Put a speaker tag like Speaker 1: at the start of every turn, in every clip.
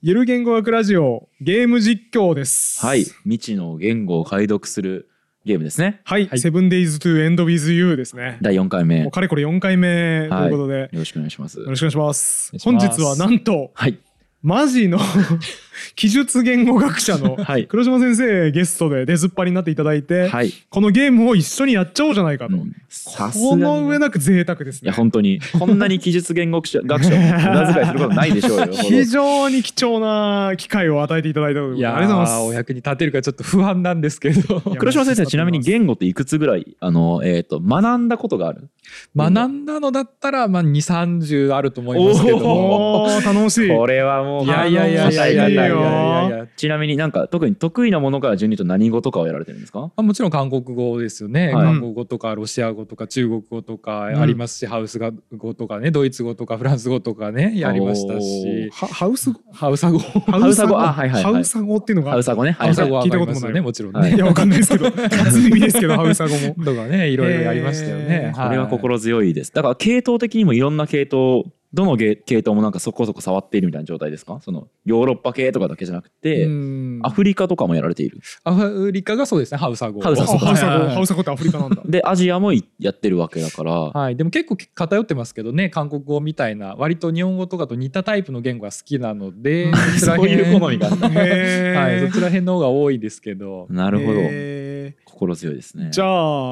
Speaker 1: ゆる言語学ラジオゲーム実況です
Speaker 2: はい未知の言語を解読するゲームですね
Speaker 1: はい、セブンデイズトゥエンドウィズユーですね
Speaker 2: 第4回目
Speaker 1: もう
Speaker 2: よ
Speaker 1: かれこれ4回目ということで、よ
Speaker 2: ろしくお願いします
Speaker 1: ろしくお願いします
Speaker 3: お願いし
Speaker 1: 本
Speaker 3: ます
Speaker 1: 日はなんと
Speaker 2: はい
Speaker 1: マジの 記述言語学者の
Speaker 2: はい
Speaker 1: 黒島先生ゲストで出ずっぱりになっていただいて、
Speaker 2: はい、
Speaker 1: このゲームを一緒にやっちゃおうじゃないかと、
Speaker 2: うんさすが
Speaker 1: こ
Speaker 2: にね
Speaker 1: の上なく贅沢です
Speaker 2: いや
Speaker 1: ね
Speaker 2: 本当にこんなに記述言語学者学 者を無駄遣いすることないでしょうよほ
Speaker 1: 非常に貴重な機会を与えていただいたので
Speaker 3: いやー
Speaker 1: ありがとうござい
Speaker 3: お
Speaker 1: ます
Speaker 3: 役に立てるかちょっと不安なんですけど
Speaker 1: いや
Speaker 2: ど黒島先生ちなみに言語っていくつぐらいあのえっ、と学んだことがある
Speaker 3: 学んだのだったらまあ2 3 0あると思いますけども
Speaker 1: おー楽しい
Speaker 2: これはもう
Speaker 3: いやいやいやいやいやいやいやいや
Speaker 2: ちなみになんか特に得意なものから順に言うと何語とかをやられてるんですか
Speaker 3: まあ、もちろん韓国語ですよね、
Speaker 2: はい
Speaker 3: 韓国語とかロシア語とか中国語とか
Speaker 1: ん
Speaker 3: ありますし、ハウス語とかねドイツ語とかフランス語とかねやりましたし
Speaker 1: はハウス語
Speaker 3: ハウサ語
Speaker 1: ハ
Speaker 2: ウサ語あはいはいはい
Speaker 1: ハウサ語っていうのが
Speaker 2: ハウサ語ね
Speaker 3: ハウサ語は
Speaker 1: 聞いたこ
Speaker 3: 聞い
Speaker 1: とも
Speaker 3: た
Speaker 1: な
Speaker 3: こと
Speaker 1: い
Speaker 3: ねもちろん
Speaker 2: はい
Speaker 3: ね。
Speaker 1: いやわかんないですけど初耳ですけどハウサ 語も
Speaker 3: とかねいろいろやりましたよね。
Speaker 2: これは
Speaker 3: こ
Speaker 2: 心強いです。だから系統的にもいろんな系統どのゲ系統もなんかそこそこ触っているみたいな状態ですかそのヨーロッパ系とかだけじゃなくて、
Speaker 3: うん
Speaker 2: アフリカとかもやられている
Speaker 3: アフリカがそうですねハウサ語。
Speaker 2: ハウサ
Speaker 1: あ
Speaker 2: 語
Speaker 1: ハウサ
Speaker 3: は
Speaker 1: 語
Speaker 3: い
Speaker 1: ハウサ語ってアフリカなんだ
Speaker 2: でアジアもいやってるわけだから、
Speaker 3: はい、でも結構偏ってますけどね韓国語みたいな割と日本語とかと似たタイプの言語が好きなのでそ
Speaker 2: そういう好みがある
Speaker 1: へー
Speaker 3: はい、そちら辺の方が多いですけど
Speaker 2: なるほど、
Speaker 1: へー
Speaker 2: 心強いですね
Speaker 1: じゃ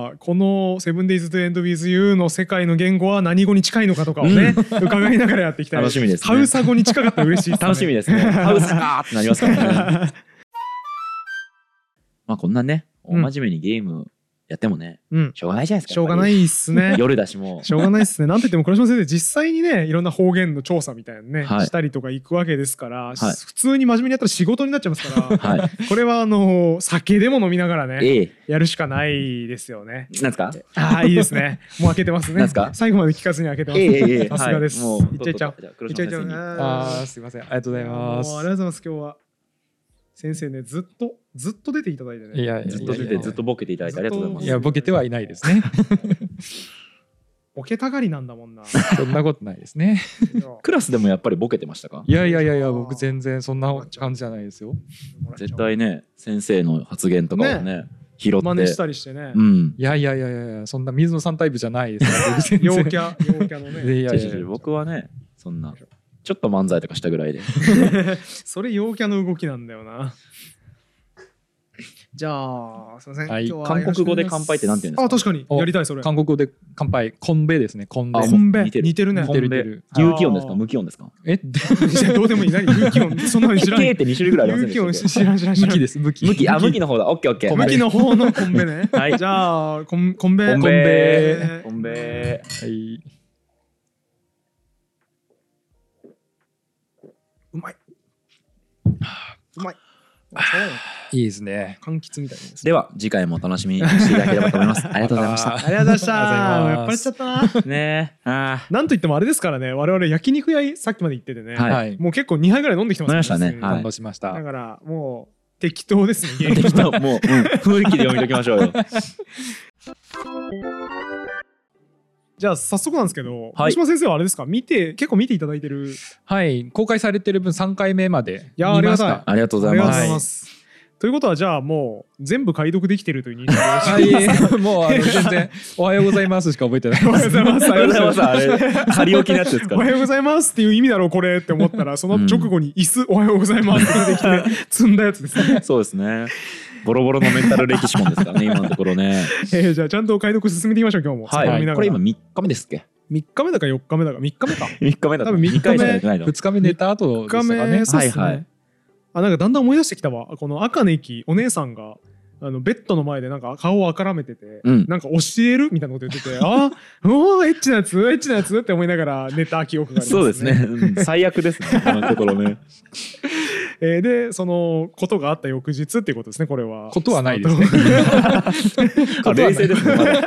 Speaker 1: あこの「セブンデイズ・トゥ・エンド・ウィズ・ユー」の世界の言語は何語に近いのかとかをね、伺いながらやっていきたい
Speaker 2: 楽しみですね
Speaker 1: ハウサ語に近かったら嬉しいです、ね、
Speaker 2: 楽しみですねハウスかーってなります からねまあこんなね大
Speaker 1: うん
Speaker 2: 真面目にゲームやってもね、
Speaker 1: うん
Speaker 2: しょうがないじゃないですか
Speaker 1: しょうがないいっすね
Speaker 2: 夜だしもう
Speaker 1: しょうがないですね。なんて 言っても黒島先生実際にねいろんな方言の調査みたいなのね、
Speaker 2: はい
Speaker 1: したりとか行くわけですから、
Speaker 2: い
Speaker 1: 普通に真面目にやったら仕事になっちゃいますから、
Speaker 2: は い
Speaker 1: これはあの酒でも飲みながらね
Speaker 2: ええ
Speaker 1: やるしかないですよね。
Speaker 2: なんですか
Speaker 1: ああいいですね。もう開けてますね。
Speaker 2: なんすか
Speaker 1: 最後まで聞かずに開けてます。
Speaker 2: ええええええ
Speaker 1: さすがです。
Speaker 2: はいい、もう
Speaker 1: っちゃいちゃう。
Speaker 2: どどど
Speaker 1: い
Speaker 2: じゃあ黒
Speaker 1: っちゃ
Speaker 2: 島
Speaker 1: い
Speaker 2: 先
Speaker 1: ちゃ
Speaker 2: 生
Speaker 1: う。
Speaker 2: に
Speaker 3: あ
Speaker 1: あ
Speaker 3: ーすいませんありがとうござい
Speaker 1: あ
Speaker 3: ま
Speaker 1: もうありがとうござ
Speaker 3: す。
Speaker 1: います今日は先生ねずっとずっと出ていただいてね。
Speaker 3: いやいや
Speaker 2: ずっと出てずっとボケていただいてありがとうございます
Speaker 3: いやボケてはいないですね
Speaker 1: ボケたがりなんだ もんな。
Speaker 3: そんなことないですね。
Speaker 2: クラスでもやっぱりボケてましたか
Speaker 3: いやいやいやいや僕全然そんな感じじゃないですよ。
Speaker 2: 絶対ね先生の発言とかをね拾って
Speaker 1: 真似したりしてね。
Speaker 2: うん
Speaker 3: いやいやいやいやいやそんな水野さんタイプじゃないです。僕全然
Speaker 1: 陽キャ陽キャの ね。
Speaker 3: いやいやい
Speaker 2: 違う違う違
Speaker 3: や
Speaker 2: う僕はねそんなちょっと漫才とかしたぐらいで
Speaker 1: それ陽キャの動きなんだよな。じゃあ、すみません。
Speaker 3: はい
Speaker 1: 今日は
Speaker 2: 韓
Speaker 1: よろしく
Speaker 2: 国
Speaker 1: お願
Speaker 2: 語
Speaker 1: い
Speaker 2: で
Speaker 1: しま
Speaker 2: 乾杯ってなんて言うん
Speaker 1: あ、
Speaker 2: です
Speaker 1: 確
Speaker 2: か
Speaker 1: かに。
Speaker 3: お
Speaker 1: やりたい、それ。
Speaker 3: 韓国語で乾杯コンベですねコンベ
Speaker 2: あ。
Speaker 1: コンベ
Speaker 2: 似てる
Speaker 1: 似てるね。
Speaker 3: コンベ似てる似てる
Speaker 1: あー
Speaker 2: 有機音ですか無機音ですか
Speaker 3: え
Speaker 1: いやどうでもいい。 何有機音そんなの知らん
Speaker 2: K って2種類ぐらいあり
Speaker 1: 有
Speaker 2: ませんで
Speaker 1: 機音
Speaker 2: したっ
Speaker 1: 知らん知らん知ら
Speaker 3: 向
Speaker 1: ん
Speaker 3: きです向
Speaker 2: け
Speaker 3: き。
Speaker 2: 向きあ向きの方だオッケーオッケ
Speaker 1: 向
Speaker 2: ー
Speaker 1: きの方のコン ベね。
Speaker 2: はい
Speaker 1: じゃあ、コンコンベ。
Speaker 2: コンベコンベ
Speaker 3: はい。
Speaker 1: うまい。うまい。爽やか
Speaker 3: いいですね。
Speaker 1: 柑橘みたいです。
Speaker 2: では次回もお楽しみにしていただければと思います ありがとうございまし
Speaker 3: あ
Speaker 2: た
Speaker 1: ありがとうございました。
Speaker 3: あり
Speaker 1: や
Speaker 3: がとう
Speaker 1: っぱ
Speaker 3: ござい
Speaker 1: り
Speaker 3: ま
Speaker 1: ち
Speaker 3: す
Speaker 1: ゃったな。
Speaker 2: ねえあ
Speaker 1: なんといってもあれですからね、我々焼肉屋さっきまで行っててね、
Speaker 2: はい
Speaker 3: はい。
Speaker 1: もう結構2杯ぐらい飲んできてます
Speaker 2: 飲みましたねはい
Speaker 3: 感動しました
Speaker 1: だ。からもう適当ですね。
Speaker 2: ー 適当もう、うん雰囲気で読み解きましょうよ
Speaker 1: じゃあ早速なんですけど、
Speaker 2: は
Speaker 1: 大
Speaker 2: い
Speaker 1: 島先生はあれですか、見て結構見ていただいてる。
Speaker 3: はい。公開されてる分3回目まで
Speaker 1: やー
Speaker 3: 見まし
Speaker 1: あ
Speaker 3: た。
Speaker 2: ありがとうご
Speaker 1: あ
Speaker 2: ざい
Speaker 1: りがとう
Speaker 2: ま
Speaker 1: ござい
Speaker 2: す
Speaker 1: ます。ということはじゃあもう全部解読できてるという認 識でよろしい
Speaker 3: はい。もうあの全然おはようございますしか覚えてない。
Speaker 1: おはようございます。
Speaker 2: ありがとうございます。あれ、仮置きのやつですか
Speaker 1: おは
Speaker 2: ら。
Speaker 1: ようございますっていう意味だろうこれって思 ったらその直後に椅子おはようございますって出てきて積んだやつです ね、
Speaker 2: そうですね。ボロボロのメンタル歴史本で すからね、今のところね。
Speaker 1: えーじゃあちゃんと解読進めていきましょう今日も、
Speaker 2: は
Speaker 1: そ見
Speaker 2: い。
Speaker 1: な
Speaker 2: こ
Speaker 1: が
Speaker 2: れ
Speaker 1: ら
Speaker 2: 今3日目ですっけ
Speaker 1: 3日目だか4日目だか3日目か
Speaker 2: ?3 日目だ
Speaker 1: 多分三日目
Speaker 2: 2回しかやってないの。
Speaker 3: 2日目寝た
Speaker 1: 3
Speaker 3: 後でした
Speaker 1: 日
Speaker 3: か
Speaker 1: 目、
Speaker 3: ね。
Speaker 1: そうっすね
Speaker 2: はいはい
Speaker 1: あなんかだんだん思い出してきたわこの赤の駅お姉さんがあのベッドの前でなんか顔をあからめてて、
Speaker 2: うん
Speaker 1: なんか教えるみたいなこと言っててあーおーエッチなやつエッチなやつって思いながら寝た記憶があります、
Speaker 2: そうですね。うん最悪ですね、今のところね。
Speaker 1: えーでそのことがあった翌日っていうことですねこれは
Speaker 3: ことはないですね
Speaker 1: スタート
Speaker 2: あ冷静ですね。ま だ
Speaker 3: こ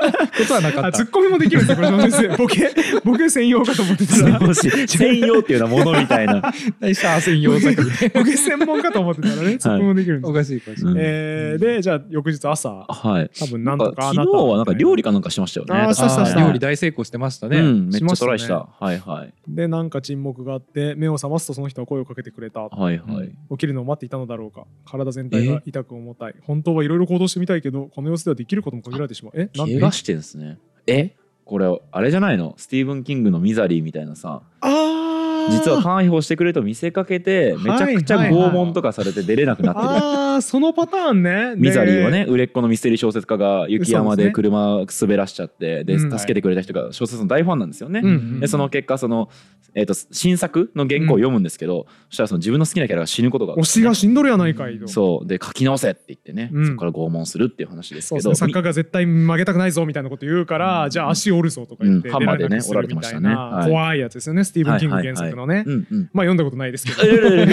Speaker 3: とはなか
Speaker 1: あ
Speaker 3: っ
Speaker 1: ツ
Speaker 3: た
Speaker 1: ッコミもできるんですよこれ島田先生ボケボケ専用かと思ってたら
Speaker 2: もし専用っていうようなものみたいな。
Speaker 3: 大した専用作 品
Speaker 1: ボケ専門かと思ってたらねツッコミもできるんです
Speaker 3: おかしいおかしい、
Speaker 2: うん
Speaker 1: えーでじゃあ翌日朝
Speaker 2: はい。
Speaker 1: 多分
Speaker 2: な
Speaker 1: なんんと
Speaker 2: か
Speaker 1: かあ
Speaker 2: 昨
Speaker 1: なた
Speaker 2: 日はなんか料理かなんかしましたよね。
Speaker 1: あーしたしたし
Speaker 3: あ
Speaker 1: た
Speaker 3: ー料理大成功してましたね、
Speaker 2: うん、めっち
Speaker 1: しま
Speaker 2: ゃ
Speaker 1: した
Speaker 2: ト
Speaker 1: ね
Speaker 2: ライした。はいはい
Speaker 1: でなんか沈黙があって目を覚ますとその人は声をかけてくれた
Speaker 2: はいはい。
Speaker 1: 起きるのを待っていたのだろうか体全体が痛く重たい本当はいろいろ行動してみたいけどこの様子ではできることも限られてしまうえなん
Speaker 2: 怪我してんですね。えこれあれじゃないのスティーブン・キングの「ミザリー」みたいなさ
Speaker 1: あー
Speaker 2: 実は看病してくれと見せかけてめちゃくちゃ
Speaker 1: はいはいはい
Speaker 2: 拷問とかされて出れなくなってる、
Speaker 1: あーそのパターンね
Speaker 2: ミザリーはね売れっ子のミステリー小説家が雪山で車滑らしちゃってで
Speaker 1: うん
Speaker 2: 助けてくれた人が小説の大ファンなんですよね、
Speaker 1: うん
Speaker 2: でその結果その、えー、と新作の原稿を読むんですけど、そしたらその自分の好きなキャラが死ぬことが
Speaker 1: 推しが死んどるやないかいと
Speaker 2: そうで書き直せって言ってね、
Speaker 1: うん
Speaker 2: そこから拷問するっていう話です
Speaker 1: そ
Speaker 2: け
Speaker 1: う
Speaker 2: ど
Speaker 1: そう作家が絶対曲げたくないぞみたいなこと言うから、
Speaker 2: うん
Speaker 1: じゃあ足折るぞとか言って、
Speaker 2: うんハンマーで
Speaker 1: 出れ
Speaker 2: ね
Speaker 1: なくするみいな
Speaker 2: 折られてましたねはい
Speaker 1: 怖いやつですよねスティーブン・キング原作のね、
Speaker 2: うんうん
Speaker 1: まあ読んだことないですけど
Speaker 2: え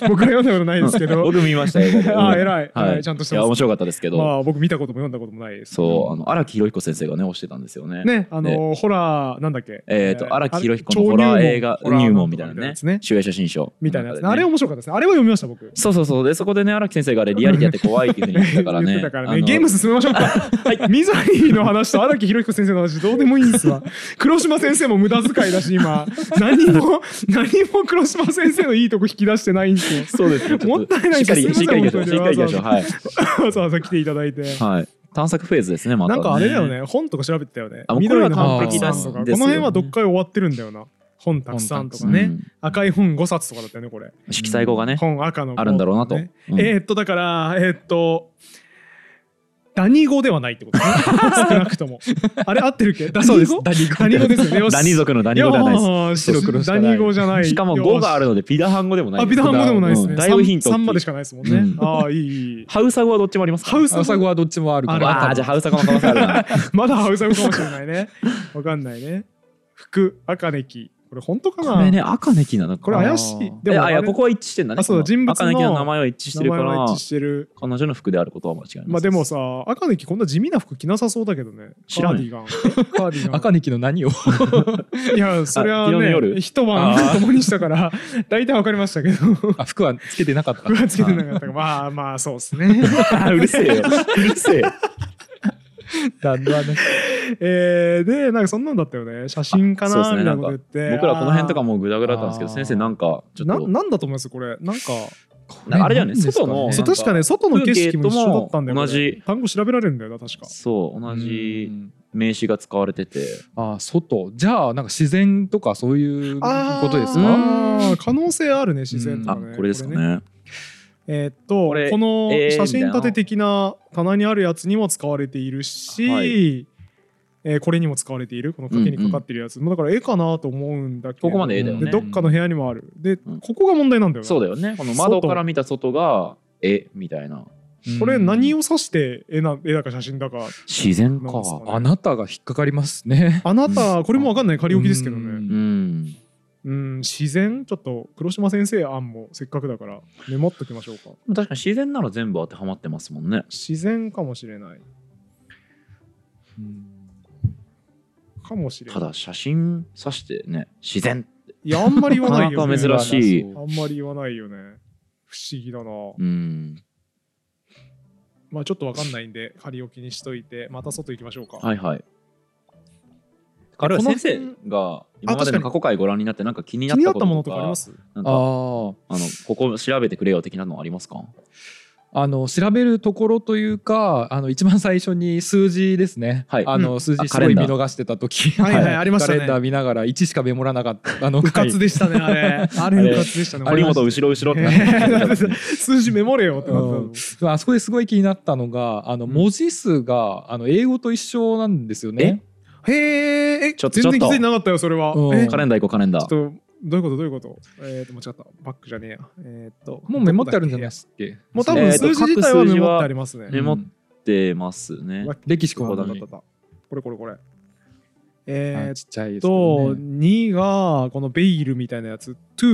Speaker 1: 僕は読んだことない ですけど
Speaker 2: 僕見ましたよ。
Speaker 1: あー偉い偉いちゃんとして
Speaker 2: い
Speaker 1: ます
Speaker 2: や面白かったですけど、
Speaker 1: まあ僕見たことも読んだこともないです
Speaker 2: そうあの荒木博彦先生がね推してたんですよね。
Speaker 1: ねあのホラーなんだっけ
Speaker 2: えっ、と荒木博彦
Speaker 1: あ
Speaker 2: の
Speaker 1: れ
Speaker 2: ホラー映画
Speaker 1: 超
Speaker 2: 入門みたいな
Speaker 1: や
Speaker 2: ね
Speaker 1: つね
Speaker 2: 主演写真賞
Speaker 1: みたいなやつ、
Speaker 2: の中でね
Speaker 1: あれ面白かったですねあれは読みました僕
Speaker 2: そうそうそうでそこでね荒木先生があれリアリティやって怖いっていうふうに言ってたから ね
Speaker 1: 言ってたから
Speaker 2: あ
Speaker 1: ね
Speaker 2: の
Speaker 1: ゲーム進めましょう かはいミザリーの話と荒木博彦先生の話どうでもいいんです わ黒島先生も無駄遣いだし今何 も何も黒島先生のいいとこ引き出してないんですよ
Speaker 2: そうですよちょっと
Speaker 1: もったいない
Speaker 2: しっかり
Speaker 1: すい
Speaker 2: しっ
Speaker 1: ま
Speaker 2: か
Speaker 1: せ
Speaker 2: り
Speaker 1: ん
Speaker 2: いきましょうしっかりいきましょうはい
Speaker 1: わざわざ来ていただいて、
Speaker 2: はい探索フェーズですねま
Speaker 1: な
Speaker 2: たね
Speaker 1: んかあれだよね本とか調べてたよね
Speaker 2: あもうこれ
Speaker 1: 緑
Speaker 2: は
Speaker 1: の本
Speaker 3: 完
Speaker 1: た
Speaker 3: 璧
Speaker 1: く
Speaker 3: な
Speaker 1: さ
Speaker 3: ん
Speaker 1: んとか
Speaker 2: よ
Speaker 3: です
Speaker 1: この辺はどっかで終わってるんだよな本たくさんとか
Speaker 2: う
Speaker 1: ね
Speaker 2: ん
Speaker 1: 赤い本5冊とかだったよねこれ
Speaker 2: 色彩語がね
Speaker 1: 本赤の
Speaker 2: あるんだろうなと
Speaker 1: ね
Speaker 2: うん
Speaker 1: えーっとだからえーっとダニ語ではないって ことね少なくともあれ合ってるっけダニ
Speaker 3: そうです
Speaker 1: 語
Speaker 3: ダニ語
Speaker 1: ダニ語ですよねよし
Speaker 2: ダニ族のダニ語ではないです
Speaker 1: よーし
Speaker 3: 白黒しか
Speaker 1: ダ
Speaker 3: ない
Speaker 1: ニ語じゃない
Speaker 2: しかも
Speaker 1: よー
Speaker 2: 5があるのでピダハン語でもない
Speaker 1: あビダハン語でもないです
Speaker 2: う
Speaker 1: ね
Speaker 2: んだいぶヒント
Speaker 1: 3までしかないですもん
Speaker 2: う
Speaker 1: ね
Speaker 2: ん
Speaker 1: ああいいいい
Speaker 2: ハウサ語はどっちもありますか
Speaker 1: ハウサ
Speaker 3: 朝
Speaker 1: 語
Speaker 3: ごはどっちもあるか
Speaker 1: あ
Speaker 3: ら
Speaker 1: る
Speaker 2: ああじゃあハウサ語の可能性あるな
Speaker 1: まだハウサ語かもしれない ねわかんないね服赤ネキこれ本当かな
Speaker 2: これね赤ネキなのか
Speaker 1: これ怪しいで
Speaker 2: え
Speaker 1: も
Speaker 2: あいや
Speaker 1: れ
Speaker 2: ここは一致してんだね
Speaker 1: あそうだ
Speaker 2: こ
Speaker 1: 人物の
Speaker 2: 赤ネキの名前は一致してるか
Speaker 1: 名前は
Speaker 2: ら
Speaker 1: 一致してる
Speaker 2: 彼女の服であることは間違いない
Speaker 1: まあでもさ赤ネキこんな地味な服着なさそうだけどね
Speaker 2: 知らん
Speaker 1: カーディガンカーディガン
Speaker 3: 赤ネキの何を
Speaker 1: いやそれは
Speaker 2: 昨日の
Speaker 1: ね
Speaker 2: 夜
Speaker 1: 一晩
Speaker 2: あー
Speaker 1: 共にしたから 大体わかりましたけど
Speaker 3: あ服はつけてなかった
Speaker 1: 僕はつけてなかったからまあまあそうですね
Speaker 2: あ うるせえようるせえ
Speaker 3: だんだんね
Speaker 1: えーでなんかそんなんだったよね写真か
Speaker 2: あそう
Speaker 1: な
Speaker 2: っ
Speaker 1: み
Speaker 2: すね
Speaker 1: たいなこと言って
Speaker 2: 僕らこの辺とか
Speaker 1: も
Speaker 2: もうグダグダだったんですけど
Speaker 3: あー
Speaker 2: 先生なんかちょっ
Speaker 1: な
Speaker 2: と
Speaker 1: なんだと思いますこれなんか
Speaker 2: なんかあれだよね
Speaker 3: これ何ですか
Speaker 2: 外
Speaker 3: ね
Speaker 2: の
Speaker 1: そ
Speaker 3: そう
Speaker 1: 確かね外の景色も一緒だったんだよ
Speaker 2: 風景とも同じ
Speaker 1: これ単語調べられるんだよな確か
Speaker 2: そう同
Speaker 3: う
Speaker 2: じ
Speaker 3: ん
Speaker 2: 名詞が使われてて
Speaker 3: あ外じゃあなんか自然とかそういうことですか
Speaker 1: あー可能性あるね自然と
Speaker 2: あ
Speaker 1: かね
Speaker 2: これですか
Speaker 1: これ
Speaker 2: ね
Speaker 1: えーっとこ
Speaker 2: これ
Speaker 1: の
Speaker 2: えー
Speaker 1: 写真立て的な棚にあるやつにも使われているし、
Speaker 2: は
Speaker 1: えーこれにも使われているこの掛けにかかってるやつ、もうだから絵かなと思うんだけど
Speaker 2: ここまで絵だよ
Speaker 1: で
Speaker 2: ね
Speaker 1: どっかの部屋にもあるで、
Speaker 2: うん
Speaker 1: ここが問題なんだよな
Speaker 2: そうだよねこの窓から見た外が絵みたいな
Speaker 1: これ何
Speaker 3: を
Speaker 1: を指して絵な絵だか写真だか
Speaker 2: 自然
Speaker 1: なん
Speaker 2: か
Speaker 1: ですかね
Speaker 3: あなたが引っかかりますね
Speaker 1: あなたこれもわかんない仮置きですけど
Speaker 3: う
Speaker 1: ね
Speaker 2: うんん
Speaker 1: うん自然ちょっと黒島先生案もせっかくだからメモっときましょうか
Speaker 2: 確かに自然なら全部当てはまってますもんね
Speaker 1: 自然かもしれないかもしれ
Speaker 2: た
Speaker 1: ない
Speaker 2: だ写真さしてね自然
Speaker 1: いやあんまり言わない
Speaker 2: な
Speaker 1: よ、
Speaker 2: か
Speaker 1: ね、
Speaker 2: なか珍しい
Speaker 1: あんまり言わないよね不思議だな
Speaker 2: うん
Speaker 1: まあちょっとわかんないんで仮置きにしといてまた外行きましょうか、
Speaker 2: はいはいあれは先生が今までの過去回ご覧になってなんか気に
Speaker 1: 気
Speaker 2: なっ
Speaker 1: にな
Speaker 2: た
Speaker 1: っ
Speaker 2: こ
Speaker 1: たもの
Speaker 2: と
Speaker 1: とか
Speaker 2: と
Speaker 1: あり
Speaker 2: か
Speaker 1: ます
Speaker 2: なん
Speaker 3: あ
Speaker 2: か
Speaker 3: ー
Speaker 2: あのここ調べてくれよ的なのありますか
Speaker 3: あの調べるところというかあの一番最初に数字ですね、
Speaker 2: はい
Speaker 3: あ
Speaker 1: う
Speaker 3: の
Speaker 2: あ
Speaker 3: 数
Speaker 2: カ
Speaker 3: 字す
Speaker 2: レン
Speaker 3: ごい
Speaker 2: ダー
Speaker 3: 見逃してた時
Speaker 1: はいはいありましたね
Speaker 3: カレンダー見ながら1しかメモらなかったあの
Speaker 1: 部活
Speaker 3: 回
Speaker 1: でしたねあれあれ部活でしたね
Speaker 2: 堀本後ろ後ろってな ってましたね
Speaker 1: 数字メモれよってなってたの
Speaker 3: あそこですごい気になったのがあの
Speaker 1: うん
Speaker 3: 文字数があの英語と一緒なんですよね。
Speaker 1: へーえ
Speaker 2: ちょっと
Speaker 1: 全然
Speaker 2: ち
Speaker 1: 気
Speaker 2: ょっと
Speaker 1: づいてなかったよそれは
Speaker 3: うん
Speaker 1: え
Speaker 2: カレンダー行こうカレンダ
Speaker 1: ちょっ
Speaker 2: ー
Speaker 1: とどういうことどういうことえっ、と間違ったバックじゃねえやえっ、と
Speaker 3: もうメモってあるんじゃないですっけ
Speaker 1: もう多
Speaker 2: え
Speaker 1: 分数
Speaker 2: ーと
Speaker 1: 字自体は
Speaker 2: 各数
Speaker 1: メ
Speaker 2: 字は
Speaker 1: モってありますね、
Speaker 2: メモってますね
Speaker 1: わっ
Speaker 3: 歴史
Speaker 1: ここ
Speaker 3: ここ
Speaker 1: だこ
Speaker 3: だの
Speaker 1: れ
Speaker 3: に
Speaker 1: これこれえー
Speaker 3: あ
Speaker 1: っ
Speaker 3: ちっちゃいですけど
Speaker 1: と
Speaker 3: ね
Speaker 1: 2がこのベイルみたいなやつ2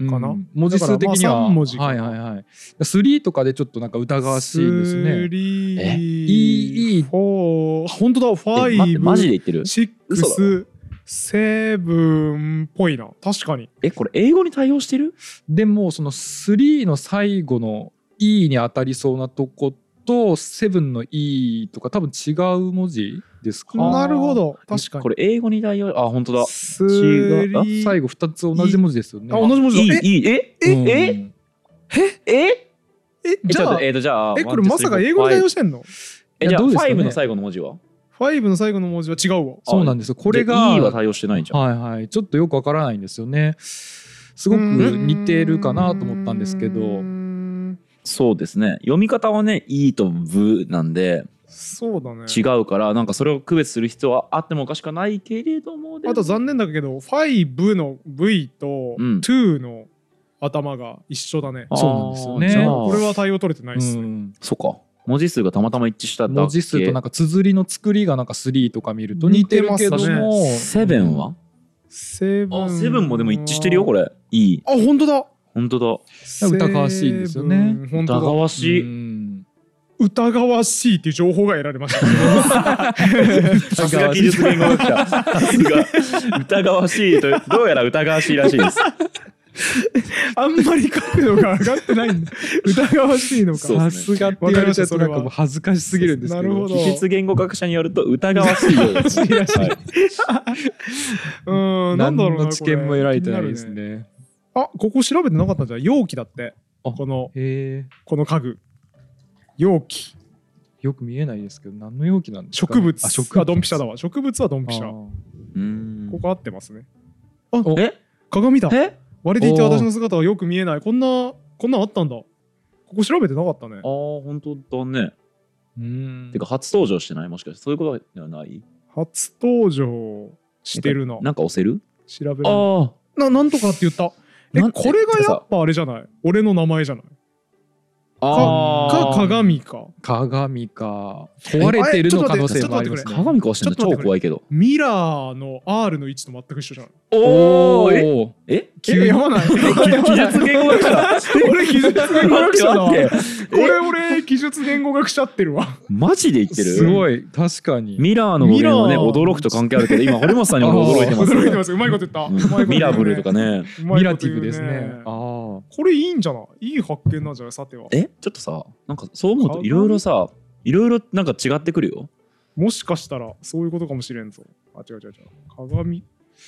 Speaker 3: うん
Speaker 1: かな
Speaker 3: 文字数的に
Speaker 1: だからま
Speaker 3: は
Speaker 1: あ三文字か
Speaker 3: はいはいはい3とかでちょっとなんか疑わしいですね
Speaker 1: 3
Speaker 2: え
Speaker 3: いい
Speaker 1: 4本当だ
Speaker 2: え待ってマ
Speaker 1: 5
Speaker 2: ジで言ってる嘘
Speaker 1: 6セブンっぽいな確かに
Speaker 2: えこれ英語に対応してる
Speaker 3: でもその3の最後の E に当たりそうなとこと7の E とか多分違う文字ですか
Speaker 2: あー
Speaker 1: なるほど確かに
Speaker 2: これ英語に対応あ本当だ
Speaker 1: ス
Speaker 2: 違うあ
Speaker 1: リー
Speaker 3: 最後2つ同じ文字ですよね
Speaker 1: あ同じ文字だえ
Speaker 2: いいいいえ
Speaker 3: う
Speaker 2: え
Speaker 3: ん
Speaker 2: えええ
Speaker 1: え
Speaker 2: じ
Speaker 1: じ
Speaker 2: ゃ
Speaker 1: ゃ
Speaker 2: あ
Speaker 1: あ
Speaker 2: えっとじゃあ
Speaker 1: えこれまさか英語に対応してんの
Speaker 2: え
Speaker 3: い
Speaker 2: じ
Speaker 3: や
Speaker 2: ゃあ
Speaker 3: どうですかね
Speaker 2: 5の最後の文字は
Speaker 1: 5の最後の文字は違うわ
Speaker 3: そうなんですよこ
Speaker 2: こ
Speaker 3: れが
Speaker 2: E は対応してないんじゃん
Speaker 3: はいはいちょっとよくわからないんですよねすごく似てるかなと思ったんですけ
Speaker 1: うー
Speaker 3: ど
Speaker 1: ん
Speaker 2: そうですね読み方はね E と V なんで
Speaker 1: そうだね
Speaker 2: 違うからなんかそれを区別する必要はあってもおかしくはないけれどもでも
Speaker 1: あと残念だけど5の V と
Speaker 2: うん
Speaker 1: 2の頭が一緒だね、
Speaker 2: あー
Speaker 3: そうなんですよね
Speaker 2: じゃあ
Speaker 1: これは対応取れてないっすね、
Speaker 3: うん
Speaker 2: そっか文字数がたまたま一致しただけ
Speaker 3: 文字数となんか綴りの作りがなんか3とか見ると似てるけど
Speaker 1: 似てま
Speaker 3: も
Speaker 2: セブンは
Speaker 1: セブン
Speaker 2: あセブンもでも一致してるよこれ E
Speaker 1: あ本当だ
Speaker 2: 本当だ
Speaker 3: 疑わしいんですよね
Speaker 1: セブン本
Speaker 2: 疑
Speaker 1: 当だ
Speaker 2: わ
Speaker 3: う
Speaker 2: しい
Speaker 3: ん
Speaker 1: 疑わしいっていう情報が得られました、
Speaker 2: さすが技術言語学者さすが疑わしいとどうやら疑わしいらしいです
Speaker 1: あんまり角度が上がってないんだ疑わしいのか
Speaker 2: そう
Speaker 3: さすがって言われちゃうとなんかもう恥ずかしすぎるんですけ
Speaker 1: なるほ
Speaker 3: ど
Speaker 1: ど
Speaker 2: 技術言語学者によると疑わしいよう です
Speaker 1: 疑わしい
Speaker 2: はい
Speaker 1: うんなんだろうな
Speaker 3: 何の知見も得られてないです
Speaker 1: これ気にる
Speaker 3: ね
Speaker 1: あここ調べてなかったんじゃん容器だって
Speaker 3: あ
Speaker 1: この
Speaker 3: へえ
Speaker 1: この家具容器
Speaker 3: よく見えないですけど何の容器なんですか
Speaker 1: 植物
Speaker 3: あ
Speaker 1: あ
Speaker 3: 植物
Speaker 1: ドンピシャだわ植物はドンピシャ
Speaker 2: うーん
Speaker 1: ここ合ってますね
Speaker 2: え
Speaker 1: 鏡だ
Speaker 2: え
Speaker 1: 割れていた私の姿はよく見えないこんなこんなんあったんだここ調べてなかったね
Speaker 2: あー本当だね
Speaker 3: うん
Speaker 2: てか初登場してないもしかしてそういうことではない
Speaker 1: 初登場してるな
Speaker 2: なんか押せる
Speaker 1: 調べる
Speaker 2: あー
Speaker 1: ななんとかって言ったえ
Speaker 2: なん
Speaker 1: これがやっぱあれじゃない俺の名前じゃない
Speaker 2: あー
Speaker 1: か鏡か
Speaker 3: 鏡か壊れてるの可能性もあります
Speaker 1: え
Speaker 3: ね
Speaker 2: 鏡壊してんだ
Speaker 1: ちょっと待っ
Speaker 2: 超
Speaker 1: てくれ
Speaker 2: 怖いけど
Speaker 1: ミラーの R の位置と全く一緒じゃない
Speaker 2: おーえ
Speaker 3: おー
Speaker 2: え
Speaker 1: えやばない
Speaker 2: 技術言語学者
Speaker 1: 俺技術言語学者だわこ
Speaker 2: 待って待ってえ
Speaker 1: れ俺技術言語学者ってるわ
Speaker 2: マジで言ってる
Speaker 3: すごい確かに
Speaker 2: ミラーの語源はね
Speaker 1: ミラー
Speaker 2: 驚くと関係あるけど今堀本さんにも 驚いてます
Speaker 1: 驚いてますうまいこと言ったうまいこと言うね
Speaker 2: ミラブルとかね
Speaker 1: うま
Speaker 3: ミ
Speaker 1: いこ
Speaker 3: ラ
Speaker 1: と
Speaker 3: テ
Speaker 1: 言
Speaker 3: ィ
Speaker 1: う
Speaker 3: ブですねああ
Speaker 1: これいいんじゃないいい発見なんじゃないさては
Speaker 2: えちょっとさなんかそう思うといろいろさいろいろなんか違ってくるよ
Speaker 1: もしかしたらそういうことかもしれんぞあ違う違う違う鏡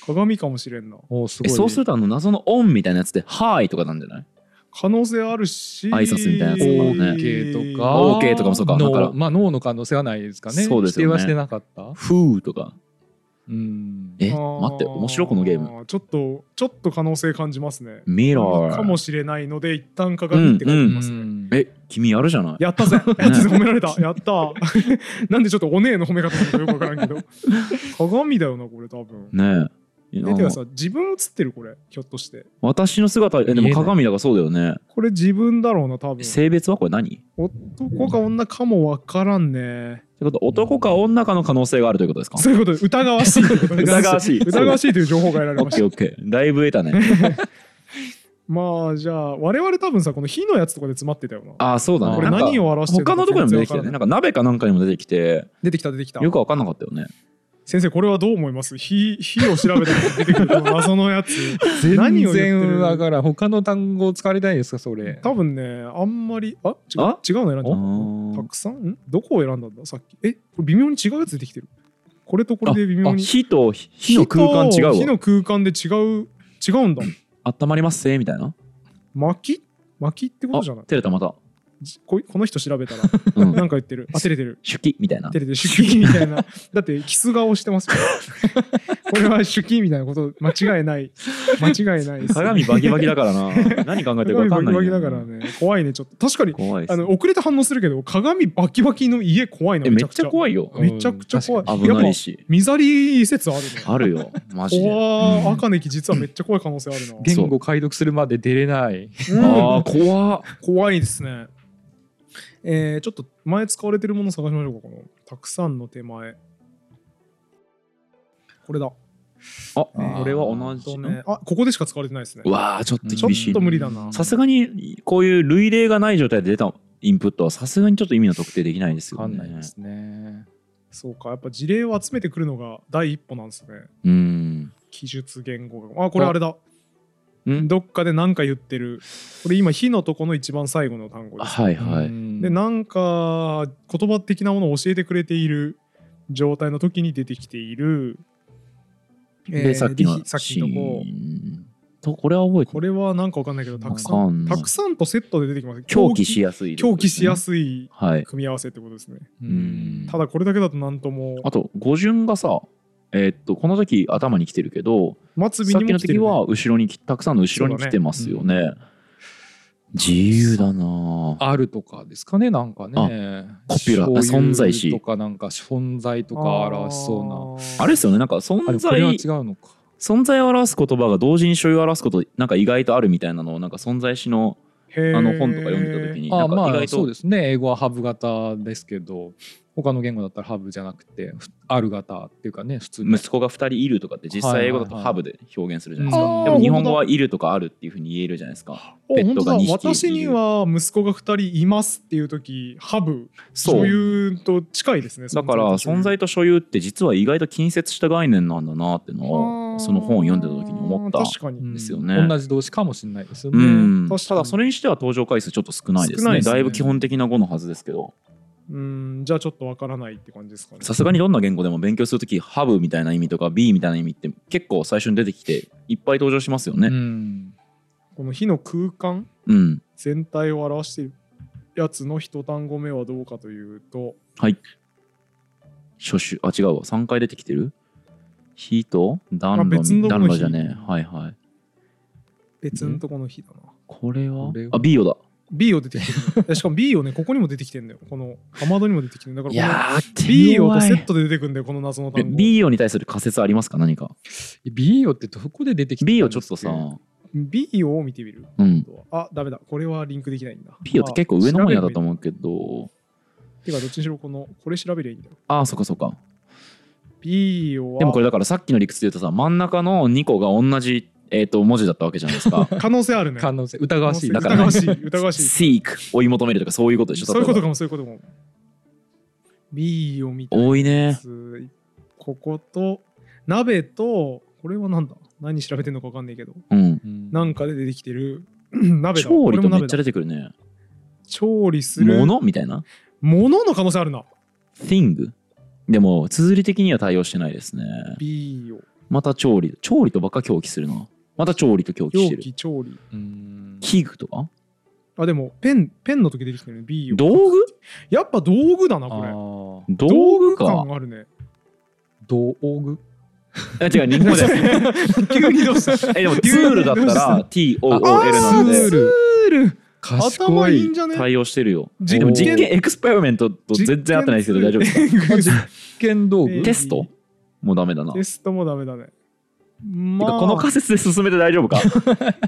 Speaker 1: 鏡かもしれんな
Speaker 3: おーす
Speaker 2: え
Speaker 3: ごい
Speaker 2: そうするとあの謎のオンみたいなやつで「はーい」とかなんじゃない
Speaker 1: 可能性あるし
Speaker 2: 挨拶みたいなやつとかね
Speaker 3: OK とか
Speaker 2: OK とかもそうかだから
Speaker 3: 脳まあ脳の可能性はないですかね
Speaker 2: そうですよね
Speaker 3: 否定はしてなかった
Speaker 2: 「ふー」とか
Speaker 3: うん
Speaker 2: え
Speaker 1: あー
Speaker 2: 待って面白いこのゲーム
Speaker 1: ちょっとちょっと可能性感じますね
Speaker 2: ミラ
Speaker 1: かも
Speaker 2: ー
Speaker 1: しれないので一旦鏡って書いてますね、
Speaker 3: うん
Speaker 2: え君やるじゃない
Speaker 1: や ったぜやったぜ褒められたやった なんでちょっとお姉の褒め方なのかよくわからんけど鏡だよなこれ多分
Speaker 2: ねえいや
Speaker 1: えてかさ自分映ってるこれひょっとして
Speaker 2: 私の姿えで
Speaker 3: 見
Speaker 2: も
Speaker 3: えない
Speaker 2: 鏡だからそうだよね
Speaker 1: これ自分だろうな多分
Speaker 2: 性別はこれ何って
Speaker 1: 男か女かもわからんね
Speaker 2: ことは男か女かの可能性があるということですか
Speaker 1: そういうことで疑わしいってことです
Speaker 2: 疑わしい
Speaker 1: 疑わしいという情報が得られ
Speaker 2: オ
Speaker 1: ま
Speaker 2: ッ
Speaker 1: し
Speaker 2: ケ
Speaker 1: た
Speaker 2: ーオッケーだいぶ得た ね
Speaker 1: まあじゃあ我々多分さこの火のやつとかで詰まってたよな
Speaker 2: ああそうだね
Speaker 1: これ
Speaker 2: なんか
Speaker 1: 何を表してる
Speaker 2: 他のところにも出てきたよね
Speaker 1: 全然わから
Speaker 2: な
Speaker 1: なん
Speaker 2: か鍋かなんかにも出てきて
Speaker 1: い出てきた出てきた
Speaker 2: よく分かんなかったよね
Speaker 1: 先生これはどう思います火火を調べたら出てくるこの謎のや つ何
Speaker 3: 全
Speaker 1: を言って
Speaker 3: 然
Speaker 1: る
Speaker 3: わからん他の単語を使われないですかそれ
Speaker 1: 多分ねあんまりあ違う
Speaker 2: あ
Speaker 1: 違うの選ん
Speaker 2: あ
Speaker 1: だた
Speaker 2: ー
Speaker 1: くさんんどこを選んだんださっきえこれ微妙に違うやつ出てきてるこれとこれで微妙
Speaker 2: あ
Speaker 1: に
Speaker 2: 火と火の空間違
Speaker 1: 火と火
Speaker 2: うわ
Speaker 1: の空間で違う違うんだ
Speaker 2: 温まりますせみたいな
Speaker 1: 巻き巻きってこ
Speaker 2: あ
Speaker 1: とじゃない
Speaker 2: 照れたまた
Speaker 1: じこいこの人調べたら な
Speaker 2: う
Speaker 1: んんか言ってるあ照れてる
Speaker 2: 手記みたいな
Speaker 1: 照れてる手記みたいなだってキス顔してますよこれは手記みたいなこと間違いない間違いないです
Speaker 2: 鏡バキバキだ からな何考えてるか分
Speaker 1: 鏡
Speaker 2: かんない
Speaker 1: バ
Speaker 2: ん
Speaker 1: キ
Speaker 2: よ
Speaker 1: バキだからね怖いねちょっと確かに
Speaker 2: 怖いっす
Speaker 1: あの遅れて反応するけど鏡バキバキの家怖いな
Speaker 2: え
Speaker 1: め
Speaker 2: め
Speaker 1: ち
Speaker 2: っ
Speaker 1: ゃく
Speaker 2: ち
Speaker 1: ち
Speaker 2: ゃ
Speaker 1: ゃ
Speaker 2: 怖いよ
Speaker 3: い
Speaker 1: めちゃくちゃ怖い
Speaker 3: うん
Speaker 2: 危
Speaker 1: やっぱ
Speaker 2: ないし
Speaker 1: ミザリー説あるね
Speaker 2: あるよマジで
Speaker 1: 怖
Speaker 2: うん
Speaker 1: ー赤ネキ実はめっちゃ怖い可能性あるな
Speaker 2: げ
Speaker 3: 言語解読するまで出れない
Speaker 1: うん
Speaker 2: あー怖っ
Speaker 1: 怖いですね。えー、ちょっと前使われてるもの探しましょうかこのたくさんの手前。これだ。
Speaker 2: あ、
Speaker 3: ー
Speaker 2: これは同じの、
Speaker 1: ねあここでしか使われてないですね
Speaker 2: うわあちょっと
Speaker 1: ちょ
Speaker 2: 厳し
Speaker 1: っ
Speaker 2: い
Speaker 1: と無理だな
Speaker 2: さすがにこういう類例がない状態で出たインプットはさすがにちょっと意味の特定できないです
Speaker 3: 分
Speaker 2: よ
Speaker 3: かん
Speaker 2: ね
Speaker 3: ないですね。
Speaker 1: そうかやっぱ事例を集めてくるのが第一歩なんですね
Speaker 2: うん
Speaker 1: 記述言語学あこれあれだ
Speaker 2: ん
Speaker 1: どっかで何か言ってるこれ今「火」のとこの一番最後の単語です
Speaker 2: はいはい、
Speaker 3: い
Speaker 1: でなんか言葉的なものを教えてくれている状態の時に出てきている
Speaker 2: で、さっきの
Speaker 1: でさっきのとこ
Speaker 2: シーンとこれは覚えて
Speaker 1: これはなんかわかんないけどたくさ
Speaker 2: わか
Speaker 1: ん
Speaker 2: んない
Speaker 1: たくさんとセットで出てきます
Speaker 2: 狂気しやすい、
Speaker 1: 狂気しや
Speaker 2: い
Speaker 1: すい
Speaker 2: はい
Speaker 1: 組み合わせってことですね
Speaker 2: うん
Speaker 1: ただこれだけだとなんとも
Speaker 2: あと語順がさえーっとこの時頭に来てるけど
Speaker 1: 末
Speaker 2: さ
Speaker 1: 尾
Speaker 2: っ
Speaker 1: に
Speaker 2: き
Speaker 1: も
Speaker 2: の
Speaker 1: 来て
Speaker 2: 時
Speaker 1: るね
Speaker 2: は後ろにきたくさんの後ろに来てますよね
Speaker 3: そうだ
Speaker 2: 自由だなあ
Speaker 3: あるとかですかねなんかね
Speaker 2: あコピュラー
Speaker 3: 所有
Speaker 2: 存在し
Speaker 3: とかなんか存在とか表しそうな
Speaker 2: あれですよねなんか存
Speaker 3: あれこれは
Speaker 2: 在
Speaker 3: 違うのか
Speaker 2: 存在を表す言葉が同時に所有を表すことなんか意外とあるみたいなのをなんか存在詩の
Speaker 1: へー
Speaker 2: あの本とか読んでた時にな
Speaker 3: あ
Speaker 2: んか
Speaker 3: ま
Speaker 2: 意
Speaker 3: あ
Speaker 2: 外
Speaker 3: そう
Speaker 2: と
Speaker 3: ですね英語はハブ型ですけど他の言語だったらハブじゃなくてふある型っていうかね普通に
Speaker 2: 息子が2人いるとかって実際英語だと
Speaker 3: はいはいは
Speaker 2: ハ
Speaker 3: い
Speaker 2: ブで表現するじゃないですか
Speaker 1: あー
Speaker 2: でも日本
Speaker 1: 本当だ
Speaker 2: 語は「いる」とか「ある」っていうふうに言えるじゃないですか。
Speaker 1: お
Speaker 2: ペットが
Speaker 1: 本
Speaker 2: 二
Speaker 1: 当だ
Speaker 2: 匹
Speaker 1: 私には息子が2人いますっていう時ハブ
Speaker 2: そ
Speaker 1: 所
Speaker 2: う
Speaker 1: 有と近いですね
Speaker 2: だから存在
Speaker 1: と
Speaker 2: と所有って実は意外と近接した概念なんだなってのをその本を読んでた時に思ったん
Speaker 1: 確かに
Speaker 2: で
Speaker 3: です
Speaker 2: よね。
Speaker 3: 同じ動詞かもしれないですよ
Speaker 2: う
Speaker 3: ね、
Speaker 2: ん、
Speaker 1: 確か
Speaker 2: た
Speaker 1: に
Speaker 2: だそれにしては登場回数ちょっと少ないです
Speaker 1: 少ない
Speaker 2: ね
Speaker 1: ですね
Speaker 2: だいぶ基本的な語のはずですけど
Speaker 1: うんじゃあちょっとわからないって感じですかね
Speaker 2: さすがにどんな言語でも勉強するとき「ハブ」みたいな意味とか「B」みたいな意味って結構最初に出てきていっぱい登場しますよ
Speaker 3: う
Speaker 2: ね。
Speaker 3: ん
Speaker 1: この火の空間
Speaker 2: うん
Speaker 1: 全体を表しているやつの一単語目はどうかというと
Speaker 2: 初種あ違うわ3回出てきてる火と暖
Speaker 1: あ
Speaker 2: 炉
Speaker 1: 別のとこ
Speaker 2: 暖
Speaker 1: の
Speaker 2: 炉
Speaker 1: 火
Speaker 2: じゃねえはいはい
Speaker 1: 別のとこの火だな
Speaker 2: これは
Speaker 3: これは
Speaker 2: あビーヨだ
Speaker 1: B を出てきてるねいやしかも B をねここにも出てきてんだよこのかまどにも出てきてるだから
Speaker 2: い
Speaker 1: この
Speaker 2: やー
Speaker 1: B をと
Speaker 2: 手強い
Speaker 1: セットで出てくんだよこの謎の
Speaker 2: え
Speaker 1: 単語
Speaker 2: ビーヨに対する仮説ありますか何か
Speaker 3: B よってどこで出てきてたん
Speaker 2: ビーヨち
Speaker 3: で
Speaker 2: ょっ
Speaker 3: す
Speaker 2: と
Speaker 3: か
Speaker 2: さ
Speaker 1: B を見てみる
Speaker 2: うん
Speaker 1: あダメだこれはリンクできないんだ
Speaker 2: ビーヨって結構上の
Speaker 1: も
Speaker 2: 方
Speaker 1: ん
Speaker 2: やだと思うけど
Speaker 1: てかどっちにしろこのこれ調べりゃいいんだよ
Speaker 2: ああそっかそっか
Speaker 1: B をは
Speaker 2: でもこれだからさっきの理屈で言うとさ真ん中の2個が同じえっと文字だったわけじゃないですか
Speaker 1: 可能性あるね
Speaker 3: 可能性疑わしい
Speaker 1: 可能
Speaker 2: だ
Speaker 1: 性
Speaker 2: から
Speaker 1: 疑わしい疑わしい
Speaker 2: seek 追い求めるとかそういうことでしょ
Speaker 1: そういうこと
Speaker 2: 例え
Speaker 1: かもそういうことかも B を見た
Speaker 2: ば多い
Speaker 1: や
Speaker 2: ね
Speaker 1: つここと鍋とこれはなんだ何調べてんのか分かんないけど
Speaker 2: うん
Speaker 3: うん
Speaker 1: なんかで出てきてる 鍋だ
Speaker 2: 調理
Speaker 1: ことれも
Speaker 2: めっ
Speaker 1: 鍋
Speaker 2: ちゃ
Speaker 1: だ
Speaker 2: 出てくるね
Speaker 1: 調理する
Speaker 2: ものみたいな
Speaker 1: ものの可能性あるな
Speaker 2: thing でも綴り的には対応してないですね
Speaker 1: B を
Speaker 2: また調理調理とばっか狂気するなまた調理と狂気し
Speaker 1: 容
Speaker 2: てる
Speaker 1: 器調理
Speaker 3: うん
Speaker 2: 器具とか
Speaker 1: あでもペンペンの時出てきてるね B を
Speaker 2: 道具
Speaker 1: やっぱ道具だなこれ
Speaker 3: あー
Speaker 2: 道具か
Speaker 1: 感あるね
Speaker 3: 道具
Speaker 2: あ違う日本 語です
Speaker 1: 急にどうした
Speaker 2: えでもツールだっ たら TOOL なん
Speaker 1: ツ
Speaker 3: ツ
Speaker 1: ー
Speaker 2: で
Speaker 3: ール
Speaker 1: ル
Speaker 3: 賢
Speaker 1: 頭いいん
Speaker 3: い
Speaker 1: じゃね
Speaker 2: 対応してるよ
Speaker 1: 実
Speaker 2: でも実
Speaker 1: 験
Speaker 2: 験エクスペリメントと全然合ってないですけど大丈夫です か
Speaker 1: ですか
Speaker 3: 実験道具
Speaker 1: えー
Speaker 2: テストもうダメだな
Speaker 1: テ
Speaker 2: てか
Speaker 1: ストもダメだねまあ
Speaker 2: この仮説で進めて大丈夫か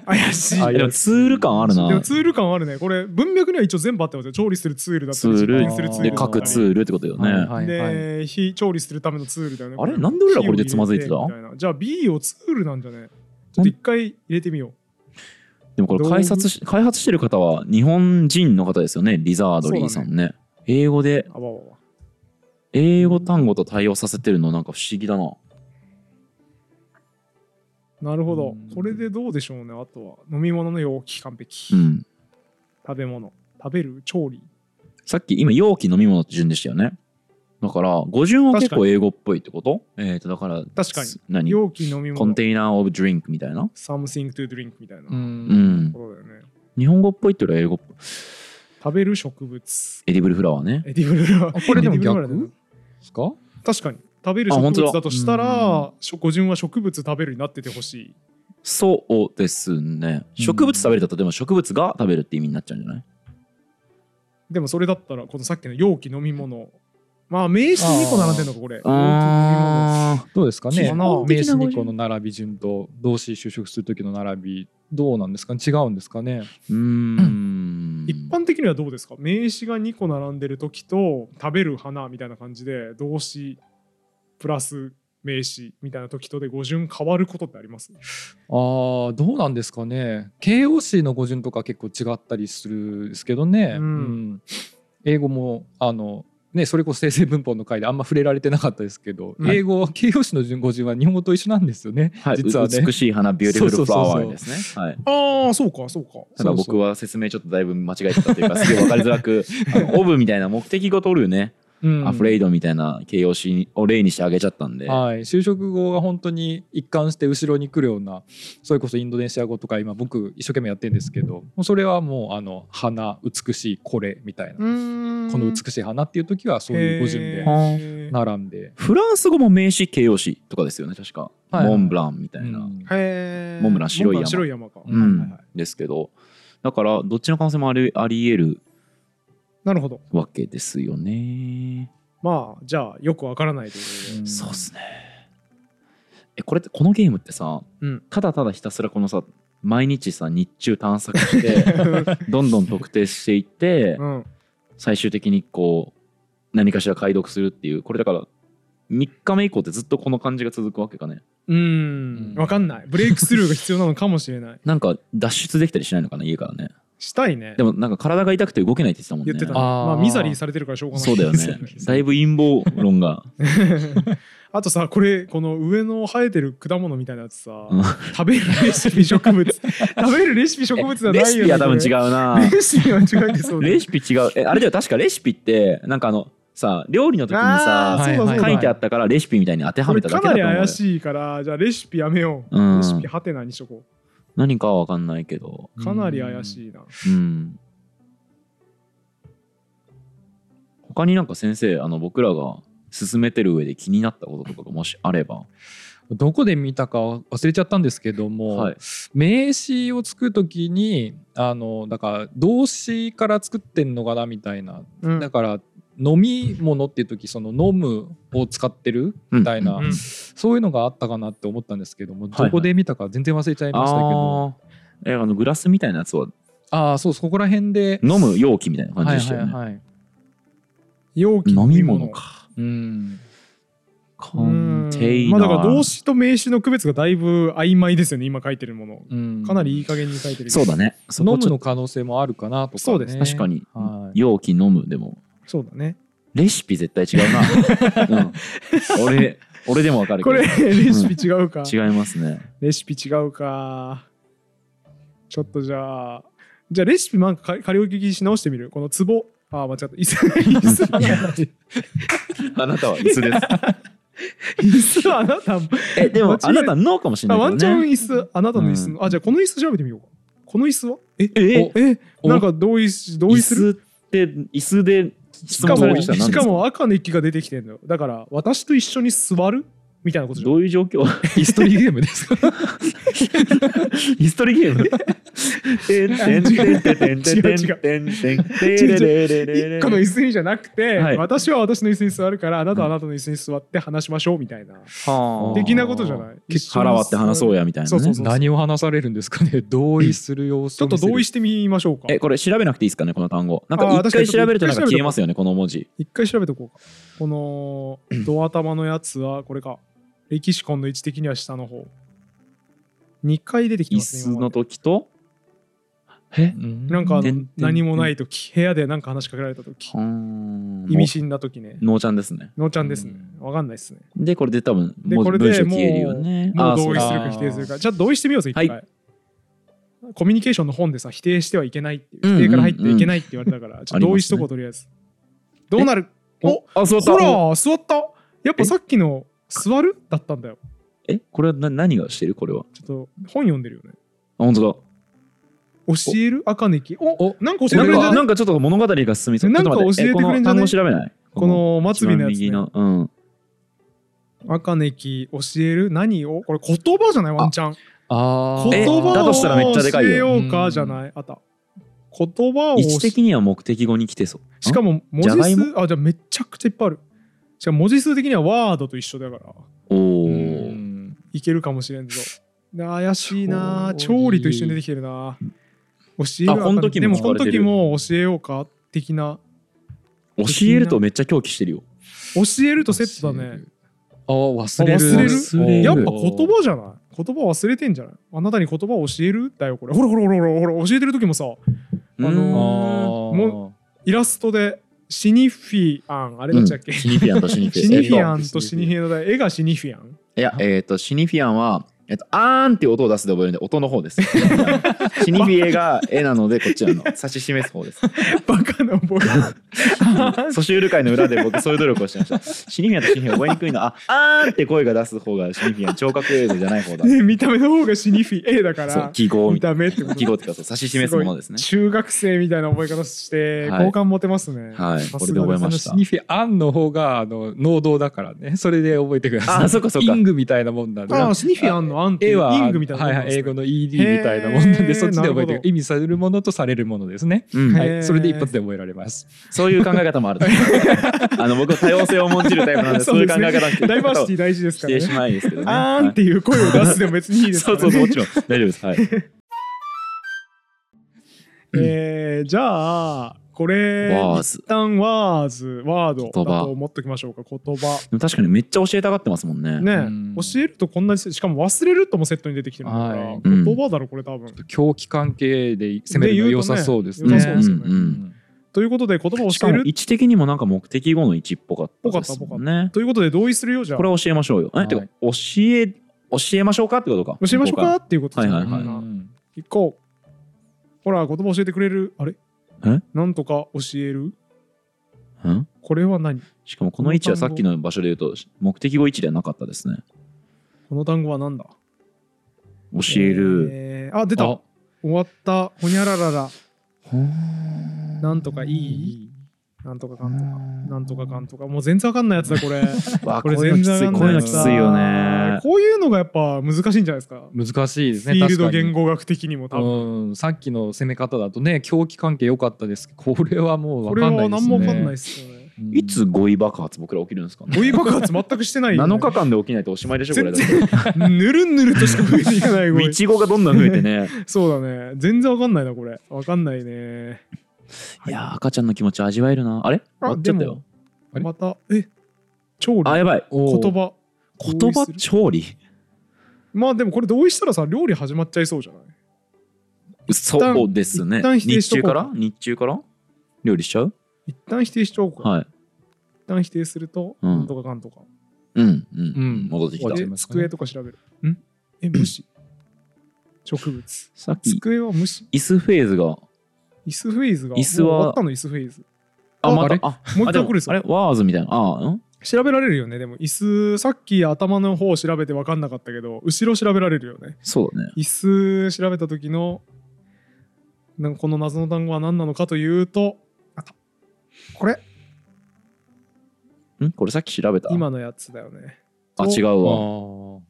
Speaker 1: 怪しい
Speaker 3: あ
Speaker 2: えでもツール感ある
Speaker 1: でも
Speaker 2: な
Speaker 1: ツール感はあるねこれ文脈には一応全部あってますよ調理するツールだったり
Speaker 2: ツール
Speaker 1: 実験するツール
Speaker 2: で
Speaker 1: だったり
Speaker 2: 各ツールってことだよね、
Speaker 3: はいはいはい
Speaker 1: で、非調理するためのツールだよね。
Speaker 2: あれなんで俺らこれでつまずいてた
Speaker 1: 火を入れみいなじゃあ B をツールなんじゃねちょっと一回入れてみよう。
Speaker 2: でもこれ開発し開発してる方は日本人の方ですよねリザードリーさんね英語で
Speaker 1: あわわわ。
Speaker 2: 英語単語と対応させてるのなんか不思議だな
Speaker 1: なるほど
Speaker 3: うん。
Speaker 1: これでどうでしょうね。あとは飲み物の容器完璧。
Speaker 2: うん
Speaker 1: 食べ物。食べる調理。
Speaker 2: さっき今容器飲み物って順でしたよねだから語順は結構英語っぽいってことえっ、とだから
Speaker 1: 確かに
Speaker 2: す何
Speaker 1: 容器飲み
Speaker 2: コン
Speaker 1: 物。
Speaker 2: テイナーオブドリンクみたいな
Speaker 1: something to drink みたいな
Speaker 3: う
Speaker 1: と
Speaker 2: うんん
Speaker 1: ころだよね。
Speaker 2: 日本語っぽいって言うよりは英語っぽい
Speaker 1: 食べる植物。
Speaker 2: エディブルフラワーね
Speaker 1: エディブルフラワー
Speaker 3: あこれでも
Speaker 1: エディブルフラワーだよ
Speaker 3: 逆ですか
Speaker 1: 確かに。食べる
Speaker 2: あ
Speaker 1: 植
Speaker 2: 本当だ
Speaker 1: 物だとした
Speaker 3: う
Speaker 1: ら、食順は植物食べるになっててほしい。
Speaker 2: そうですね植物食べるだとでも植物が食べるって意味になっちゃうんじゃない
Speaker 1: でもそれだったら、このさっきの容器飲み物。まあ、名詞2個並んでるのか、これ。
Speaker 2: あ
Speaker 3: どうですか
Speaker 1: 基
Speaker 3: ね
Speaker 1: 本
Speaker 3: 名
Speaker 2: 的
Speaker 3: 詞
Speaker 2: な語順
Speaker 3: 2個の並び順と動詞就職する時の並びどうなんですかね違うんですかね
Speaker 2: ーうーん
Speaker 1: 一般的にはどうですか名詞が2個並んでる時と食べる花みたいな感じで動詞プラス名詞みたいな時とで語順変わることってあります
Speaker 3: ああどうなんですかね形容詞の語順とか結構違ったりするんですけどね、
Speaker 1: うん
Speaker 3: うん英語もあのねそれこそ生成文法の回であんま触れられてなかったですけど、
Speaker 1: はい
Speaker 3: 英語は形容詞の順語順は日本語と一緒なんですよね、
Speaker 2: はい、
Speaker 3: 実はね
Speaker 2: 美しい花ビューティフルフラワーですねはい
Speaker 1: ああそうかそうか
Speaker 2: ただ
Speaker 3: そうそう
Speaker 2: 僕は説明ちょっとだいぶ間違えてたというかすげえ分かりづらくあのオブみたいな目的語取るね、
Speaker 3: うん
Speaker 2: アフレイドみたいな形容詞を例にしてあげちゃったんで、
Speaker 3: はい、就職後が本当に一貫して後ろに来るようなそれこそインドネシア語とか今僕一生懸命やってるんですけどもうそれはもうあの花美しいこれみたいな、こ
Speaker 1: こ
Speaker 3: の美しい花っていう時はそういう語順で
Speaker 1: へー
Speaker 3: 並んで、
Speaker 2: フランス語も名詞形容詞とかですよね確か、
Speaker 3: はい
Speaker 2: モンブランみた
Speaker 3: う
Speaker 2: いな、
Speaker 3: ん
Speaker 1: へー
Speaker 2: モンブラン白い
Speaker 1: モンブラ
Speaker 2: 山
Speaker 1: ン白い山か、は
Speaker 2: う
Speaker 1: い
Speaker 2: ん
Speaker 1: はいはい
Speaker 2: ですけどだからどっちの可能性もありあり得る
Speaker 1: なるほど
Speaker 2: わけですよね、
Speaker 1: まあじゃあよくわからないということで
Speaker 3: うん
Speaker 2: そうっすねえこれってこのゲームってさ、
Speaker 1: うん
Speaker 2: ただただひたすらこのさ毎日さ日中探索して どんどん特定していって、
Speaker 1: うん、
Speaker 2: 最終的にこう何かしら解読するっていうこれだから3日目以降ってずっとこの感じが続くわけかね
Speaker 1: うん、わかんないブレイクスルーが必要なのかもしれない
Speaker 2: なんか脱出できたりしないのかな家からね
Speaker 1: したいね
Speaker 2: でもなんか体が痛くて動けないって言ってたもんね
Speaker 1: 言ってたね
Speaker 3: あー
Speaker 1: まあミザリーされてるからしょうがない
Speaker 2: そうだよ ねだいぶ陰謀論が
Speaker 1: あとさこれこの上の生えてる果物みたいなやつさ、
Speaker 2: うん
Speaker 1: 食べるレシピ植物 食べるレシピ植物じゃない
Speaker 2: レ
Speaker 1: よね
Speaker 2: シピは多分違うな
Speaker 1: レシピは違って そうだ
Speaker 2: レシピ違うえあれだよ確かレシピってなんかあのさ料理の時に
Speaker 1: あ
Speaker 2: さ
Speaker 1: ーそうだそ
Speaker 3: は
Speaker 1: うだ
Speaker 2: 書いてあったからレシピみたいに当ては
Speaker 1: これ
Speaker 2: めた
Speaker 1: か
Speaker 2: だけだ
Speaker 1: な
Speaker 2: と
Speaker 1: り
Speaker 2: 思うよ
Speaker 1: 怪しいからじゃあレシピやめよう、
Speaker 2: うん
Speaker 1: レシピハテナにしとこ
Speaker 2: 何かは分かんないけど
Speaker 1: うかなり怪しいな、
Speaker 2: うん他になんか先生あの僕らが進めてる上で気になったこととかがもしあれば
Speaker 3: どこで見たか忘れちゃったんですけども、
Speaker 2: はい
Speaker 3: 名詞を作る時にあのだから動詞から作ってんのかなみたいな
Speaker 1: うん
Speaker 3: だから飲み物っていう時その飲むを使ってるみたいな、
Speaker 1: うんうん
Speaker 3: そういうのがあったかなって思ったんですけども、
Speaker 2: いはい
Speaker 3: どこで見たか全然忘れちゃいましたけど
Speaker 2: あーえあのグラスみたいなやつは
Speaker 3: ああーそうそこら辺で
Speaker 2: 飲む容器みたいな感じ
Speaker 3: は
Speaker 2: で
Speaker 3: い
Speaker 2: したよね、
Speaker 3: はいはい
Speaker 1: 容器
Speaker 2: 飲み物か
Speaker 3: うん
Speaker 2: コ
Speaker 1: うん
Speaker 2: ンテイナ
Speaker 1: ま
Speaker 2: ー
Speaker 1: あだから動詞と名詞の区別がだいぶ曖昧ですよね今書いてるもの
Speaker 3: うん
Speaker 1: かなりいい加減に書いてる
Speaker 2: そうだねそ
Speaker 3: 飲
Speaker 2: こ
Speaker 3: む
Speaker 2: ちょっ
Speaker 3: の可能性もあるかなとか、ね、
Speaker 1: そうです
Speaker 2: と確かに、
Speaker 3: はい
Speaker 2: 容器飲むでも
Speaker 1: そうだね
Speaker 2: レシピ絶対違うな、うん、俺俺でも分かるけ
Speaker 1: こ
Speaker 2: ど
Speaker 1: れレシピ違うか、
Speaker 2: 違いますね
Speaker 1: レシピ違うかちょっとじゃあじゃあレシピなんか仮置きし直してみるこのツボあー間違った椅子椅
Speaker 2: あなたは椅子です
Speaker 1: 子椅子あなたも
Speaker 2: えでも
Speaker 1: 間
Speaker 2: あ
Speaker 1: 違え
Speaker 2: なたノーかもしれ
Speaker 1: あ
Speaker 2: ない
Speaker 1: ワン
Speaker 2: け
Speaker 1: チ
Speaker 2: ど
Speaker 1: ャン
Speaker 2: ね
Speaker 1: 椅子あなたの椅子の、あじゃあこの椅子調べてみようかこの椅子はえ
Speaker 2: え
Speaker 1: え
Speaker 3: お
Speaker 1: なんか同意し同
Speaker 2: 椅
Speaker 1: 意する
Speaker 2: 子って椅子で
Speaker 1: し
Speaker 2: 質
Speaker 1: か
Speaker 2: 問され
Speaker 1: も
Speaker 2: てきたら何
Speaker 1: し
Speaker 2: で
Speaker 1: か
Speaker 2: すか
Speaker 1: も赤の息が出てきてんのよだから私と一緒に座るみたいなことじゃん
Speaker 2: どういう状況
Speaker 3: ヒストリーゲームですか
Speaker 2: ヒストリーゲームてんてんてんてんてんてんてんてんてんてんれれれれれ
Speaker 1: 一個の椅子にじゃなくて、
Speaker 2: はい
Speaker 1: 私は私の椅子に座るからあなたはあなたの椅子に座って話しましょうみたいな、
Speaker 2: はあ
Speaker 1: 的なことじゃない一緒に
Speaker 2: 腹割って話そうやみたいなね
Speaker 1: そうそうそう
Speaker 3: 何を話されるんですかね同意する様子
Speaker 1: ちょっと同意
Speaker 3: し
Speaker 1: してみましょうか
Speaker 2: えこれ調べなくていいですかねこの単語なんか
Speaker 1: あー
Speaker 2: 一
Speaker 1: 確かに
Speaker 2: 回調べるとなんか消えますよねこの文字
Speaker 1: 一回調べとこうかこ のドア玉のやつはこれか歴史コンの位置的には下の方2回出てきて
Speaker 2: 椅
Speaker 1: ます
Speaker 2: 子
Speaker 1: ね今ま
Speaker 2: の
Speaker 1: で
Speaker 2: 時とえ
Speaker 1: なんかあ
Speaker 2: て
Speaker 1: の
Speaker 2: ん
Speaker 1: 何もない時部屋で何か話しかけられた時
Speaker 2: はーん
Speaker 1: 意味深な時ね
Speaker 2: ノーちゃんですね
Speaker 1: のーちゃんですね
Speaker 3: うん
Speaker 1: わかんないっすね
Speaker 2: でこれで多分
Speaker 1: で
Speaker 2: 文
Speaker 1: これで
Speaker 2: 文章消えるよね
Speaker 1: も
Speaker 2: あ
Speaker 1: う
Speaker 2: ーそ
Speaker 1: 同
Speaker 2: う
Speaker 1: 意
Speaker 2: だ
Speaker 1: するか否定するかじゃあ同意してみようぜ一
Speaker 2: はい
Speaker 1: 回、コミュニケーションの本でさ否定してはいけないっていう
Speaker 2: うんうんうん
Speaker 1: 否定から入ってはいけないって言われたから、ちょっと同意しとこうとりあえずどうなるお
Speaker 2: あそうだ
Speaker 1: ほら座ったやっぱさっきの座るだったんだよ
Speaker 2: えこれはな何がしてるこれはあ
Speaker 1: ちょっと本読んでるよね
Speaker 2: 本当だ
Speaker 1: 教える赤根きお
Speaker 3: お
Speaker 1: なんか教え
Speaker 2: な
Speaker 1: てくれ
Speaker 2: ん
Speaker 1: るんじゃ
Speaker 2: か
Speaker 1: な
Speaker 2: ないんかちょっと物語が進みそう。
Speaker 1: なんか
Speaker 2: ちょっと待っ
Speaker 1: 教
Speaker 2: て
Speaker 1: えてくれんじゃ
Speaker 2: えこの単
Speaker 1: ない
Speaker 2: 語調べない
Speaker 1: この末尾のやつ、
Speaker 2: 一番
Speaker 1: ね、
Speaker 2: 右の。うん。
Speaker 1: 赤根き教える何をこれ言葉じゃないワンチャン
Speaker 3: あ
Speaker 1: 言葉
Speaker 2: えだ
Speaker 1: を
Speaker 2: としたらめっちゃで
Speaker 1: 教
Speaker 2: かいよ
Speaker 1: えようかじゃないあった言葉を
Speaker 2: 位置
Speaker 1: 教え
Speaker 2: 的には目的語に来てそう。
Speaker 1: しか
Speaker 2: も。
Speaker 1: も文
Speaker 2: じゃが
Speaker 1: 字
Speaker 2: い
Speaker 1: 数あじゃあめちゃくちゃいっぱいあるしかも文字数的にはワードと一緒だから
Speaker 2: お
Speaker 3: う
Speaker 2: ー
Speaker 3: ん
Speaker 1: いけるかもしれんぞで怪しいな調
Speaker 3: 調
Speaker 1: 理
Speaker 3: 理
Speaker 1: と一緒に出てきてるな教えるわ
Speaker 2: あこの時も
Speaker 1: でも
Speaker 2: 使
Speaker 1: こ
Speaker 2: わ
Speaker 1: の
Speaker 2: れてる
Speaker 1: 時も教えようか的な
Speaker 2: 教えるとめっちゃ狂気してるよ。
Speaker 1: 教えるとセットだね
Speaker 3: あ忘れる
Speaker 1: 忘れる
Speaker 2: 忘れる
Speaker 1: やっぱ言葉じゃない言葉忘れてんじゃないあなたに言葉を教えるだよこれほらほらほらほらほら教えてる時もさ
Speaker 2: うん
Speaker 1: あ
Speaker 3: あ
Speaker 1: の
Speaker 3: も
Speaker 1: イラストでシニフィアンあれどっちだっけ、
Speaker 2: シニフィアンとシニフィ
Speaker 1: シニフィ
Speaker 2: ン。
Speaker 1: アンとシニフィアンだ絵がシニフィアン
Speaker 2: えっといや、えっと、シニフィアンは、えっと、あーんっていう音を出すで覚えるんで、音の方です。 シニフィエが絵なので、こっちはあ の指し示す方です。
Speaker 1: バカな僕
Speaker 2: ソシュール会の裏で僕、そういう努力をしてました。シニフィアンとシニフィアン覚えにくいのは、ああーんって声が出す方がシニフィアン、聴覚映像じゃない 方 だ。
Speaker 1: ね見た目の方がシニフィ絵だか
Speaker 2: そう
Speaker 1: ら、
Speaker 2: 記号み
Speaker 1: 見
Speaker 2: たい
Speaker 1: た目ってこ
Speaker 2: な。
Speaker 1: と
Speaker 2: 記号っていうか、そう指し示すものですね。
Speaker 1: 中学生みたいな覚え方して
Speaker 2: はい
Speaker 1: 好感持てますね。
Speaker 2: はい
Speaker 1: さ
Speaker 2: こ
Speaker 1: す
Speaker 2: れで
Speaker 1: が
Speaker 2: 覚え
Speaker 1: す
Speaker 2: ま
Speaker 3: う
Speaker 2: した
Speaker 3: シニフィアンの方があの能動だからねそれで覚えてください
Speaker 2: あーそっかそっか
Speaker 3: イングみたいなもんなんで
Speaker 1: ああ、シニフィアンのアンってい
Speaker 3: 絵
Speaker 1: う
Speaker 3: は
Speaker 1: イングみたいなも
Speaker 3: は
Speaker 1: ん
Speaker 3: い
Speaker 1: な
Speaker 3: は
Speaker 1: ん
Speaker 3: い、
Speaker 1: ですね
Speaker 3: 英語の ED みたいなもんなん
Speaker 1: へー
Speaker 3: でそっち
Speaker 1: な
Speaker 3: で覚えて
Speaker 1: る
Speaker 3: る
Speaker 1: ほど
Speaker 3: 意味されるものとされるものですね、
Speaker 2: うん
Speaker 1: は
Speaker 3: はいい、それで一発で覚えられます
Speaker 2: そういう考え方も あると思うあの僕は多様性を重んじるタイプなんでそういう考え方
Speaker 1: ダイバーシティ大事です
Speaker 2: し
Speaker 1: から
Speaker 2: てし
Speaker 1: ね。
Speaker 2: まいですけどね。
Speaker 1: あーんっていう声を出すでも別にいい
Speaker 2: はい
Speaker 1: です
Speaker 2: そ
Speaker 1: からね。
Speaker 2: うそうそうもちろん大丈夫です。はい。
Speaker 1: えーじゃあ、これ、
Speaker 2: ワー
Speaker 1: 一
Speaker 2: ズ
Speaker 1: 旦ワーズ、ワード
Speaker 2: 言葉
Speaker 1: だと思っときましょうか、言葉。
Speaker 2: でも確かにめっちゃ教えたがってますもんね。
Speaker 1: ね
Speaker 3: ん
Speaker 1: 教えるとこんなに、しかも忘れるともセットに出てきてるんだか
Speaker 3: は
Speaker 1: ら
Speaker 3: い、
Speaker 2: うん
Speaker 1: 言葉だろ、これ多分。
Speaker 3: 狂気関係で攻めるのは良さそうです
Speaker 1: で
Speaker 3: ね
Speaker 1: 言とね良さそうですよね
Speaker 2: んん
Speaker 1: ということで、言葉
Speaker 2: う
Speaker 1: を
Speaker 2: ん、し
Speaker 1: 教
Speaker 2: か
Speaker 1: える
Speaker 2: も位置的にもなんか目的語の位置っぽかったですもんね。
Speaker 1: ということで同意するようじゃあ
Speaker 2: これは教えましょうよ。
Speaker 3: は
Speaker 2: え
Speaker 3: い
Speaker 2: てか教え教えましょうかってことか。
Speaker 1: 教えましょうかっていうことじゃない
Speaker 2: はいはい
Speaker 1: うん行こう。ほら、言葉教えてくれる。あれ
Speaker 2: え
Speaker 1: なんとか教える
Speaker 2: ここは。うん
Speaker 1: これは何
Speaker 2: しかもこの位置はさっきの場所で言うと目的語位置ではなかったですね。
Speaker 1: この単語は何だ
Speaker 2: 教える。
Speaker 1: えーあ、出
Speaker 3: 出
Speaker 1: た
Speaker 3: た
Speaker 1: 終わった。ほにゃららら。
Speaker 2: ほー
Speaker 1: なんとかいいなんとかかんとか。なんとかかんとか。もう全然わかんないやつだ、こ れ。
Speaker 2: わ
Speaker 1: こ
Speaker 2: こ
Speaker 1: れ
Speaker 2: れ
Speaker 1: 全
Speaker 2: 全
Speaker 1: 然わかんない
Speaker 2: 然こうい
Speaker 1: や
Speaker 2: うのき
Speaker 1: つ
Speaker 2: つ
Speaker 1: だ
Speaker 2: いよね。
Speaker 1: こういうのがやっぱ難しいんじゃないですか。
Speaker 3: 難しいです
Speaker 1: フ
Speaker 3: ね
Speaker 1: ィールド
Speaker 3: 確かに
Speaker 1: 言語学的にも多分。
Speaker 3: うんさっきの攻め方だとね狂気関係良かったです けどこれはもう
Speaker 1: こ
Speaker 3: 分
Speaker 1: れ
Speaker 3: か
Speaker 1: は
Speaker 3: んないです
Speaker 1: 何もわ
Speaker 3: ね
Speaker 1: かんないですよね。
Speaker 3: うん
Speaker 2: いつ語彙爆発僕ら起きるんですかね。
Speaker 1: 語彙爆発全くして ないよね。
Speaker 2: 7日間で起きないとおしまいでしょこれ
Speaker 1: 全
Speaker 2: だって。
Speaker 1: 然、ぬるんぬるとしか増えていかない 語彙
Speaker 2: いちごがどんどん増えてね。
Speaker 1: そうだね。全然わかんないな、これ。わかんないね。
Speaker 2: いやー赤ちゃんの気持ち味わえるな。あれ終
Speaker 1: あ
Speaker 2: わっちゃったよ。
Speaker 3: あれ
Speaker 1: また、え、調
Speaker 2: あ
Speaker 1: 理、
Speaker 2: やばい。
Speaker 3: おう
Speaker 1: 言葉。
Speaker 2: 言
Speaker 1: 同意
Speaker 2: 葉
Speaker 1: する
Speaker 2: 調理
Speaker 1: まあでもこれ同意したらさ、料理始まっちゃいそうじゃない旦
Speaker 2: そうですね
Speaker 1: 一旦。否定
Speaker 2: 日
Speaker 1: しとこ
Speaker 2: 中
Speaker 1: うか
Speaker 2: から日中から料理しちゃう
Speaker 1: 一旦否定しちゃおうか。
Speaker 2: はい。
Speaker 1: 一旦否定すると、
Speaker 2: うん
Speaker 1: なんとかかんとか。
Speaker 2: うんう
Speaker 3: うんん。
Speaker 2: 戻ってき
Speaker 3: 終わっちゃ
Speaker 2: た
Speaker 3: い
Speaker 1: で、。
Speaker 3: ますかね
Speaker 1: 机とか調べる。んえ、無視。植物。
Speaker 2: さっき
Speaker 1: 机は無視。
Speaker 2: 椅子フェーズが。
Speaker 1: 椅子フェーズが。
Speaker 2: 椅子は
Speaker 1: もう終わったの椅子フェーズ。
Speaker 2: あ、
Speaker 3: あ
Speaker 2: また
Speaker 3: あれ。
Speaker 2: あ、
Speaker 1: もう
Speaker 2: あ
Speaker 1: 一
Speaker 2: で
Speaker 1: 回
Speaker 2: も
Speaker 1: 来るぞ
Speaker 2: あ。れワーズみたいな。あー、ん
Speaker 1: 調べられるよね。でも椅子、さっき頭の方調べて分かんなかったけど、後ろ調べられるよね。
Speaker 2: そうだね。
Speaker 1: 椅子調べた時のなんかこの謎の単語は何なのかというとあったこれ
Speaker 2: んこれさっき調べた。
Speaker 1: 今のやつだよね
Speaker 2: あ、違うわ。
Speaker 3: あ
Speaker 1: う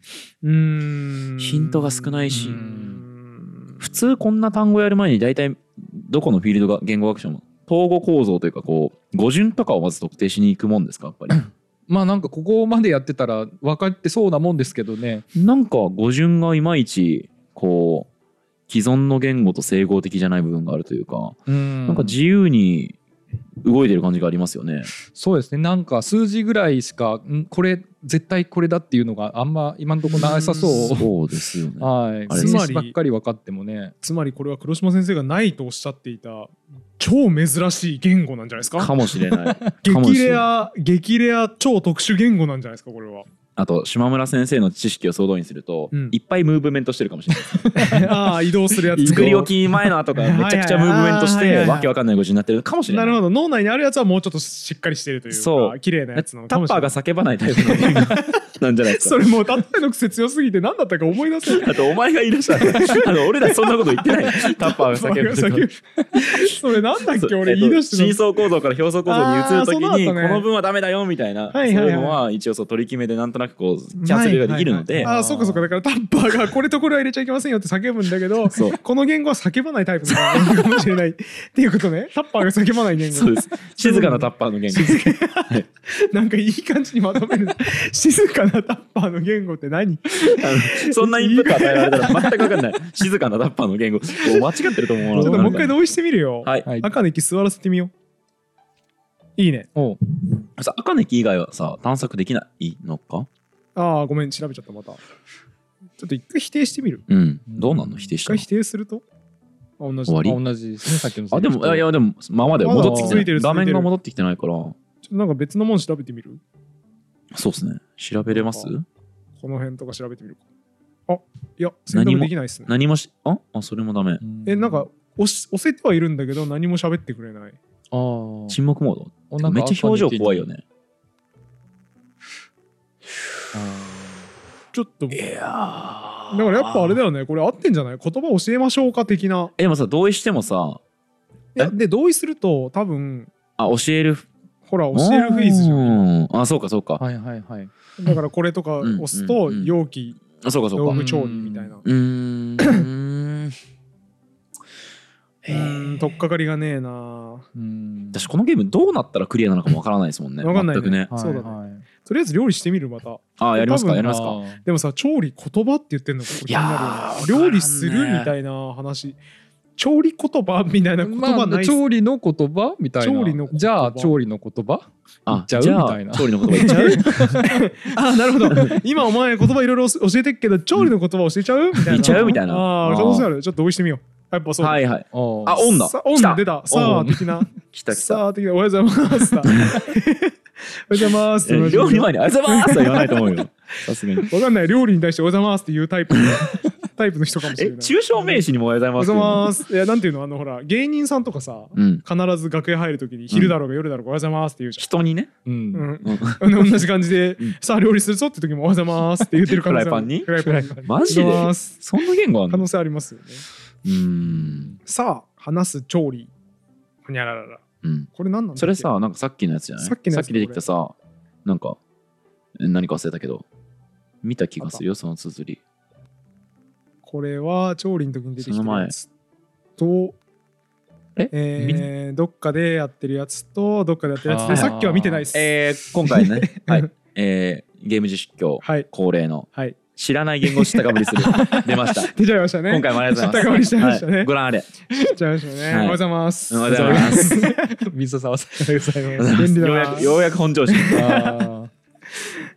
Speaker 1: ーん
Speaker 2: ヒントが少ないうし
Speaker 1: ーん
Speaker 2: 普通こんな単語やる前に大体どこのフィールドが言語学習も統合構造というかこう語順とかをまず特定しに行くもんですかやっぱ
Speaker 3: まあなんかここまでやってたら分かってそうなもんですけどね
Speaker 2: りなんか語順がいまいちこう既存の言語と整合的じゃない部分があるというか、
Speaker 3: うん
Speaker 2: なんか自由に動いてる感じがありますよね
Speaker 3: そうですねなんか数字ぐらいしかんこれ絶対これだっていうのがあんま今のところなさそう
Speaker 2: そうですよね
Speaker 3: はい
Speaker 2: あれ
Speaker 3: 数字
Speaker 1: つまり
Speaker 3: ばっかり分かってもね
Speaker 1: つまりこれは黒島先生がないとおっしゃっていた超珍しい言語なんじゃないですか
Speaker 2: かもし れないかも
Speaker 1: 激
Speaker 2: しれ
Speaker 1: レ
Speaker 2: ない
Speaker 1: ア激レア超特殊言語なんじゃないですかこれ は
Speaker 2: あと島村先生の知識を総動員すると、
Speaker 1: うん
Speaker 2: いっぱいムーブメントしてるかもしれない
Speaker 1: ああ移動するやつ
Speaker 2: 作り置き前の後からめちゃくちゃムーブメントし
Speaker 1: はいはい
Speaker 2: て
Speaker 1: はい
Speaker 2: わけわかんない語順になってるかもしれな
Speaker 1: ないるほど脳内にあるやつはもうちょっとしっかりしてるというか
Speaker 2: そう
Speaker 1: 綺麗なやつなの
Speaker 2: タ
Speaker 1: かも
Speaker 2: ッ
Speaker 1: しれ
Speaker 2: パ
Speaker 1: な
Speaker 2: ー
Speaker 1: い
Speaker 2: が叫ばないタイプの人間なんじゃないです
Speaker 1: そ
Speaker 2: か。
Speaker 1: れもうたったの癖強すぎて何だったか思い出せない
Speaker 2: あとお前がいらっしゃる。あの俺らそんなこと言ってない。タッパーが叫ぶとか。
Speaker 1: それなんだっけ
Speaker 2: そう
Speaker 1: 俺言い出して
Speaker 2: えっ
Speaker 1: た
Speaker 2: と深層構造から表層構造に移るとき
Speaker 1: あーそう
Speaker 2: に
Speaker 1: だ
Speaker 2: こ
Speaker 1: ったね
Speaker 2: の分はダメだよみたいな、
Speaker 1: はいはいはい
Speaker 2: そういうのは一応そう取り決めでなんとなくこうキャンセルができるので、
Speaker 1: はいはいはいあーそうかそうかだからタッパーがこれとこれは入れちゃいけませんよって叫ぶんだけど
Speaker 2: そう
Speaker 1: この言語は叫ばないタイプの言語かもしれないっていうことねタッパーが叫ばない言
Speaker 2: そう
Speaker 1: 語
Speaker 2: です静かなタッパーの言語
Speaker 1: なんかいい感じにまとめる静かなタッパーの言語って何
Speaker 2: あのそんなインプット与えられたら全く分かんない静かなタッパーの言語こう間違ってると思う
Speaker 1: ちょ
Speaker 2: の
Speaker 1: っともう一回同意してみるよ、
Speaker 2: はい
Speaker 3: はい
Speaker 1: 赤の息座らせてみよういいね
Speaker 3: おう
Speaker 2: さ赤ネキ以外はさ探索できないのか
Speaker 1: ああごめん調べちゃったまたちょっと一回否定してみる
Speaker 2: うん。どうなんの否定
Speaker 1: 一
Speaker 2: した
Speaker 1: 回
Speaker 2: の
Speaker 1: 否定するとあ同じ
Speaker 2: 終わり
Speaker 3: あ同じですねさっきの
Speaker 2: あ、でも、いやいや、でも、まあまだよ
Speaker 1: まだ
Speaker 2: 戻ってきて
Speaker 1: 続いて
Speaker 2: な
Speaker 1: る
Speaker 2: い。画
Speaker 1: 続いて
Speaker 2: 面
Speaker 1: る
Speaker 2: が戻ってきてないから、
Speaker 1: ちょっとなんか別のもん調べてみる
Speaker 2: そうですね。調べれます
Speaker 1: この辺とか調べてみるかあいや選択できないっすね
Speaker 2: 何もし、ああ、それもダメ。
Speaker 1: えなんか押し押せてはいるんだけど何も喋ってくれない
Speaker 3: あー
Speaker 2: 沈黙モー
Speaker 3: お
Speaker 2: ド。
Speaker 3: なんか
Speaker 2: めっちゃ表情怖いよね。
Speaker 1: ちょっとだ
Speaker 2: い
Speaker 1: か
Speaker 2: やー
Speaker 1: らやっぱあれだよねこれ合ってんじゃない言葉教えましょうか的な
Speaker 2: えでもさ、同意してもさ、
Speaker 1: いや
Speaker 2: え
Speaker 1: で同意すると多分
Speaker 2: あ、教える。
Speaker 1: ほら教えるフェーズじゃん
Speaker 2: ん。あ、そうかそうか。
Speaker 3: はいはいはい
Speaker 1: だからこれとか
Speaker 2: うん
Speaker 1: 押す
Speaker 2: う
Speaker 1: と
Speaker 2: んうん
Speaker 1: 容器
Speaker 2: あ、そうかそう
Speaker 1: 業
Speaker 2: か。
Speaker 1: 務調理みたいな
Speaker 2: うーん。え
Speaker 1: うん
Speaker 2: ー
Speaker 1: 取っかかりがねえな
Speaker 3: うん
Speaker 2: 私このゲームどうなったらクリアなのかもわからないですもんね。
Speaker 1: わかんないね
Speaker 2: 全くね。
Speaker 1: のそうだね
Speaker 3: はいはい
Speaker 1: とりあえず料理してみるまた
Speaker 2: あ、やります
Speaker 1: 多
Speaker 2: か
Speaker 1: 分
Speaker 2: やります
Speaker 3: あ
Speaker 2: か。
Speaker 3: ー
Speaker 1: でもさ調理言葉って言ってんのかこれ気になるよ
Speaker 2: いやーわ
Speaker 1: ね
Speaker 2: からんね
Speaker 1: 料理するみたいな話調理言葉みたいな言葉
Speaker 3: ま
Speaker 1: な
Speaker 3: あ、
Speaker 1: いっすね
Speaker 3: 調理の言葉みたいな
Speaker 1: 調理の言葉
Speaker 3: じゃあ調理の言葉言
Speaker 2: あ
Speaker 3: っちゃう
Speaker 2: じ
Speaker 3: み
Speaker 2: ゃ
Speaker 3: たい
Speaker 2: あ
Speaker 3: な
Speaker 2: 調理の言葉言っちゃう
Speaker 1: あなるほど今お前言葉いろいろ教えてっけど調理の言葉教えちゃうみたいな
Speaker 2: 言っちゃうみたいな
Speaker 1: あー
Speaker 2: あー
Speaker 1: 可能性あるちょっと同意してみようやっぱそうだ
Speaker 2: はいはい。
Speaker 3: あー
Speaker 2: あオンだ
Speaker 1: さオン
Speaker 2: 来た
Speaker 1: 出たさあ
Speaker 2: オン
Speaker 1: 的な
Speaker 2: 来た来た。
Speaker 1: さあ的なおはようござい ますだおはようございます
Speaker 2: え料理前にありがとうございますは言わないと思うよ。さすがに。
Speaker 1: わかんない料理に対しておはようございますっていうタイプの タイプの人かもしれ
Speaker 2: え、
Speaker 1: ない
Speaker 2: 抽象名詞にもおはよう
Speaker 1: おは
Speaker 2: ご
Speaker 1: よう
Speaker 2: ざい
Speaker 1: ござい
Speaker 2: ます。
Speaker 1: ますいやなんていうのあのほら芸人さんとかさ
Speaker 2: うん。
Speaker 1: 必ず楽屋入るときに昼だろうが夜だろうがおはようございますって言うじ
Speaker 2: 人にね。
Speaker 3: う
Speaker 1: ゃん、 うんん
Speaker 2: うん
Speaker 1: 同じ感じで
Speaker 2: うん、
Speaker 1: さあ料理するぞって時もおはようございますって言ってる可能性ある
Speaker 2: フライパンに
Speaker 1: フライパンに
Speaker 2: マジで
Speaker 1: おはようございます
Speaker 2: そんな言語あん
Speaker 1: 可
Speaker 2: の
Speaker 1: 能性ありますよね。
Speaker 2: うーん。
Speaker 1: さあ、話す調理。ほにゃららら。
Speaker 2: うん。
Speaker 1: これ何なんだっけ
Speaker 2: それ、さ、なんかさっきのやつじゃない
Speaker 1: さっきのやつ
Speaker 2: さっき出てきたさ、なんか、え何か忘れたけど、見た気がするよ、その綴り。
Speaker 1: これは調理の時に出てきて
Speaker 2: そ
Speaker 1: る
Speaker 2: の前
Speaker 1: やつと、
Speaker 2: え
Speaker 1: えーどっかでやってるやつと、どっかでやってるやつ
Speaker 3: あ
Speaker 1: で、
Speaker 3: ー
Speaker 1: さっきは見てないです。
Speaker 2: えー、今回ね、 はい。えー、ゲーム実況、
Speaker 1: はい。
Speaker 2: 恒例の、
Speaker 1: はい。
Speaker 2: 知らない言語を知ったかぶりする。 出ました。
Speaker 1: 出ちゃいましたね。
Speaker 2: 今回もありがとうございます。
Speaker 1: 知ったかぶりしてましたね
Speaker 2: はいご覧あれ。
Speaker 1: 出ちゃいましたね。お
Speaker 2: はい
Speaker 1: はようございます。。
Speaker 2: おはようございます
Speaker 3: 水沢さん
Speaker 1: 便利だ
Speaker 2: ようや
Speaker 1: な
Speaker 2: く、ようやく本調子。
Speaker 3: あー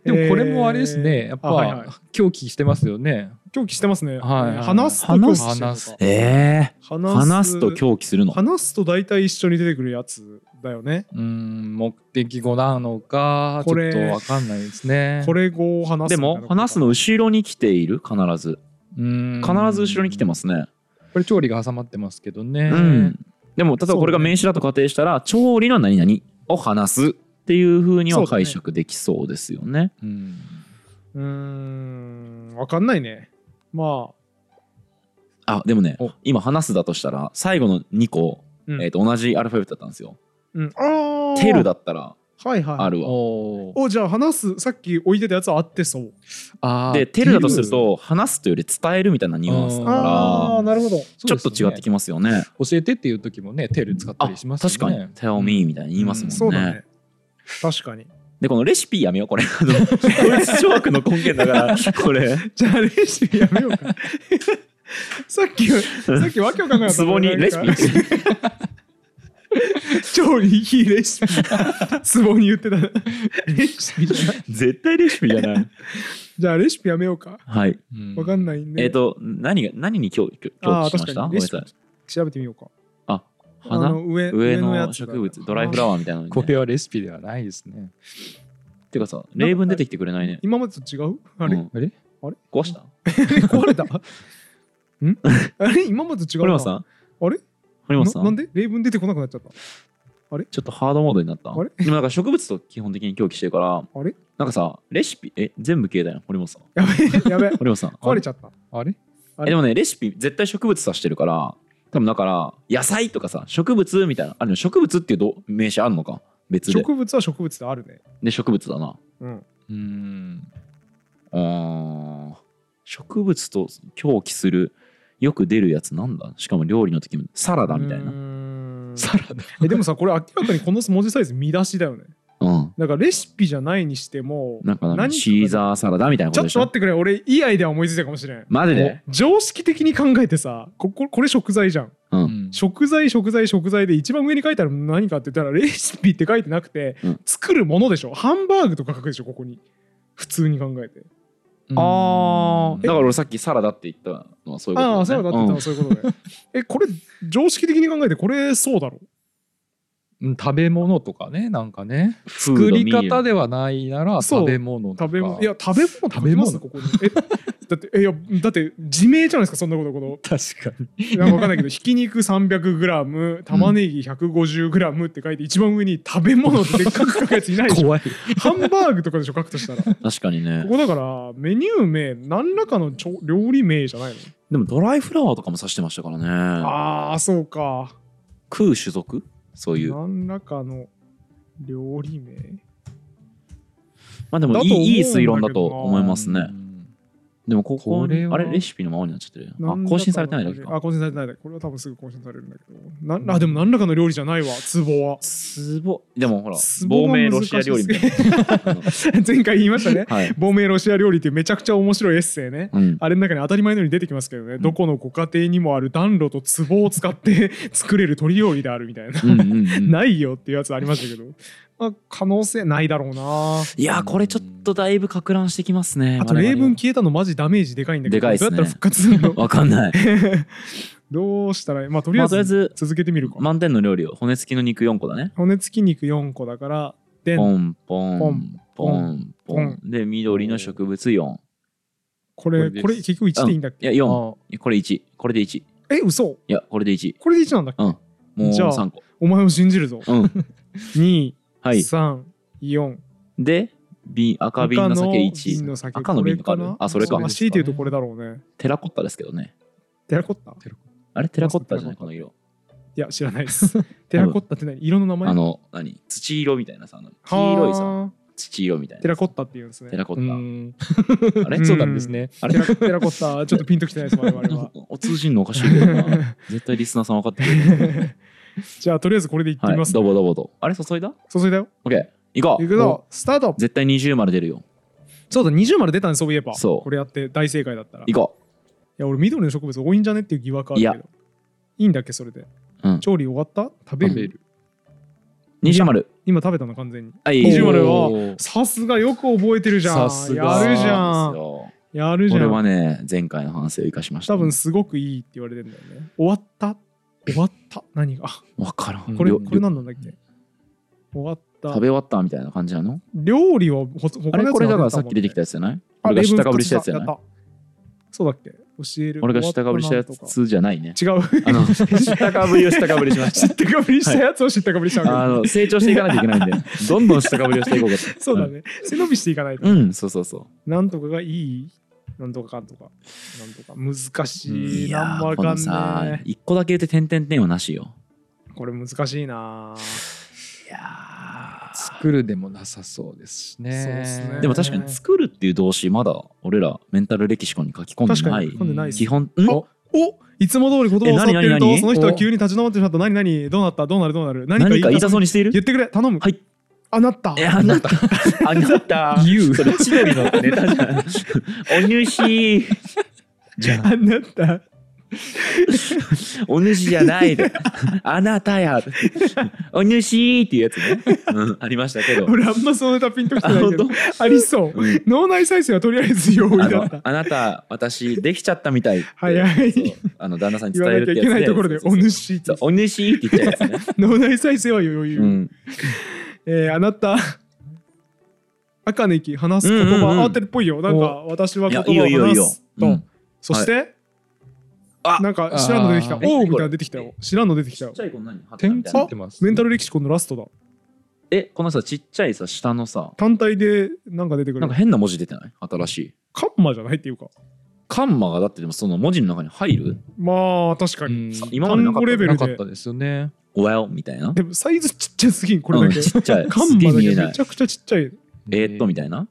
Speaker 3: でもこれもあれですね、
Speaker 1: えー
Speaker 3: やっ
Speaker 1: あはいはい
Speaker 3: ぱ狂気してますよね。
Speaker 1: 狂気してますね。
Speaker 3: はい
Speaker 1: えー話すと
Speaker 2: 話す
Speaker 1: 狂気してるのか
Speaker 3: 話
Speaker 2: え
Speaker 3: す
Speaker 2: ー、話すと
Speaker 1: 気。
Speaker 2: 狂気するの。
Speaker 1: 話すと大体一緒に出てくるやつだよね。
Speaker 3: うん目的語なのかち
Speaker 1: こ
Speaker 3: ょ
Speaker 1: れ
Speaker 3: っとわかんないですね。
Speaker 1: これ語を話す
Speaker 2: で
Speaker 1: みたいな
Speaker 2: も
Speaker 1: ことか
Speaker 2: 話すの後ろに来ている必ず
Speaker 3: うん
Speaker 2: 必ず後ろに来てますね
Speaker 3: これ調理が挟まってますけど
Speaker 2: う
Speaker 3: ね。
Speaker 2: んでも例えばこれが名詞だと仮定したら調理の何々を話すっていうふうには解釈できそうですよね
Speaker 3: うん
Speaker 1: うーん、わかんないね。まあ、
Speaker 2: あでもね
Speaker 3: お
Speaker 2: 今話すだとしたら最後の2個、
Speaker 1: うん
Speaker 2: えー、と同じアルファベットだったんですよ
Speaker 1: うん、あ
Speaker 2: 「
Speaker 1: あ。
Speaker 2: テル」だったら
Speaker 1: はいはい。
Speaker 2: あるわ
Speaker 3: おー
Speaker 1: お、じゃあ話す、さっき置いてたやつはあってそう。
Speaker 3: あー
Speaker 2: で「テル」だとすると話すというより伝えるみたいなニュアンスだ
Speaker 3: あ
Speaker 2: か
Speaker 1: ああー、なるほど。
Speaker 2: らちょっと違ってきますよね
Speaker 3: 教えてっていう時もねテル使った
Speaker 2: あ
Speaker 3: りしますよね。
Speaker 2: 確かに「Tell me」みたいに言いますもんね,、
Speaker 1: そうだね。確かに。
Speaker 2: でこのレシピやめよう これあのこいつ小学の根源だからこれ
Speaker 1: じゃあ、レシピやめよう か。さっき、さっきわけわかんない
Speaker 2: ツボにレシピ
Speaker 1: 調理、非レシピ。ツボに言ってた。レシピじゃない。
Speaker 2: 絶対レシピじゃない。
Speaker 1: じゃあ、レシピやめようか。
Speaker 2: はい。
Speaker 3: うん
Speaker 1: わかんないね。
Speaker 2: えっ、と何が何に興興興
Speaker 1: あ
Speaker 2: 味
Speaker 1: ー
Speaker 2: しました？ごめんなさい。
Speaker 1: 調べてみようか。
Speaker 2: あ
Speaker 1: あ
Speaker 2: 花
Speaker 1: の上
Speaker 2: 上
Speaker 1: や
Speaker 2: の
Speaker 1: つだ
Speaker 2: 植物ドライフラワーみたいなの、ね。
Speaker 3: これはレシピではないですね。
Speaker 2: てかさ例文出てきてくれないね。
Speaker 1: 今までと違うあれ、
Speaker 2: うん
Speaker 3: あれ
Speaker 2: 壊した？
Speaker 1: 壊れた んあれ今までと違う
Speaker 2: 堀
Speaker 1: な
Speaker 2: 本さん？
Speaker 1: あれ
Speaker 2: 堀本さ
Speaker 1: ななん
Speaker 2: ん？
Speaker 1: で例文出てこなくなっちゃった
Speaker 2: ちょっとハードモードになった。
Speaker 1: あれ
Speaker 2: でもなんか植物と基本的に狂気してるから。
Speaker 1: あれ
Speaker 2: なんかさレシピえ全部消えたよ堀 本さん。
Speaker 1: やべえ やべえ
Speaker 2: 堀本さん。
Speaker 1: 壊れちゃった
Speaker 3: あれ
Speaker 1: あ
Speaker 2: え
Speaker 1: れ
Speaker 2: でもねレシピ絶対植物指してるから多分だから野菜とかさ植物みたいなあれ植物っていうど名詞あるのか別で
Speaker 1: 植物は植物であるね
Speaker 2: で植物だな。
Speaker 1: うん
Speaker 3: うん
Speaker 2: あー植物と狂気するよく出るやつなんだしかも料理の時もサラダみたいうな
Speaker 1: ーん
Speaker 3: サラダ。
Speaker 1: えでもさこれ明らかにこの文字サイズ見出しだよね
Speaker 2: うん
Speaker 1: だからレシピじゃないにしても
Speaker 2: なんかなんか
Speaker 1: 何
Speaker 2: シーザーサラダみたいなこ
Speaker 1: ち
Speaker 2: と
Speaker 1: ょ
Speaker 2: で
Speaker 1: っ
Speaker 2: し
Speaker 1: と
Speaker 2: ょ
Speaker 1: 待ってくれ俺いいアイデア思いついたかもしれん
Speaker 2: マジで
Speaker 1: 常識的に考えてさこここれ食材じゃん
Speaker 2: う
Speaker 3: うんん
Speaker 1: 食材食材食材で一番上に書いてあるの何かって言ったらレシピって書いてなくて、
Speaker 2: うん
Speaker 1: 作るものでしょハンバーグとか書くでしょここに普通に考えて
Speaker 2: ああ
Speaker 3: うん
Speaker 2: だから俺さっきサラダって言ったのはそういうことだ、ね、
Speaker 1: ああそうだって言ったのそういうことでえこれ常識的に考えてこれそうだろ
Speaker 3: うん食べ物とかねなんかね
Speaker 2: うん
Speaker 3: 作り方
Speaker 2: で
Speaker 3: ではないなら
Speaker 1: そう
Speaker 3: 食べ物とか
Speaker 1: 食べ物いや食べ物食べますここにえだってえいやだって自明じゃないですかそんなことこの
Speaker 3: 確かに
Speaker 1: なんかわかんないけどひき肉 300g 玉ねぎ 150g って書いて一番上に食べ物ってでっかく書くやつい ないでしょ
Speaker 3: 怖い
Speaker 1: ハンバーグとかでしょ書くとしたらこ
Speaker 2: 確かにね
Speaker 1: こだからメニュー名何らかのちょ料理名じゃないの
Speaker 2: でもドライフラワーとかも指してましたからね
Speaker 1: ああそうか
Speaker 2: 食う種族そういうま
Speaker 1: 何らかの料理名
Speaker 2: あでも
Speaker 1: だと
Speaker 2: い
Speaker 1: 思うんだけどない
Speaker 2: いい推論だと思います
Speaker 3: う
Speaker 2: ね
Speaker 3: ん
Speaker 2: でもここ
Speaker 3: これは
Speaker 2: あれレシピのままになっちゃってる
Speaker 1: 何ら
Speaker 2: あ
Speaker 1: かの
Speaker 2: 更新されてないだけ
Speaker 1: あ
Speaker 2: か
Speaker 1: 更新されてないだけこれは多分すぐ更新されるんだけどなあでも何らかの料理じゃないわツボは
Speaker 2: つぼでもほら
Speaker 1: つぼ
Speaker 2: 亡
Speaker 1: が
Speaker 2: 命ロシア料理みたいなあの
Speaker 1: 前回言いましたね
Speaker 2: はい
Speaker 1: 亡命ロシア料理っていうめちゃくちゃ面白いエッセイね
Speaker 2: うん
Speaker 1: あれの中に当たり前のように出てきますけどね、どこのご家庭にもある暖炉と壺を使って 作れる鶏料理であるみたいな、
Speaker 2: うんうんうん
Speaker 1: ないよっていうやつありましたけど、まあ、可能性ないだろうない
Speaker 2: やーこれちょっとだいぶか乱してきますね
Speaker 1: あと
Speaker 2: 我々
Speaker 1: 例
Speaker 2: は
Speaker 1: 文消えたのマジダメージでかいんだけど
Speaker 2: でかいっすね
Speaker 1: どうやったら復活する の
Speaker 2: わかんない
Speaker 1: どうしたらまあとり
Speaker 2: ま
Speaker 1: あえ
Speaker 2: あとりあ
Speaker 1: ず
Speaker 2: えず
Speaker 1: 続けてみるか、
Speaker 2: 満点の料理を骨付きの肉4個だね
Speaker 1: 骨付き肉4個だからで
Speaker 2: ポンポ
Speaker 1: ポ
Speaker 2: ン
Speaker 1: ン
Speaker 2: ポンポ
Speaker 1: ポ
Speaker 2: ン
Speaker 1: ン
Speaker 2: で緑の植物4
Speaker 1: こ
Speaker 3: こ
Speaker 1: れ
Speaker 3: れです
Speaker 1: これ結局1でいいんだっ
Speaker 2: い
Speaker 1: け、
Speaker 2: や4
Speaker 3: あ
Speaker 2: これ1これで1い
Speaker 1: え嘘
Speaker 2: やこれで1
Speaker 1: これで1なんだっけ、
Speaker 2: うんもう
Speaker 1: じゃあ
Speaker 2: 3個
Speaker 1: お前を信じるぞ
Speaker 2: うん
Speaker 1: 234、
Speaker 2: はい
Speaker 1: 三四
Speaker 2: で瓶赤瓶の酒
Speaker 1: 瓶
Speaker 2: 1
Speaker 1: の酒
Speaker 2: 赤の瓶とかあ
Speaker 1: これ
Speaker 2: る
Speaker 1: な
Speaker 2: あそれか
Speaker 1: まあ強いて言うとこれだろうね
Speaker 2: テラコッタですけどね
Speaker 1: テラコッタ
Speaker 2: あれテラコッタじゃないこの色
Speaker 1: いや知らないですテラコッタって何色の名前
Speaker 2: あの何土色みたいなさあの
Speaker 1: はー
Speaker 2: 黄色いさ土色みたいな
Speaker 1: テラコッタって言うんですね
Speaker 2: テラコ
Speaker 3: う
Speaker 2: ッ
Speaker 3: ん
Speaker 2: タあれ
Speaker 1: うん
Speaker 3: そうなんですね
Speaker 2: あ
Speaker 1: テ
Speaker 2: れ
Speaker 1: ラテラコッタちょっとピンときてないです我々は
Speaker 2: お通じんのおかしいけどな絶対リスナーさん分かってる
Speaker 1: じゃあとりあえずこれでいって
Speaker 2: は
Speaker 1: み
Speaker 2: い
Speaker 1: ます、
Speaker 2: ドボドボとあれ注いだ
Speaker 1: 注いだよ
Speaker 2: OK 行こう
Speaker 1: いくぞスタート
Speaker 2: 絶対20まで出るよ
Speaker 1: そうだ20まで出たねそういえば
Speaker 2: そう
Speaker 1: これやって大正解だったらい
Speaker 2: 行こ
Speaker 1: や俺緑の植物多いんじゃねっていう疑惑あるけど
Speaker 2: い
Speaker 1: いいんだっけそれで
Speaker 2: う、うん、
Speaker 1: 調理終わった食べる
Speaker 3: 食べる
Speaker 2: 20まで
Speaker 1: 今食べたの完全に
Speaker 2: はい
Speaker 1: 20までは
Speaker 2: おー
Speaker 1: さすがよく覚えてるじゃん
Speaker 3: さすが
Speaker 1: やるじゃ
Speaker 2: そうで
Speaker 1: ん
Speaker 2: すよ
Speaker 1: やるじゃ
Speaker 2: 俺
Speaker 1: ん
Speaker 2: はね前回の反省を生かしました
Speaker 1: 多分すごくいいって言われてんだよね。終わった終わった何があ
Speaker 2: 分からん
Speaker 1: これ
Speaker 2: 料
Speaker 1: これ何なんだっけ終わった
Speaker 2: 食べ終わったみたいな感じなの
Speaker 1: 料理はほ他のやつ
Speaker 2: あれこれだからさっき出てきた
Speaker 1: やつ
Speaker 2: やつじゃない
Speaker 1: あ
Speaker 2: 俺が
Speaker 1: 例
Speaker 2: 知っ
Speaker 1: 文
Speaker 2: たかぶりしたやつじゃ
Speaker 1: やっ
Speaker 2: ない
Speaker 1: たそうだっけ教える
Speaker 2: 俺が知ったかぶりしたやつじゃないね
Speaker 1: 終わ ったなんと
Speaker 2: あ
Speaker 1: か違う
Speaker 2: の知ったかぶりを知ったかぶりしま
Speaker 1: 知
Speaker 2: し
Speaker 1: ったかぶりしたやつを知ったかぶりしたわけ
Speaker 2: たあの成長していかないといけないんでどんどん知ったかぶりをしていこうかと
Speaker 1: そうだね背伸びしていかないと
Speaker 2: うんそうそうそう
Speaker 1: なんとかがいいなんとかかんとかなんとか難しい
Speaker 2: い
Speaker 1: な
Speaker 2: や
Speaker 1: んもわ
Speaker 2: ーこ
Speaker 1: か
Speaker 2: の
Speaker 1: ん
Speaker 2: さ
Speaker 1: ね
Speaker 2: 一個だけ言って点々点はなしよ
Speaker 1: えこれ難しいない
Speaker 2: や
Speaker 3: 作るでもなさそうですしね
Speaker 1: そうですね
Speaker 2: でも確かに作るっていう動詞まだ俺らメンタルレキシコンに書き込ん
Speaker 1: 確
Speaker 2: で
Speaker 1: か
Speaker 2: な
Speaker 1: に
Speaker 2: い
Speaker 1: 今度ないです
Speaker 2: 基本ん
Speaker 1: おおいつも通り言葉を去ってい
Speaker 2: え
Speaker 1: る
Speaker 2: 何何
Speaker 1: と
Speaker 2: 何
Speaker 1: その人は急に立ち止まってしまった何何どうなったどうなるどうなる何か
Speaker 2: 何か言
Speaker 1: 言
Speaker 2: い
Speaker 1: い
Speaker 2: た
Speaker 1: た
Speaker 2: そ
Speaker 1: そう
Speaker 2: うにしている
Speaker 1: 言ってくれ頼む
Speaker 2: はい
Speaker 1: あなった
Speaker 2: いやあなたあな た
Speaker 3: You
Speaker 2: それ千鳥のネタじゃん お主じゃん
Speaker 1: あなった
Speaker 2: お主じゃないであなたやお主っていうやつね、うん、ありましたけど
Speaker 1: 俺あんまそのネタピンときて
Speaker 2: あ
Speaker 1: ない
Speaker 2: 本
Speaker 1: け
Speaker 2: 当
Speaker 1: どありそう
Speaker 2: うん
Speaker 1: 脳内再生はとりあえず用意
Speaker 2: あ
Speaker 1: だっ
Speaker 2: の
Speaker 1: た
Speaker 2: あなた私できちゃったみたいって
Speaker 1: 早い
Speaker 2: そうあの旦那さんに
Speaker 1: 言
Speaker 2: 伝
Speaker 1: わ
Speaker 2: え
Speaker 1: な
Speaker 2: る
Speaker 1: きゃ
Speaker 2: っ
Speaker 1: いけ
Speaker 2: てやつ
Speaker 1: ないところで
Speaker 2: そう
Speaker 1: お
Speaker 2: そうそう
Speaker 1: 主って
Speaker 2: そうお主って言ったやつね、
Speaker 1: 脳内再生は余
Speaker 2: う
Speaker 1: 裕
Speaker 2: ん、
Speaker 1: えーあなた 赤の息話す言
Speaker 2: うんうんうん
Speaker 1: 葉合ってるっぽいよなんか私はい言
Speaker 2: や
Speaker 1: 葉
Speaker 2: いいよいい
Speaker 1: を
Speaker 2: よいい
Speaker 1: 話
Speaker 2: よ
Speaker 1: す、とそして
Speaker 2: あ
Speaker 1: なんか知らんの出てきた
Speaker 3: あ
Speaker 1: お
Speaker 2: ー
Speaker 1: うみたいな出てきたよ知らんの出てきたよ
Speaker 2: ちゃい子何
Speaker 3: 点ついてます
Speaker 1: メンタル歴史このラストだ
Speaker 2: えこのさちっちゃいさ下のさ
Speaker 1: 単体でなんか出てく
Speaker 2: な
Speaker 1: る
Speaker 2: んか変な文字出てない新しい
Speaker 1: カンマじゃないっていうか
Speaker 2: カンマがだってでもその文字の中に入る
Speaker 1: まあ確か
Speaker 3: う
Speaker 1: に、
Speaker 3: ん
Speaker 2: 今までなか
Speaker 1: 単
Speaker 2: っ
Speaker 1: 語レ
Speaker 2: た
Speaker 1: ベル
Speaker 3: なかったですよね
Speaker 2: Well みたいな
Speaker 1: でもサイズちっちゃすぎんこれだ け、
Speaker 2: うんちっちゃい
Speaker 1: カ
Speaker 2: す
Speaker 1: ン
Speaker 2: げえ
Speaker 1: マだ
Speaker 2: 見
Speaker 1: け
Speaker 2: えな
Speaker 1: め
Speaker 2: い
Speaker 1: ちゃくちゃちっちゃい
Speaker 2: えーっとみたいな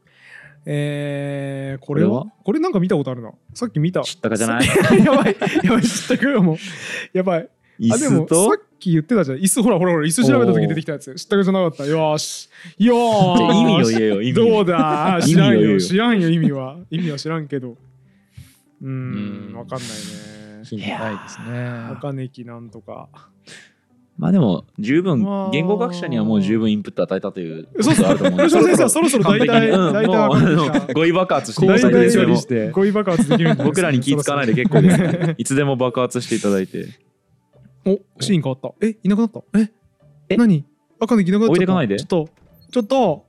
Speaker 1: えー、これは
Speaker 2: こ
Speaker 1: こ
Speaker 2: れ
Speaker 1: れなんか見たことあるなさっき 見た
Speaker 2: 知ったかじゃない
Speaker 1: やばいやばい知ったかがもう やばい
Speaker 2: 椅
Speaker 1: あで
Speaker 2: 子
Speaker 1: もさ
Speaker 2: と
Speaker 1: っき言ってたじゃん椅子ほらほらほら椅子調べた時出てきたやつ知ったかじゃなかったよーしよ
Speaker 2: じゃあ
Speaker 1: ーし
Speaker 2: 意味を言えよ意味
Speaker 1: どうだ知らん
Speaker 2: 意味を言うよ
Speaker 1: よ知らんよ意味は意味は知らんけどうー
Speaker 3: うんん
Speaker 1: わかんないね
Speaker 3: ヒントないですね
Speaker 1: 赤ネキなんとか
Speaker 2: まあでも十
Speaker 1: まあ
Speaker 2: 分言語学者にはもう十分インプット与えたという
Speaker 1: そう
Speaker 2: こと
Speaker 1: そ
Speaker 2: があると
Speaker 1: う。
Speaker 2: 思うんで
Speaker 1: 吉
Speaker 2: す
Speaker 1: 野先生はそろそろ大
Speaker 2: 完璧
Speaker 1: 体、
Speaker 2: にう
Speaker 1: 大
Speaker 2: ん
Speaker 1: 体
Speaker 2: もうあ
Speaker 1: 分かって
Speaker 2: の
Speaker 1: き
Speaker 2: 語彙爆発してい
Speaker 1: 大
Speaker 2: た
Speaker 1: 体
Speaker 2: だいて
Speaker 1: 処理
Speaker 3: して
Speaker 1: た。語彙爆発できるんじゃないです
Speaker 2: 僕らに気ぃつかないで結構ですねいつでも爆発していただいて
Speaker 1: おシーン変わった。え、いなくなった。え、
Speaker 2: え
Speaker 1: 何赤のいなくなっちゃった。
Speaker 2: 置いてかないで
Speaker 1: ちょっと、ちょっと、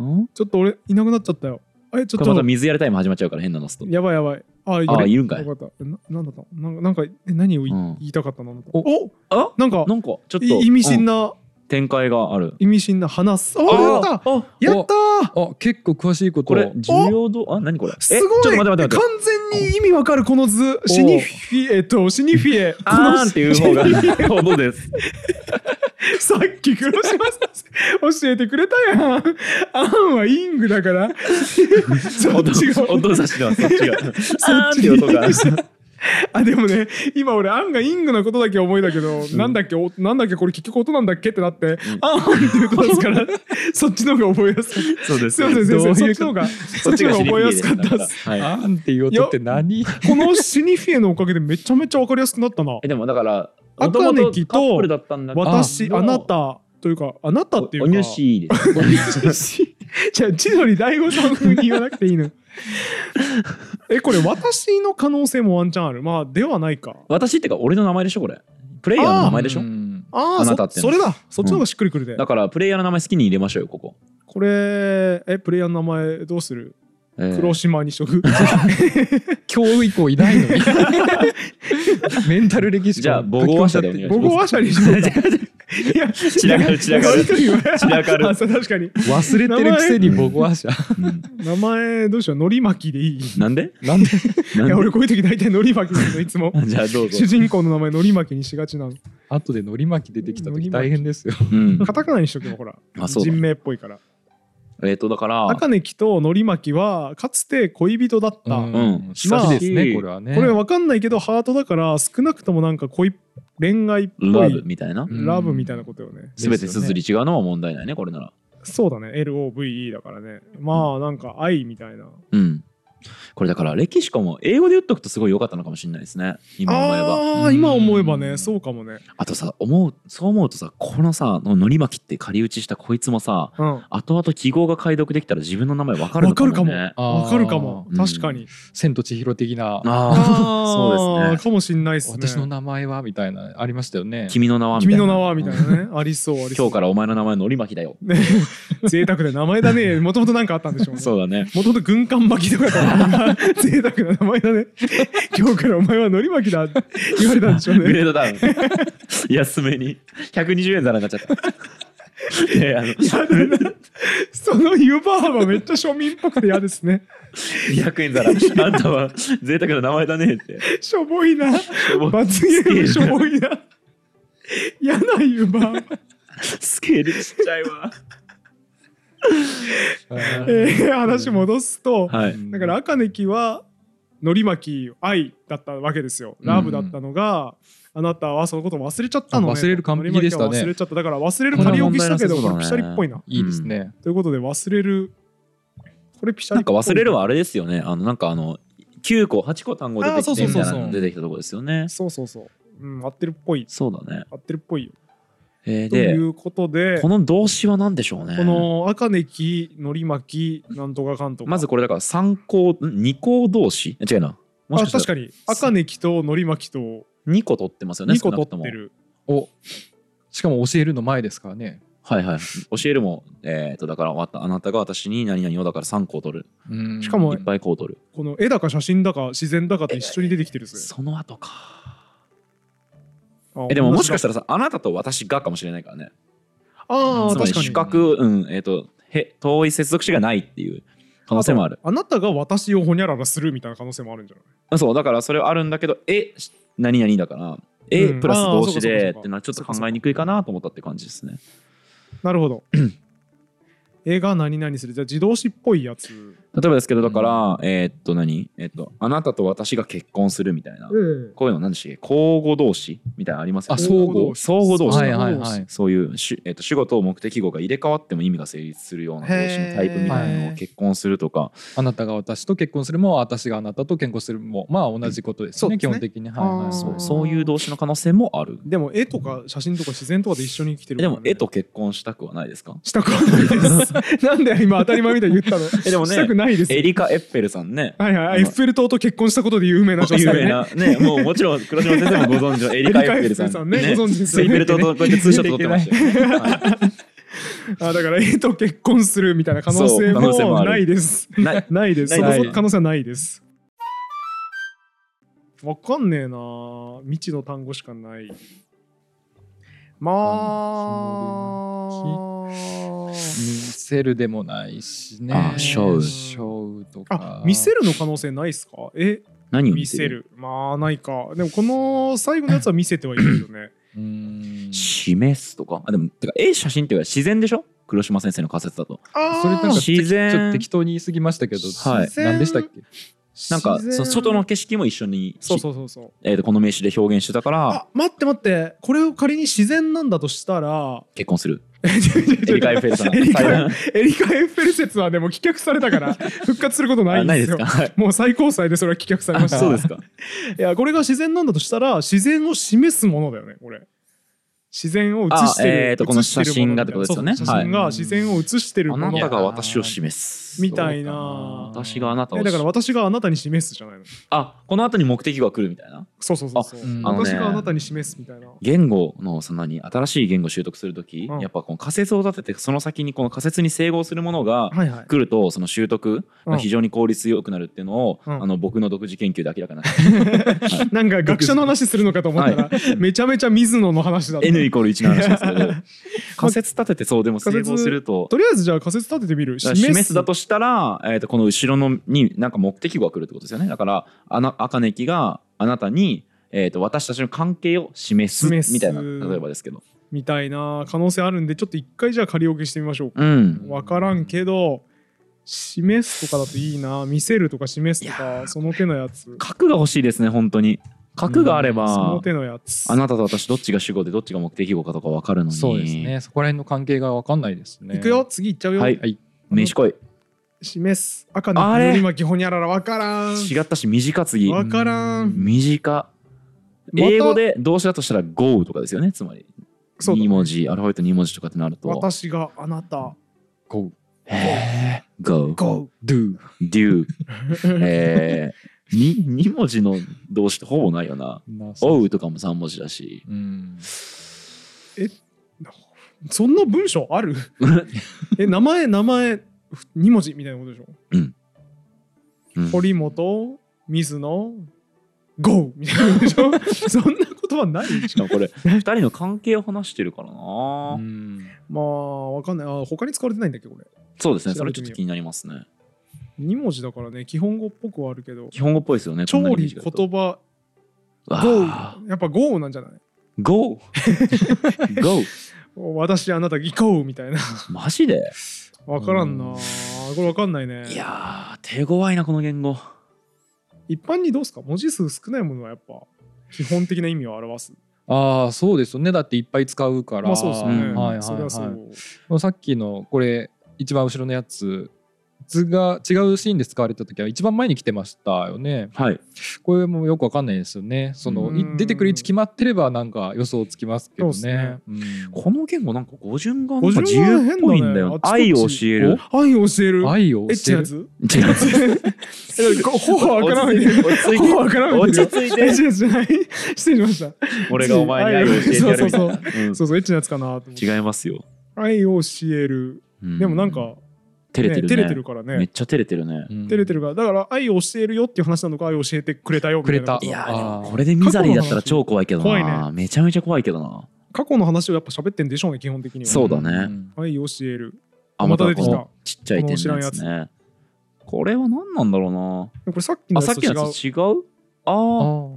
Speaker 2: ん
Speaker 1: ちょっと俺、いなくなっちゃったよ。え、ちょ
Speaker 2: こ
Speaker 1: っ
Speaker 2: れまた
Speaker 1: と、
Speaker 2: 水やりタイム始まっちゃうから変なのすと
Speaker 1: やばいやばい。あ、い
Speaker 2: あいるんかい
Speaker 1: よかった。えななんだったのなんか、なんかえ何を言い,、
Speaker 2: うん
Speaker 1: 言いたかったのあなた
Speaker 3: お
Speaker 1: お
Speaker 2: あ
Speaker 1: なんか、
Speaker 2: なんかちょっと
Speaker 1: い意味深
Speaker 2: うん
Speaker 1: な、
Speaker 2: 展開がある
Speaker 1: 意味深な話す。おやった
Speaker 2: あ
Speaker 1: やったー
Speaker 3: あ結構詳しいこと
Speaker 2: これ重要度あ何これ
Speaker 1: す
Speaker 2: えちょっ
Speaker 1: ご
Speaker 2: と
Speaker 1: い
Speaker 2: 待って待って待って
Speaker 1: 完全に意味わかるこの図シニフィエとシニフィエこの
Speaker 2: あーんっていう方がほどです
Speaker 1: さっき黒島さん教えてくれたやん。アンはイングだから。 そっ
Speaker 2: 音
Speaker 1: ちが。
Speaker 2: 音差しではそっちが
Speaker 1: そっ
Speaker 2: あーんっ
Speaker 1: ち
Speaker 2: ていう音 が
Speaker 1: あでもね今俺アンがイングなことだけ思いだけど、なんだっけおなんだっけこれ結局音なんだっけってなって、アンっていうことですから そっちの方が覚えやすい。
Speaker 2: そうです
Speaker 1: すいません先生
Speaker 3: どう
Speaker 1: そ
Speaker 3: い
Speaker 1: っ
Speaker 3: う
Speaker 1: ちの方が
Speaker 2: そ
Speaker 1: そ
Speaker 2: っ
Speaker 1: っ
Speaker 2: ち
Speaker 1: ちの
Speaker 2: が
Speaker 1: 方が
Speaker 2: シリ
Speaker 1: 覚え
Speaker 2: フ
Speaker 1: や
Speaker 2: ィ
Speaker 1: す
Speaker 2: ー
Speaker 1: かったっ
Speaker 2: ですなん
Speaker 1: す。
Speaker 2: かはい
Speaker 3: あんっていう音って何
Speaker 1: このシニフィエのおかげでめちゃめちゃわかりやすくなったな
Speaker 2: え。でもだから
Speaker 1: 赤
Speaker 2: 元々
Speaker 1: ネギと
Speaker 2: カップルだったんだけど
Speaker 1: 私
Speaker 2: も
Speaker 1: あ
Speaker 2: う
Speaker 1: なたというかあなたっていう
Speaker 2: お
Speaker 1: か。
Speaker 2: 主です
Speaker 1: じゃあ千鳥大悟さん風に言わなくていいのえこれ私の可能性もワンチャンあるまあではないか
Speaker 2: 私ってか俺の名前でしょこれプレイヤーの名前でしょ
Speaker 1: あー
Speaker 2: あなたって
Speaker 1: そそれだそっちの方がしっくりくるで、
Speaker 2: だからプレイヤーの名前好きに入れましょうよここ、
Speaker 1: これえプレイヤーの名前どうする
Speaker 2: え ー
Speaker 1: 黒島にしとく
Speaker 3: 今日以降いないのにメンタル歴史
Speaker 2: じゃあ母語話者でお願いし
Speaker 1: 母
Speaker 2: ます
Speaker 1: 語話者にしとくいや
Speaker 2: 散らか る散らか
Speaker 1: 散
Speaker 2: る散らかる
Speaker 1: あそう確かに
Speaker 3: 忘れてるくせに母語話者
Speaker 2: うん
Speaker 1: 名前どうしようのり巻きでいいい
Speaker 2: なんで
Speaker 3: なんで
Speaker 2: なんで
Speaker 1: や俺こういう時大体のり巻きなんだいつも
Speaker 2: じゃあどうぞ
Speaker 1: 主、人公の名前のり巻きにしがちな の
Speaker 3: 後でのり巻き出てきた
Speaker 1: 海
Speaker 3: 時
Speaker 1: 苔巻き
Speaker 3: 大変ですよ
Speaker 2: うん、
Speaker 1: カタカナにしとけばほら
Speaker 2: あそうだ
Speaker 1: 人名っぽいから
Speaker 2: えっ、とだから
Speaker 1: 赤ネキとのり巻きはかつて恋人だった、
Speaker 3: うん、
Speaker 2: うん
Speaker 3: 親しいです
Speaker 2: ま
Speaker 3: ね
Speaker 2: あ
Speaker 3: これはね
Speaker 1: これわかんないけどハートだから少なくともなんか恋恋愛っぽ
Speaker 2: ラ
Speaker 1: い
Speaker 2: ブみたいな
Speaker 3: うん
Speaker 1: ラブみたいなことよね、
Speaker 2: 全て綴り違うのは問題ないねこれなら
Speaker 1: そうだね LOVE だからねまあなんか愛みたいな
Speaker 2: うんこれだから歴史かも英語で言っとくとすごい良かったのかもしれないですね今思えば
Speaker 1: あー今思えばねそうかもね
Speaker 2: あとさ思うそう思うとさこのさのり巻きって仮打ちしたこいつもさ
Speaker 1: うん
Speaker 2: 後々記号が解読できたら自分の名前分かるのかも、ね、
Speaker 1: わかるかも
Speaker 3: あー
Speaker 1: わかるかも
Speaker 2: うん
Speaker 1: 確かに
Speaker 3: 千と千尋的な
Speaker 2: ああ
Speaker 1: ー
Speaker 2: そうですね
Speaker 1: かもしんないっすね
Speaker 3: 私の名前はみたいなありましたよね
Speaker 2: 君の名はみたい
Speaker 1: 君
Speaker 2: な
Speaker 1: の名はみたいなねありそうありそ
Speaker 2: 今
Speaker 1: う
Speaker 2: 日からお前の名前のり巻きだよ
Speaker 1: ね 贅沢で名前だねもともとなんかあったんでしょうね
Speaker 2: そうだね
Speaker 1: もともと軍艦巻きとかだった贅沢な名前だ ね今日からお前は海苔巻きだって言われたんでしょう
Speaker 2: グ
Speaker 1: ね
Speaker 2: レードダウン 安めに120円皿になっちゃった いやいやあの
Speaker 1: いやでもその湯婆婆めっちゃ庶民っぽくて嫌ですね
Speaker 2: 200円皿あんたは贅沢な名前だ ねって
Speaker 1: しょぼいな罰ゲームしょぼいな嫌な湯婆婆
Speaker 2: スケールちっちゃい わ
Speaker 3: あ
Speaker 1: え
Speaker 3: ー
Speaker 1: ー話戻すと、
Speaker 2: はい
Speaker 1: だから赤ネキはのり巻き愛だったわけですよ
Speaker 2: ん
Speaker 1: ラブだったのが、あなたはそのことを忘れちゃったのね
Speaker 3: あ忘れる完璧でしたね
Speaker 1: 海苔巻きは忘れちゃっただから忘れる仮置きしたけど
Speaker 2: これ
Speaker 1: これ
Speaker 2: は問
Speaker 1: ピシャ
Speaker 2: 題なさそうだね
Speaker 1: リっぽいない
Speaker 3: いですね、
Speaker 1: ということで忘れるこれピシャ
Speaker 2: な
Speaker 1: リ
Speaker 2: んか忘れるはあれですよ ねあのなんかあの9個8個単語出てきて
Speaker 1: あそ
Speaker 2: みた
Speaker 1: う
Speaker 2: い
Speaker 1: そう
Speaker 2: な
Speaker 1: そう
Speaker 2: の出てきたとこですよね
Speaker 1: そうそうそう、うん、合ってるっぽい
Speaker 2: そうだね
Speaker 1: 合ってるっぽいよ
Speaker 2: えー
Speaker 1: とい
Speaker 2: で
Speaker 1: うことで
Speaker 2: この動詞は何でしょうね
Speaker 1: この赤ネキのり巻きなんとかかんとか
Speaker 2: まずこれだから参考2項動詞違うなもし
Speaker 1: あ
Speaker 2: か
Speaker 1: 確
Speaker 2: した
Speaker 1: からに赤ネキとのり巻きと
Speaker 2: 2個取ってますよね
Speaker 1: 2個
Speaker 2: 少な
Speaker 1: 取
Speaker 2: くと
Speaker 1: っ
Speaker 2: も
Speaker 1: てる
Speaker 3: おしかも教えるの前ですからね
Speaker 2: はいはい教えるもえっ、とだからわたあなたが私に何々をだから3個取る
Speaker 3: うん
Speaker 1: しかも
Speaker 2: いっぱいこう取る
Speaker 1: この絵だか写真だか自然だかと一緒に出てきてるぜ
Speaker 2: その後かえでももしかしたらさあなたと私がかもしれないからね
Speaker 1: ああ
Speaker 2: つまり
Speaker 1: 確か
Speaker 2: 主
Speaker 1: に
Speaker 2: 角うんえっ、とへ遠い接続詞がないっていう可能性もある
Speaker 1: あなたが私をほにゃららするみたいな可能性もあるんじゃない
Speaker 2: そうだからそれはあるんだけど「えし何々」だから「え
Speaker 1: うん
Speaker 2: プラス動
Speaker 1: あーそうかそ
Speaker 2: 詞
Speaker 1: うかそう
Speaker 2: で
Speaker 1: か
Speaker 2: ってのはちょっと考えにくいかなと思ったって感じですね
Speaker 1: なるほど絵が何々するじゃあ自動詞っぽいやつ
Speaker 2: 例えばですけどだから、えーっと何えーっとあなたと私が結婚するみたいな、
Speaker 1: うん
Speaker 2: こういうの何でしたっけ交互動詞みたいなのありますよ
Speaker 3: あ
Speaker 2: ね
Speaker 3: 相互
Speaker 2: 相互動詞
Speaker 3: はいはいはい
Speaker 2: そういう主、えっと主語と目的語が入れ替わっても意味が成立するような動詞のタイプみたいなの
Speaker 4: へ
Speaker 2: を
Speaker 4: ー
Speaker 2: 結婚するとか
Speaker 3: あなたが私と結婚するも私があなたと結婚するもまあ同じことです
Speaker 4: そう
Speaker 3: ね
Speaker 4: です
Speaker 3: 基
Speaker 4: ね
Speaker 3: 本的にはいはい
Speaker 2: そう
Speaker 4: あー
Speaker 2: そういう動詞の可能性もある
Speaker 1: でも絵とか写真とか自然とかで一緒に生きてる
Speaker 2: えで
Speaker 1: からね
Speaker 2: も絵と結婚したくはな いですか
Speaker 1: したくは ないですなんで今当たり前みたいに言ったの
Speaker 2: えでもね
Speaker 1: したくないです
Speaker 2: エリカ・エッフェルさんね
Speaker 1: はいは
Speaker 2: あの
Speaker 1: いエッフェル塔と結婚したことで有名な女性
Speaker 2: 有名
Speaker 1: ね
Speaker 2: なねもうもちろん黒島先生もご 存知のエリカ・エッフェルさん
Speaker 1: エリカエッフェルさんね ご存知ですよ
Speaker 2: ス
Speaker 1: ね
Speaker 2: イベルトとこうやってツーショット撮ってましたよ ね、は
Speaker 1: あだから絵と結婚するみたいな可能性
Speaker 2: そう可能性も
Speaker 1: も
Speaker 2: ある
Speaker 1: ないです
Speaker 2: いない
Speaker 1: ないです。そ
Speaker 2: ない
Speaker 1: の可能性はないです。わかんねえなあ未知の単語しかない。まあ。
Speaker 3: 見せるでもないしね
Speaker 2: あーショウ
Speaker 3: ショウとか
Speaker 1: あ見せるの可能性ないっすかえ
Speaker 2: 何を
Speaker 1: 見
Speaker 2: 見せ
Speaker 1: せ
Speaker 2: る
Speaker 1: るまあないかでもこの最後のやつは見せてはいるよね
Speaker 3: うーん
Speaker 2: 示すとかあでもてか絵写真っていうか自然でしょ黒島先生の仮説だと
Speaker 1: あ
Speaker 3: それなんか
Speaker 1: ー
Speaker 2: 自然
Speaker 3: ちょっと適当に言い過ぎましたけど、
Speaker 2: はい
Speaker 3: 何でしたっけ
Speaker 2: なんか
Speaker 1: 自然
Speaker 2: その外の景色も一緒に
Speaker 1: そうそうそうそう
Speaker 2: えーとこの名詞で表現してたから
Speaker 1: あ待って待ってこれを仮に自然なんだとしたら
Speaker 2: 結婚するエ
Speaker 1: エ
Speaker 2: リカ・エッフェルさん
Speaker 1: エリカ
Speaker 2: 最大
Speaker 1: エリカ・エッフェル説はでも棄却されたから 復活することない
Speaker 2: あ
Speaker 1: ん
Speaker 2: ない
Speaker 1: で
Speaker 2: ですす
Speaker 1: よ
Speaker 2: かはい
Speaker 1: もう最高裁でそれは棄却されま
Speaker 2: あ
Speaker 1: した
Speaker 2: そうですか
Speaker 1: いやこれが自然なんだとしたら自然を示すものだよねこれ自然を写してる、
Speaker 2: あえーとこの写真がってことですよね
Speaker 1: 写真が写真が
Speaker 3: はい
Speaker 1: 自然を写してる
Speaker 2: あ
Speaker 1: も
Speaker 2: な
Speaker 1: の
Speaker 2: たが私を示す
Speaker 1: みたいな
Speaker 3: そう
Speaker 2: 私があなたを
Speaker 1: えだから私があなたに示すじゃないの
Speaker 2: あこの後に目的が来るみたいな
Speaker 1: そうそうそうそう、
Speaker 3: あうん
Speaker 1: 私
Speaker 2: あのね
Speaker 1: があなたに示すみたいな
Speaker 2: 言語のそんなに新しい言語習得する時、
Speaker 1: うん
Speaker 2: やっぱこの仮説を立ててその先にこの仮説に整合するものが
Speaker 1: はいはい
Speaker 2: 来るとその習得
Speaker 1: う
Speaker 2: が
Speaker 1: ん
Speaker 2: 非常に効率よくなるっていうのを、
Speaker 1: うん
Speaker 2: あの僕の独自研究で明らかにな った、
Speaker 1: なんか学者の話するのかと思ったら、めちゃめちゃ水野の話だった
Speaker 2: N イコール1の話ですけ ど仮説立ててそうでも整合すると
Speaker 1: とりあえずじゃあ仮説立ててみる
Speaker 2: だから示すだとしたら、えー、とこの後ろのに何か目的語が来るってことですよねだからあな赤根木があなたに、えー、と私たちの関係を示
Speaker 1: 示
Speaker 2: す
Speaker 1: す
Speaker 2: みたいな例えばですけど
Speaker 1: みたいな可能性あるんでちょっと一回じゃあ仮置きしてみましょうか
Speaker 2: うん
Speaker 1: 分からんけど示すとかだといいな見せるとか示すと
Speaker 2: いや
Speaker 1: かその手のやつ
Speaker 2: 核が欲しいですね本当に核があれ
Speaker 1: そ
Speaker 2: ば
Speaker 1: の手のやつ
Speaker 2: あなたと私どっちが主語でどっちが目的語かとか分かるのに
Speaker 3: そうですねそこら辺の関係が分かんないですね
Speaker 1: いくよ次いっちゃうよ、
Speaker 2: はい、
Speaker 3: はい
Speaker 2: 名刺来い
Speaker 1: 示す赤
Speaker 2: あ
Speaker 1: の
Speaker 2: れ
Speaker 1: 緑巻きほにゃらら分からん
Speaker 2: 違ったし短次
Speaker 1: 分からん
Speaker 2: 短
Speaker 1: また
Speaker 2: 英語で動詞だとしたら GO とかですよねつまり
Speaker 1: そうだ
Speaker 2: 2文字アルファベット2文字とかってなると
Speaker 1: 私があなた
Speaker 3: こう
Speaker 2: へー GO
Speaker 1: GO
Speaker 3: ドゥ
Speaker 2: do えー、に2文字の動詞ってほぼないよな。
Speaker 3: なそ
Speaker 2: o
Speaker 3: う
Speaker 2: うとかも3文字だし。
Speaker 3: うん
Speaker 1: そんな文章あ るえ名前名前2文字みたいなことでしょ
Speaker 2: うん
Speaker 1: 堀本水野 GO みたいなことでしょ そんな言葉ないでしょ
Speaker 2: しかもこれ、2人の関係を話してるからな。
Speaker 3: うん
Speaker 1: まあわかんないあ他に使われてないんだっけこれ
Speaker 2: そうですね、そ
Speaker 1: 調
Speaker 2: れ
Speaker 1: べ
Speaker 2: ち
Speaker 1: てみよう
Speaker 2: ょっと気になりますね。
Speaker 1: 2文字だからね基本語っぽくはあるけど
Speaker 2: 基本語っぽいですよね。
Speaker 1: 調理
Speaker 2: こんなに
Speaker 1: 言葉
Speaker 2: 短いと
Speaker 1: 豪
Speaker 2: わあ
Speaker 1: 雨やっぱ豪雨なんじゃない
Speaker 2: Go! Go!
Speaker 1: 私あなた行こうみたいな
Speaker 2: マジで
Speaker 1: わからんな
Speaker 3: うん
Speaker 1: これわかんないね
Speaker 2: いやー、手強いな、この言語。
Speaker 1: 一般にどうすか文字数少ないものはやっぱ基本的な意味を表す
Speaker 3: ああそうですよねだっていっぱい使うから
Speaker 1: まあそうですね、
Speaker 2: うん
Speaker 3: はいはい
Speaker 1: それはそう、
Speaker 3: はいさっきのこれ一番後ろのやつ図が違うシーンで使われた時は一番前に来てましたよね
Speaker 2: はい。
Speaker 3: これもよくわかんないですよねそのい
Speaker 1: うん
Speaker 3: 出てくる位置決まってればなんか予想つきますけど
Speaker 1: そうです
Speaker 3: ね
Speaker 1: ね
Speaker 3: うん
Speaker 2: この言語なんか語順がなん
Speaker 1: 語
Speaker 2: か自
Speaker 1: 順は
Speaker 2: 由っぽいんだよ。
Speaker 1: 変だね
Speaker 2: 愛を
Speaker 1: あちこ
Speaker 2: 教
Speaker 1: ち
Speaker 2: える。
Speaker 1: 愛を教える
Speaker 3: 愛を
Speaker 1: エッチなや
Speaker 3: 教
Speaker 1: つ
Speaker 2: 違う
Speaker 1: えこ頬は開かないで
Speaker 2: 落ち着い
Speaker 1: 頬
Speaker 2: て
Speaker 1: は開かないで
Speaker 2: 落ち着い
Speaker 1: エッ
Speaker 2: て
Speaker 1: チなやつじゃない失礼しました
Speaker 2: 俺がお前に愛を教えてやるみたいな。う ん
Speaker 1: そうそうエッチなやつかなと思って
Speaker 2: 違いますよ。
Speaker 1: 愛を教える
Speaker 2: うん
Speaker 1: でもなんか、ね
Speaker 2: 照れてるね
Speaker 1: 照れてるから
Speaker 2: めっ
Speaker 1: ね
Speaker 2: ちゃ照れてるね。
Speaker 3: え
Speaker 1: 照れてるからだから愛を教えるよっていう話なのか愛を教えてくれたよみたいなこと
Speaker 3: くれた
Speaker 2: いや
Speaker 3: あー
Speaker 2: ーでもこれでミザリーだったら超怖いけど
Speaker 1: 怖い
Speaker 2: な。めちゃめちゃ怖いけどな。
Speaker 1: 過去の話をやっぱ喋ってんでしょうね基本的には
Speaker 2: そうだね
Speaker 3: ん
Speaker 1: はい教える
Speaker 2: あ、ま
Speaker 1: ま
Speaker 2: た
Speaker 1: た出
Speaker 2: こ
Speaker 1: てきた
Speaker 2: のちっちゃい点のやつね。これは何なんだろうな。
Speaker 1: これさっきの
Speaker 2: あ、
Speaker 1: や
Speaker 2: さっ
Speaker 1: つと
Speaker 2: き
Speaker 1: 違
Speaker 2: の
Speaker 1: う
Speaker 2: やつ違うああ、
Speaker 3: あ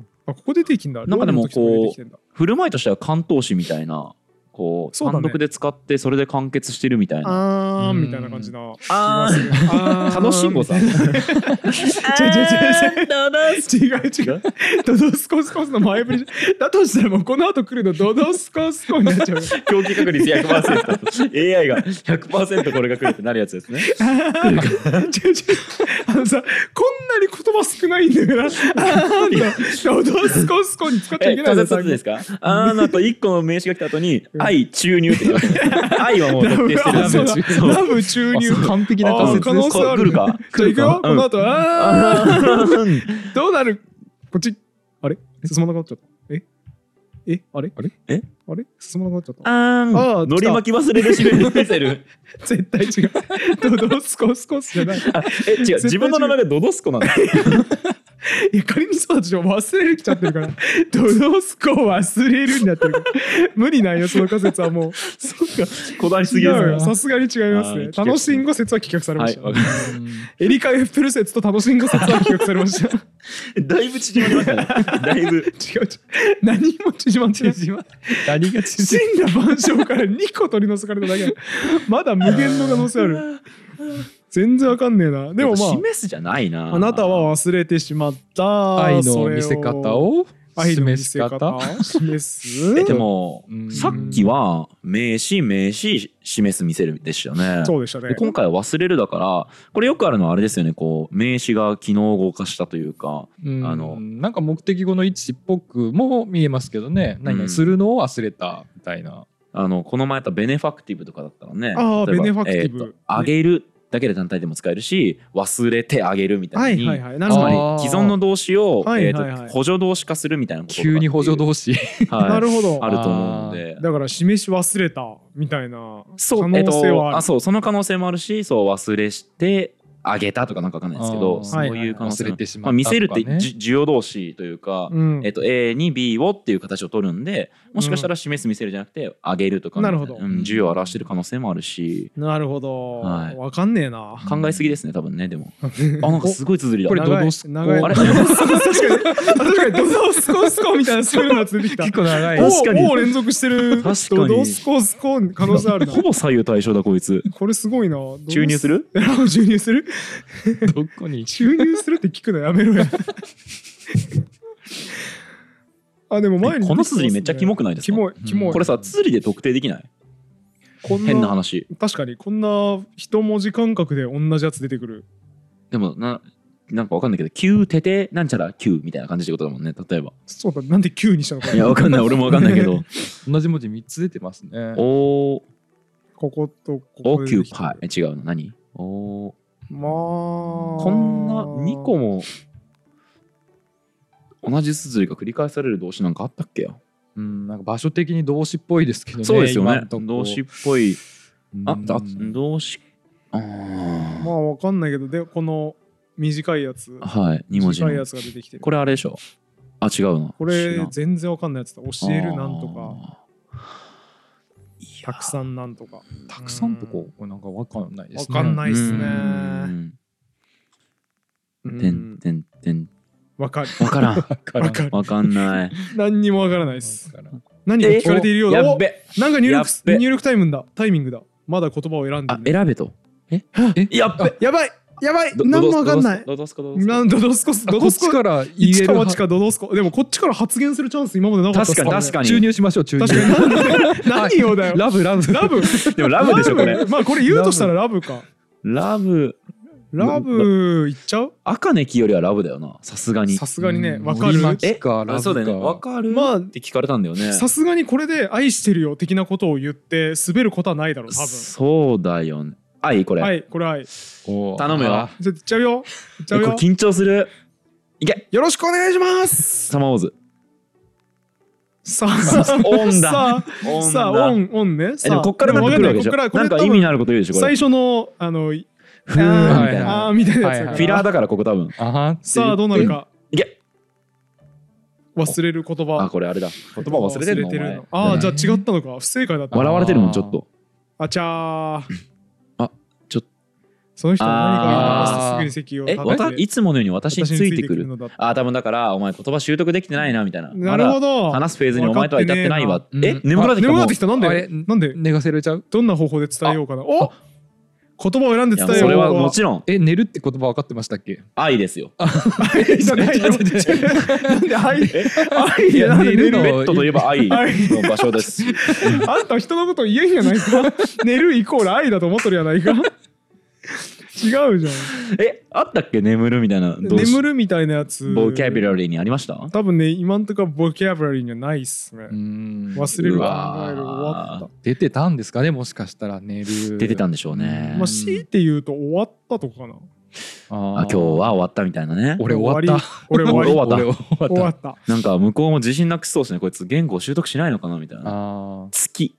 Speaker 1: あここ出てきんだ
Speaker 2: なんかでもこう
Speaker 1: 料理の時と出てきてんだ
Speaker 2: 振る舞いとしては関東市みたいなこう
Speaker 1: そうだね
Speaker 2: 単独で使ってそれで完結してるみたいな。
Speaker 1: あー
Speaker 3: うん
Speaker 1: みたいな感じの。
Speaker 2: あー
Speaker 1: あ
Speaker 2: 楽しんごさん。
Speaker 1: 違う違う違う違う違う違うドドスコスコスの前振りじゃだとしたらもうこの後来るのドドスコスコになっちゃう
Speaker 2: 狂気確率100%。AI が100%これが来るってなるやつです ね。
Speaker 1: 違う違うあのさこんなに言葉少ないんだからあーのドドスコスコに使っちゃい
Speaker 2: え、
Speaker 1: けないん
Speaker 2: 仮
Speaker 1: だよ
Speaker 2: 説立てですかあなた1個の名詞が来た後に「愛注入」って言わ れてます愛はもう特定してる
Speaker 1: あそうだ
Speaker 2: そう
Speaker 1: ラブ注入
Speaker 3: あそう完璧な仮
Speaker 1: あー
Speaker 3: 説
Speaker 1: 可
Speaker 3: で
Speaker 1: 能
Speaker 3: す
Speaker 1: 性あ
Speaker 2: 来
Speaker 1: る
Speaker 2: るか
Speaker 1: じゃあ行くよ
Speaker 2: 来
Speaker 1: こ
Speaker 2: る
Speaker 1: の
Speaker 2: か
Speaker 1: 後あー
Speaker 2: うん
Speaker 1: どうなるこっちあれ進まなくなっちゃったええあれあれ
Speaker 2: え
Speaker 1: あれ進まなくなっちゃった
Speaker 2: あん
Speaker 1: あー来た
Speaker 2: のり巻き忘れるしめてる
Speaker 1: 絶対違うドドスコスコスじゃない
Speaker 2: え違う自分の名前がドドスコなんだ
Speaker 1: いや仮にそうだとしても忘れるきちゃってるからドドスコ忘れるになってるから無理なんよその仮説はもう
Speaker 2: そっか こだわりす
Speaker 1: 違う
Speaker 2: ぎですね
Speaker 1: よさすがに違いますね
Speaker 2: あー
Speaker 1: 楽しんご説は棄却されま
Speaker 2: は
Speaker 1: し
Speaker 2: い
Speaker 1: た、
Speaker 2: わかりま
Speaker 1: エリカ・エップル説と楽しんご説は棄却されました違
Speaker 2: すだいぶ縮まりましたね だいぶ
Speaker 1: う違う何も縮まってない
Speaker 3: 縮ま何が縮
Speaker 1: 死んだ万象から2個取り除かれただけだまだ無限の可能性ある全然わかんねえなでもま
Speaker 2: 示すじゃないな
Speaker 1: ああなたは忘れてしまった
Speaker 3: 愛の見せ方を
Speaker 1: 愛の見
Speaker 3: 示
Speaker 1: せ
Speaker 3: す
Speaker 1: 方を
Speaker 3: 方
Speaker 1: 示す
Speaker 2: えでも
Speaker 3: うん
Speaker 2: さっきは名詞名詞示す見せるでしたよね
Speaker 1: そうでしたね
Speaker 2: で今回は忘れるだからこれよくあるのはあれですよねこう名詞が機能語化したというか
Speaker 3: うん
Speaker 2: あの
Speaker 3: なんか目的語の位置っぽくも見えますけどね何
Speaker 2: うん
Speaker 3: 々するのを忘れたみたいな、
Speaker 2: あのこの前やったベネファクティブとかだったらね
Speaker 1: あー
Speaker 2: 例えば
Speaker 1: ベネファクティブ
Speaker 2: えーとあげるだけで単体でも使えるし忘れてあげるみた
Speaker 1: はいい
Speaker 2: に、
Speaker 1: はいはいなる
Speaker 2: つ
Speaker 1: ほ
Speaker 2: ま
Speaker 1: ど
Speaker 2: り
Speaker 3: あー
Speaker 2: 既存の動詞を、
Speaker 1: はいはいはい
Speaker 2: えーと補助動詞化するみたいなこととかってい
Speaker 3: 急
Speaker 2: う
Speaker 3: に補助動詞
Speaker 2: はい
Speaker 1: なるほど
Speaker 2: あると思うので
Speaker 1: だから示し忘れたみたいな
Speaker 2: そう
Speaker 1: 可能性は
Speaker 2: えーと
Speaker 1: あ
Speaker 2: あ
Speaker 1: る
Speaker 2: そうその可能性もあるしそう忘れしてあげたとかなんかわかんないですけ
Speaker 3: あ
Speaker 2: ど
Speaker 3: ー
Speaker 2: そういう可能性
Speaker 3: 忘
Speaker 2: も
Speaker 3: れてし
Speaker 2: ま
Speaker 3: ま
Speaker 2: あ、
Speaker 3: った
Speaker 2: 見
Speaker 3: とか、
Speaker 2: せ
Speaker 3: ね、
Speaker 2: るってじ需要動詞というか、
Speaker 1: うん
Speaker 2: えっと、A に B をっていう形を取るんでもしかしたら示す見せるじゃなくて上げるとかみたい
Speaker 1: なるほど
Speaker 2: うん、需要を表してる可能性もあるし
Speaker 1: なるほど
Speaker 2: はい
Speaker 1: わかんねえな
Speaker 2: 考えすぎですね多分ねで もあなんかすごい綴りだ
Speaker 3: これ
Speaker 1: 長い
Speaker 3: ドドスコ
Speaker 1: 長い
Speaker 2: あ れ
Speaker 1: 確かに確かにドドスコスコみたいなそういうのが出てきた
Speaker 3: 結構長い
Speaker 2: お 確かに
Speaker 1: もう連続してる
Speaker 2: 確かに
Speaker 1: ドドスコスコ可能性あるな
Speaker 2: ほぼ左右対称だこいつ
Speaker 1: これすごいな
Speaker 2: 注入す
Speaker 1: る
Speaker 2: る
Speaker 1: 注入する
Speaker 3: どこに
Speaker 1: 注入するって聞くのやめろ やあでも前に
Speaker 2: この綴りめっちゃキモくないです
Speaker 1: キ
Speaker 2: か
Speaker 1: モいキモい
Speaker 2: これさ綴りで特定できない
Speaker 1: こんな
Speaker 2: 変な話
Speaker 1: 確かにこんな一文字間隔で同じやつ出てくる
Speaker 2: でもななんかわかんないけど「9ててなんちゃら9」みたいな感じってことだもんね例えば
Speaker 1: そうだなんで9にしたのか
Speaker 2: いやわかんない俺もわかんないけど
Speaker 3: 同じ文字3つ出てますね
Speaker 2: おー
Speaker 1: こことこ
Speaker 2: オ
Speaker 1: こ
Speaker 2: ー
Speaker 1: で
Speaker 2: キ
Speaker 1: で
Speaker 2: ュ
Speaker 1: きて
Speaker 2: パ
Speaker 1: る
Speaker 2: イえ違うの何おー
Speaker 1: まあ
Speaker 2: こんな2個も同じ綴りが繰り返される動詞なんかあったっけよ、
Speaker 3: うん、なんか場所的に動詞っぽいですけどね
Speaker 2: そうですよ
Speaker 3: 今
Speaker 2: ね
Speaker 3: んとこ
Speaker 2: 動詞っぽいあ
Speaker 3: うん
Speaker 2: あ動詞あー
Speaker 1: まあわかんないけどでこの短いやつ
Speaker 2: はい2文字
Speaker 1: 短い
Speaker 2: の
Speaker 1: やつが出てきてる
Speaker 2: これあれでしょあ違うな
Speaker 1: こ
Speaker 2: 知ら
Speaker 1: れ
Speaker 2: ん
Speaker 1: 全然わかんないやつだ教えるなんとか
Speaker 2: あー
Speaker 1: たくさんなんとか
Speaker 3: たくさんとここれなんかわかんないですね
Speaker 1: わかんないっすね
Speaker 2: うーん
Speaker 1: う
Speaker 2: て
Speaker 1: ん
Speaker 2: んてんてん
Speaker 1: わかる
Speaker 2: わからん
Speaker 3: わか
Speaker 1: わ
Speaker 3: らん
Speaker 1: かる
Speaker 2: わかんない
Speaker 1: 何にもわからないです
Speaker 3: わからん
Speaker 1: 何が聞かれているよう
Speaker 2: え
Speaker 1: だ
Speaker 2: や
Speaker 1: お
Speaker 2: っべ
Speaker 1: なんか入
Speaker 2: やっ
Speaker 1: 力
Speaker 2: べ
Speaker 1: 入力タイムだタイミングだまだ言葉を選んで
Speaker 2: あ
Speaker 1: いない
Speaker 2: 選べとえ
Speaker 3: え
Speaker 2: やっべ
Speaker 1: やばいやばい
Speaker 2: ど
Speaker 1: 何もわかんない
Speaker 2: どどうすかどうすかどうすか
Speaker 1: なんドドスコス
Speaker 3: あ
Speaker 1: ド
Speaker 3: こ
Speaker 1: ド
Speaker 3: っ
Speaker 1: スコ
Speaker 3: ちから言え
Speaker 1: 一
Speaker 3: る
Speaker 1: か八かドドスコでもこっちから発言するチャンス今までなかったっす
Speaker 2: 確かに確かに
Speaker 3: 注入しましょう注入
Speaker 1: 確かに 確かに何よだよ
Speaker 3: ラブラブ
Speaker 1: ラブ
Speaker 2: でもラブでしょこれ
Speaker 1: まあこれ言うとしたらラブか
Speaker 2: ラブ
Speaker 1: ラブいっちゃう
Speaker 2: 赤ねきよりはラブだよなさすがに
Speaker 1: さすがにね
Speaker 3: うん
Speaker 1: わか
Speaker 3: 森
Speaker 1: る
Speaker 3: 巻
Speaker 2: え
Speaker 3: かラブか
Speaker 2: そうだよねわかる、
Speaker 1: まあ
Speaker 2: って聞かれたんだよね
Speaker 1: さすがにこれで愛してるよ的なことを言って滑ることはないだろう多分
Speaker 2: そうだよね愛これ、
Speaker 1: はいこれ愛じ
Speaker 3: おー
Speaker 2: 頼むよ
Speaker 3: あ
Speaker 1: ゃいっちゃうよいっちゃ
Speaker 2: え
Speaker 1: う
Speaker 2: これ
Speaker 1: よ
Speaker 2: 緊張するいけ
Speaker 1: よろしくお願いします
Speaker 2: サマーウォーズ
Speaker 1: さあ
Speaker 2: オンだ
Speaker 1: さ
Speaker 2: オ
Speaker 1: あ
Speaker 2: ン
Speaker 1: さあ
Speaker 2: だ
Speaker 1: オンオンね
Speaker 2: え
Speaker 1: さあ
Speaker 2: でもこっからなってくるわけで
Speaker 1: で
Speaker 2: し
Speaker 1: もわ
Speaker 2: ょ
Speaker 1: か
Speaker 2: な
Speaker 1: な
Speaker 2: ん
Speaker 1: いこっからこれ
Speaker 2: か意味のあること言うでしょこ
Speaker 1: 最
Speaker 2: れ
Speaker 1: 初のあのい
Speaker 2: ふーんみたい
Speaker 3: はいはい
Speaker 2: な
Speaker 1: あーみたいなやつだから
Speaker 3: はいはい
Speaker 2: フィラーだからここ多分
Speaker 3: あはん
Speaker 1: さあどうなるか
Speaker 2: いけ
Speaker 1: 忘れる言
Speaker 2: あ
Speaker 1: 葉
Speaker 2: これあれだ言葉忘れてるの
Speaker 1: 忘
Speaker 2: お前
Speaker 1: ああ
Speaker 2: ね
Speaker 1: じゃあ違ったのか不正解だった
Speaker 2: 笑われてるもんちょっと
Speaker 1: あちゃー
Speaker 2: ちょ
Speaker 1: その人は何かを言い
Speaker 3: あー
Speaker 1: 残してすぐに席を
Speaker 2: え
Speaker 1: 立
Speaker 2: わた
Speaker 1: てて
Speaker 2: いつものように私についてくる
Speaker 1: のだった
Speaker 2: あー多分だからお前言葉習得できてないなみたいな
Speaker 1: なるほど
Speaker 2: まだ話すフェーズにお前とは至ってないわ
Speaker 3: 分かってねえな
Speaker 2: え眠くなってき
Speaker 1: 眠
Speaker 2: た
Speaker 1: く
Speaker 2: も
Speaker 1: な
Speaker 2: う
Speaker 1: ってきたなん
Speaker 3: あ
Speaker 1: で
Speaker 3: れ
Speaker 1: なんで
Speaker 3: 寝かせられちゃう
Speaker 1: どんな方法で伝えようかなお言葉を選んで
Speaker 2: いや
Speaker 1: 伝
Speaker 2: もう
Speaker 1: えよ
Speaker 2: そうれはもちろん
Speaker 3: え寝るって言葉分かってましたっけ
Speaker 2: 愛ですよ
Speaker 1: じゃないよなんで愛愛
Speaker 3: いや
Speaker 1: なんで
Speaker 3: 寝る
Speaker 2: ベ
Speaker 3: の
Speaker 2: ッドといえば愛の場所です
Speaker 1: あんた人のこと言えんやないか寝るイコール愛だと思っとるやないか違うじゃん
Speaker 2: えあったっけ眠るみたいなどうし
Speaker 1: 眠るみたいなやつ
Speaker 2: ボキャビラリーにありました
Speaker 1: 多分ね今んとこはボキャブラリーにはないっすね、
Speaker 3: ん
Speaker 1: 忘れる
Speaker 2: う
Speaker 1: 考
Speaker 2: わー
Speaker 1: える終わっ
Speaker 3: 出てたんですかねもしかしたら寝る
Speaker 2: 出てたんでしょうね
Speaker 1: たまあ強いて言うと終わったとかかな
Speaker 3: あ
Speaker 2: あ
Speaker 3: ー
Speaker 2: 今日は終わったみたいなね
Speaker 3: 俺終わった
Speaker 1: 終わり俺終わ
Speaker 2: わった
Speaker 3: 俺終わ
Speaker 1: り終わ
Speaker 3: っ
Speaker 1: った
Speaker 2: なんか向こうも自信なくしそうですねこいつ言語を習得しないのかなみたい
Speaker 3: た
Speaker 2: な
Speaker 3: あ
Speaker 2: 月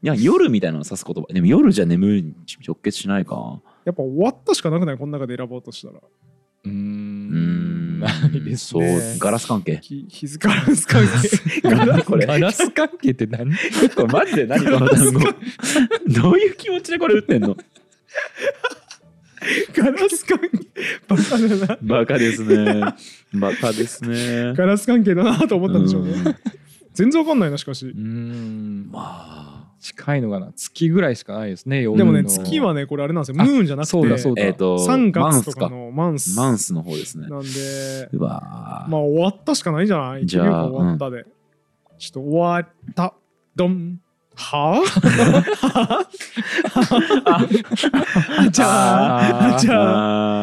Speaker 2: いや夜みたいなのを指す言葉でも夜じゃ眠るに直結しないか
Speaker 1: やっぱ終わったしかなくないこの中で選ぼうとしたら
Speaker 3: ーうー
Speaker 2: うんん
Speaker 3: ないです
Speaker 2: そう
Speaker 3: ね
Speaker 2: ガラス関係
Speaker 1: き日付からですか
Speaker 2: これ
Speaker 3: ガラス関係って何
Speaker 2: これマジで何この 単語どういう気持ちでこれ打ってんの
Speaker 1: ガラス関係バカだな
Speaker 2: バカですねバカですね
Speaker 1: ガラス関係だなと思ったんでしょう
Speaker 2: う
Speaker 1: ね
Speaker 2: ん
Speaker 1: 全然わかんないなしかし
Speaker 3: うん
Speaker 2: まあ
Speaker 3: 近いのかな月ぐらいしかないですね夜
Speaker 1: で
Speaker 3: の
Speaker 1: もね月はねこれあれなんですよムーンじゃなくて
Speaker 3: そうだそうだ
Speaker 2: えっ、と
Speaker 1: 3
Speaker 2: マン
Speaker 1: 月
Speaker 2: ス
Speaker 1: とか
Speaker 2: か
Speaker 1: のマンス
Speaker 2: マンスの方ですね
Speaker 1: なんで
Speaker 2: うわー
Speaker 1: まあ終わったしかないじゃない
Speaker 2: じゃ
Speaker 1: 結
Speaker 2: あ
Speaker 1: 局終わったで、ちょっと終わったどんは あじゃあ
Speaker 3: あー
Speaker 1: じゃ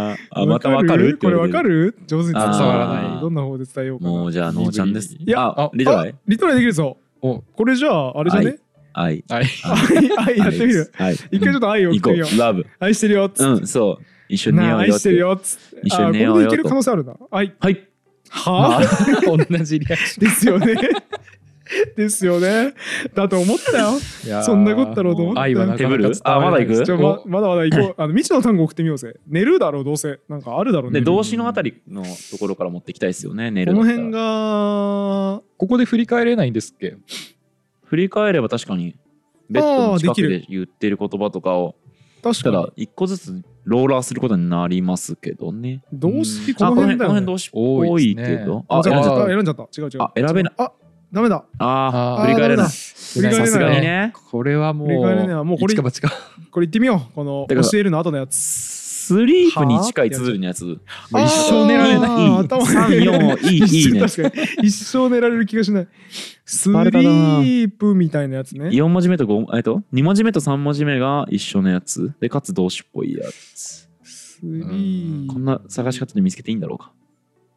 Speaker 1: あ
Speaker 2: あーあまたわかる
Speaker 1: これわかる上手に伝
Speaker 2: あ
Speaker 3: ー
Speaker 1: わらないどんな方で伝えようかな
Speaker 2: もうじゃあのーちゃんです
Speaker 3: い
Speaker 1: や
Speaker 2: あ
Speaker 3: あ
Speaker 2: リトライ
Speaker 1: リトライできるぞ
Speaker 3: お
Speaker 1: これじゃああれじゃね
Speaker 2: 愛
Speaker 3: はい
Speaker 1: 愛 愛やってみる
Speaker 2: はい
Speaker 1: 一回ちょっと愛を送
Speaker 2: 行
Speaker 1: って
Speaker 2: こ
Speaker 1: みよう
Speaker 2: うラブ
Speaker 1: 愛してるよっつって
Speaker 2: うんそう一緒に寝
Speaker 1: な
Speaker 2: よ
Speaker 1: あ
Speaker 2: う
Speaker 1: 愛
Speaker 2: よっ
Speaker 1: してる
Speaker 2: て
Speaker 1: よっつって
Speaker 2: 一緒に寝
Speaker 1: あー
Speaker 2: よ
Speaker 1: こ
Speaker 2: う
Speaker 1: れでい
Speaker 2: よと
Speaker 1: ける可能性あるな愛
Speaker 2: はい
Speaker 1: はあ
Speaker 3: 同じリアクシ
Speaker 1: ですよ ねですよねだと思ったよ
Speaker 3: ョンいや ー
Speaker 1: そんなことだろうと思った
Speaker 3: 愛はなかなか伝わら
Speaker 2: あまだ
Speaker 3: ない
Speaker 2: 行く
Speaker 1: ちょままだまだ行こ うあの未知の単語送ってみようぜ寝るだろうどうせなんかあるだろうね
Speaker 2: で
Speaker 1: こ
Speaker 2: 動詞のあたりのところから持ってきたいですよね寝るだ
Speaker 1: の
Speaker 2: ったら
Speaker 1: 辺が
Speaker 3: ここで振り返れないんですっけ
Speaker 2: 振り返れば確かにベッドの近くで言ってる言葉とかを
Speaker 1: 確
Speaker 2: た
Speaker 1: からに
Speaker 2: 一個ずつローラーすることになりますけどね
Speaker 1: 動詞こ
Speaker 2: あ
Speaker 1: の
Speaker 2: この辺
Speaker 1: 辺
Speaker 2: こ
Speaker 1: だよ
Speaker 2: の辺
Speaker 1: ね
Speaker 2: 動詞っぽいけどあ
Speaker 1: あ
Speaker 2: 選んじゃっ
Speaker 1: 選んじゃった選んじゃった違う違う
Speaker 2: あ選べない
Speaker 1: あダメだ
Speaker 2: たあ
Speaker 3: あ
Speaker 2: ー
Speaker 3: ー
Speaker 2: 振り返れない
Speaker 1: 振り返れない
Speaker 2: さすがにね
Speaker 3: これはもう
Speaker 1: 振り返れないもうこれ
Speaker 3: 一か八か
Speaker 1: これ行ってみようこの
Speaker 2: だから
Speaker 1: 教えるの後のやつ
Speaker 2: スリープに近い綴りのやつ。もう
Speaker 1: あー
Speaker 2: 一生寝られない。
Speaker 1: 頭が
Speaker 2: 3、4、いい、 いいね。
Speaker 1: 確かに一生寝られる気がしないスリ
Speaker 2: パルタだな
Speaker 1: ープみたいなやつね
Speaker 2: 4文字目と5、えっと、2文字目と3文字目が一緒のやつ。で、かつ動詞っぽいやつ。
Speaker 1: スリー
Speaker 2: こんな探し方で見つけていいんだろうか。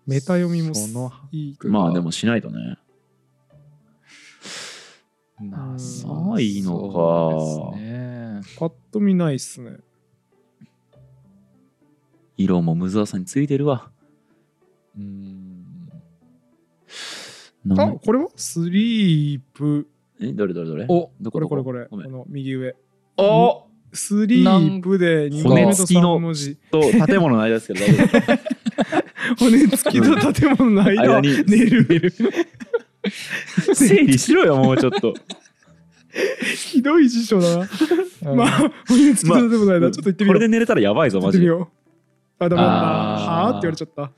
Speaker 1: メタ読みも
Speaker 3: その
Speaker 1: いい
Speaker 2: まあでもしないとね。
Speaker 3: なさ
Speaker 2: ないのか
Speaker 3: そうですね
Speaker 1: パッと見ないっすね
Speaker 2: 色も無造作についてるわ。
Speaker 3: うん
Speaker 2: な
Speaker 1: あこれはスリープ
Speaker 2: え、どれどれどれ
Speaker 3: お
Speaker 2: ど
Speaker 1: これこれこれ
Speaker 2: ご
Speaker 1: こ
Speaker 2: めん。
Speaker 1: の右上
Speaker 2: お
Speaker 1: スリープで2
Speaker 2: 骨
Speaker 1: 目と
Speaker 2: 付き
Speaker 1: 3
Speaker 2: の
Speaker 1: 文字
Speaker 2: と建物の間ですけど、大丈 夫
Speaker 1: 骨付きと建物の間
Speaker 2: 間
Speaker 1: は
Speaker 2: に
Speaker 1: 寝 る
Speaker 2: 整理しろよ、もうちょっ と。
Speaker 1: ひどい辞書だなま
Speaker 3: まあ
Speaker 1: あ骨付きと建物の間ちょっと行ってみよ
Speaker 2: こ
Speaker 1: う
Speaker 2: れで寝れたらやばいぞ、
Speaker 1: 行
Speaker 2: マ
Speaker 1: って
Speaker 2: ジ
Speaker 1: み
Speaker 2: で。
Speaker 1: ようあダメだった
Speaker 3: あー
Speaker 1: はあって言われちゃった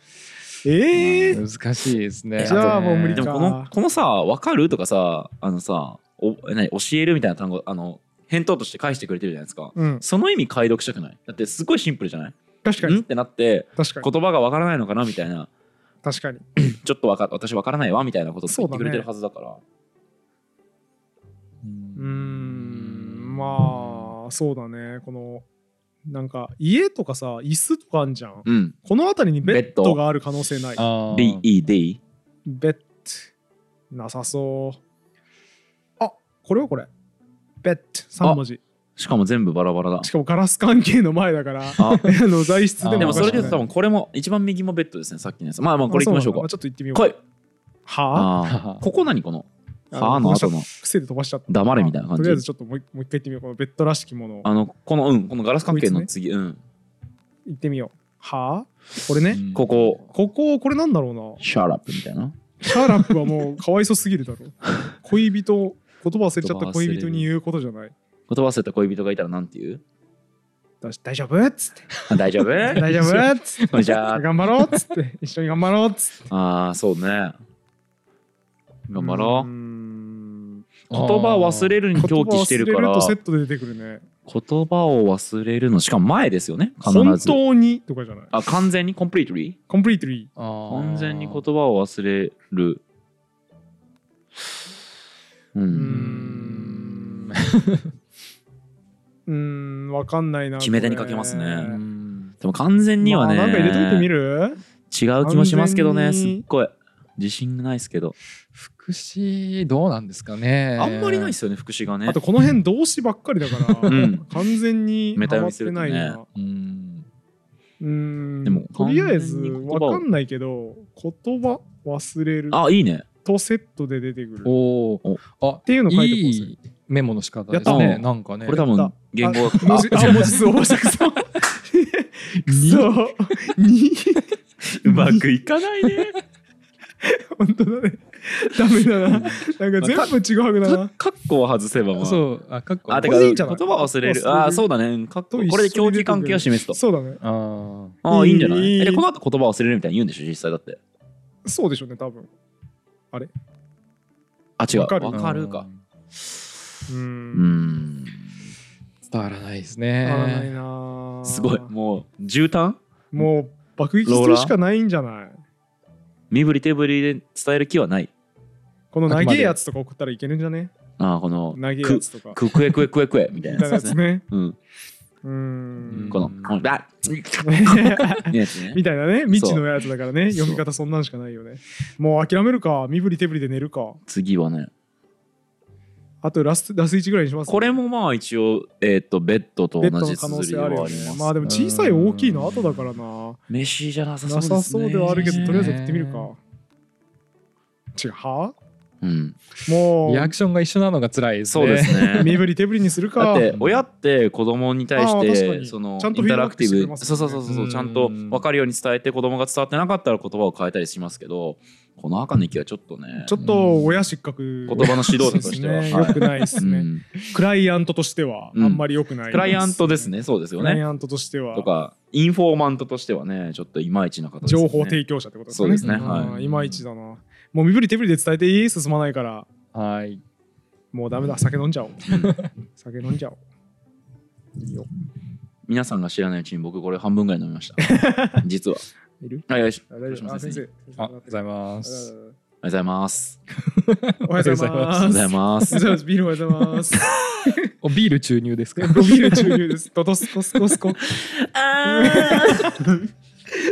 Speaker 1: ええ
Speaker 3: 難しいですね
Speaker 1: じゃあもう無理
Speaker 2: で
Speaker 1: か
Speaker 2: もこのこのさ「分かる?」とかさあのさお何教えるみたいな単語あの返答として返してくれてるじゃないですか
Speaker 1: うん
Speaker 2: その意味解読したくないだってすごいシンプルじゃない
Speaker 1: 確か
Speaker 2: んっ
Speaker 1: に
Speaker 2: てなって
Speaker 1: 確かに
Speaker 2: 言葉が分からないのかなみたいな
Speaker 1: 確かに
Speaker 2: ちょっとわか私分からないわみたいなことって言ってくれてるはずだから
Speaker 3: う
Speaker 1: うーんまあそうだねこのなんか家とかさ椅子とかあんじゃん
Speaker 2: うん
Speaker 1: この辺りにベ
Speaker 2: ベッ
Speaker 1: ッ
Speaker 2: ド
Speaker 1: ドがある可能性ない
Speaker 3: あー
Speaker 2: DED
Speaker 1: ベッドなさそうあこれはこれベッド3文字
Speaker 2: しかも全部バラバラだ
Speaker 1: しかもガラス関係の前だから あ
Speaker 2: あ
Speaker 1: の材質で
Speaker 3: あ
Speaker 1: も
Speaker 2: でも
Speaker 1: おか
Speaker 2: それ
Speaker 1: しく
Speaker 2: で
Speaker 1: ない
Speaker 2: 言うと多分これも一番右もベッドですねさっきのやつまあまあこれい
Speaker 1: あそなん
Speaker 2: きま
Speaker 1: だ
Speaker 2: しょう
Speaker 1: ま
Speaker 2: か
Speaker 1: あちょっと行ってみようか
Speaker 2: 来い
Speaker 1: はあ
Speaker 2: ああここ何この「はあ」の後の
Speaker 1: 癖で飛ばしちゃった
Speaker 2: 黙れみたいな感じ
Speaker 1: とりあえずちょっともう一もう一回行ってみようこのベッドらしきものを
Speaker 2: あのこのうんこのガラス関係
Speaker 1: こ
Speaker 2: の
Speaker 1: いつ
Speaker 2: 次うん
Speaker 1: 行ってみようはあこれね、
Speaker 3: うん
Speaker 2: ここ
Speaker 1: こここれなんだろうな
Speaker 2: シャーラップみたいな
Speaker 1: シャーラップはもうかわいそすぎるだ ろ。恋人、言葉忘れちゃった恋人に言うことじゃない。
Speaker 2: 言葉忘れた恋人がいたらなんて言う
Speaker 1: どうし大丈夫っつって
Speaker 2: あ大丈夫
Speaker 1: 大丈夫っつっ
Speaker 2: こんにち
Speaker 1: て
Speaker 2: は
Speaker 1: 頑張ろうっつって一緒に頑張ろうっつって
Speaker 2: ああそうね頑張ろ
Speaker 1: う
Speaker 2: う言葉忘れるに狂気してるから
Speaker 1: 言葉忘れるとセットで出てくるね
Speaker 2: 言葉を忘れるのしかも前ですよね必
Speaker 1: 本
Speaker 2: ず
Speaker 1: 当にとかじゃない
Speaker 2: あ完全にコンプリートリー
Speaker 1: コンプリートリー
Speaker 3: あー
Speaker 2: 完全に言葉を忘れるう
Speaker 1: うー
Speaker 2: ん
Speaker 1: んうーんわかんないな
Speaker 2: 決め手にかけますね
Speaker 1: これ
Speaker 3: う
Speaker 2: ー
Speaker 3: ん
Speaker 2: でも完全にはね、
Speaker 1: まあなんか入れといてみる
Speaker 2: 違う気もしますけどね
Speaker 1: 完
Speaker 2: す
Speaker 1: 全に
Speaker 2: っごい自信がないですけど、
Speaker 3: 福祉どうなんですかね
Speaker 2: あんまりないですよね福祉がね
Speaker 1: あとこの辺動詞ばっかりだから、
Speaker 2: うん
Speaker 1: 完全に
Speaker 2: メタ
Speaker 1: ハ
Speaker 2: 読
Speaker 1: マ
Speaker 2: み
Speaker 1: っ
Speaker 2: す
Speaker 1: て
Speaker 2: ると
Speaker 1: な
Speaker 2: ね
Speaker 1: いな、
Speaker 3: うん
Speaker 1: うーん
Speaker 2: でも
Speaker 1: とりあえず
Speaker 2: 完全に言葉
Speaker 1: わ
Speaker 2: を
Speaker 1: かんないけど言葉忘れる
Speaker 2: あいいね
Speaker 1: とセットで出てくるっ
Speaker 3: おーおあ
Speaker 1: ていうの書いて
Speaker 3: い
Speaker 1: こうぜ
Speaker 3: いメモの仕方で
Speaker 1: や
Speaker 3: す
Speaker 1: った
Speaker 3: ね
Speaker 2: の
Speaker 3: なんかね
Speaker 2: これ
Speaker 1: や
Speaker 2: 多分
Speaker 1: った
Speaker 2: 言語
Speaker 1: あ文字あ文字数応募したくそく そ
Speaker 2: うまくいかないね
Speaker 1: 本当だねダメだななんか全部違うくだな
Speaker 2: カッコを外せばまあ
Speaker 3: そうあかっこ
Speaker 2: あて
Speaker 1: こ
Speaker 2: か
Speaker 1: れでいい
Speaker 2: 言
Speaker 1: んじ
Speaker 2: 葉
Speaker 1: ゃない
Speaker 2: 忘れ
Speaker 1: 忘
Speaker 2: る
Speaker 1: れる
Speaker 2: あーそうだねカッコ
Speaker 1: と一緒に
Speaker 2: これで競技関係を示すと
Speaker 1: そうだね
Speaker 3: あー
Speaker 2: ああいいんじゃない
Speaker 1: いい
Speaker 2: えでこの後言葉忘れるみたいに言うんでしょ実際だって
Speaker 1: そうでしょうね多分
Speaker 2: あ違う
Speaker 1: わか
Speaker 2: わか
Speaker 1: る
Speaker 2: るか
Speaker 1: うー
Speaker 2: うんん
Speaker 3: 伝わらないです
Speaker 1: わからない
Speaker 3: ね
Speaker 1: なー
Speaker 2: すごいもう絨毯
Speaker 1: もう爆撃するしかないんじゃない
Speaker 2: 身振り手振りで伝える気はない
Speaker 1: この長いやつとか送ったらいけるんじゃね
Speaker 2: あーこの
Speaker 1: 長いや
Speaker 2: く
Speaker 1: つとか。
Speaker 2: くくえくえくえくえみたい
Speaker 1: み
Speaker 2: な
Speaker 1: たいな
Speaker 2: や
Speaker 1: や
Speaker 2: つです
Speaker 1: つ
Speaker 2: ね
Speaker 1: ね。
Speaker 2: うん
Speaker 1: うーん。
Speaker 2: こ
Speaker 3: この
Speaker 2: のこのあいいやつ ね
Speaker 1: みたいなね、未知のやつだからね、
Speaker 2: そう
Speaker 1: 読み方そんなんしかないよね。もう諦めるか、身振り手振りで寝るか。
Speaker 2: 次はね
Speaker 1: あとラスラス1ぐらいにします、
Speaker 2: これもまあ一応えっとベッドと
Speaker 1: ベッド
Speaker 2: 同
Speaker 1: の
Speaker 2: じ
Speaker 1: 可能
Speaker 2: 綴
Speaker 1: 性
Speaker 2: りは
Speaker 1: あ
Speaker 2: あ
Speaker 1: る
Speaker 2: り
Speaker 1: よ
Speaker 2: ま
Speaker 1: ね。
Speaker 2: す
Speaker 1: まあでも小さい大きいの後だからな。
Speaker 2: 飯じゃなさそう
Speaker 1: な
Speaker 2: ですね
Speaker 1: さそうではあるけど、とりあえず送ってみるか
Speaker 3: ね。
Speaker 1: 違うは
Speaker 2: うん
Speaker 1: も
Speaker 3: リア
Speaker 1: う
Speaker 3: クションが一緒なのが辛いですね
Speaker 2: そうですね
Speaker 1: 身振り手振りにする
Speaker 2: だ
Speaker 1: か
Speaker 2: っ。て親って子供に対し
Speaker 1: あー確か
Speaker 2: て
Speaker 1: に
Speaker 2: その
Speaker 1: ちゃんと
Speaker 2: インタラクテ
Speaker 1: フィード
Speaker 2: ィ
Speaker 1: バッ
Speaker 2: ブ
Speaker 1: クして
Speaker 2: そ
Speaker 1: くれますよね
Speaker 2: うそうそうそう
Speaker 3: うん
Speaker 2: ちゃんと分かるように伝えて子供が伝わってなかったら言葉を変えたりしますけどこの赤の息はちょっとね
Speaker 1: ちょっと親失格。
Speaker 2: 言葉の指導者としては
Speaker 1: そうですね
Speaker 2: はい
Speaker 1: 良くないです
Speaker 2: う
Speaker 1: ね。
Speaker 2: ん
Speaker 1: クライアントとしてはあ
Speaker 2: うん
Speaker 1: んまり良くない、
Speaker 2: クライアントです。ねそうですよ
Speaker 1: クライ
Speaker 2: ね
Speaker 1: アントとしては
Speaker 2: とかインフォーマントとしてはねちょっといまいちな方ですよ
Speaker 1: 情
Speaker 2: ね
Speaker 1: 報提供者ってことです
Speaker 2: そ
Speaker 1: ね。
Speaker 2: うですね
Speaker 1: ん
Speaker 2: はい
Speaker 1: いまいちだな。もう身振り手振りで伝えていい進まないから、
Speaker 3: はい
Speaker 1: もうダメだ、酒飲んじゃおう。酒飲んじゃおう。いいよ。
Speaker 2: 皆さんが知らないうちに僕これ半分ぐらい飲み ました。実は。
Speaker 1: いる
Speaker 2: あよし
Speaker 1: あ大丈夫。あ先生。
Speaker 3: あおはようございま
Speaker 1: 先生
Speaker 3: す
Speaker 2: おはようございます。
Speaker 1: おはようございます。
Speaker 2: おはようござい
Speaker 1: おは
Speaker 2: ま
Speaker 1: ようござ
Speaker 2: す。
Speaker 1: います。ビールおはようございます。
Speaker 3: おビール注入ですか
Speaker 1: ビール注入です。ドドスコスコスコ。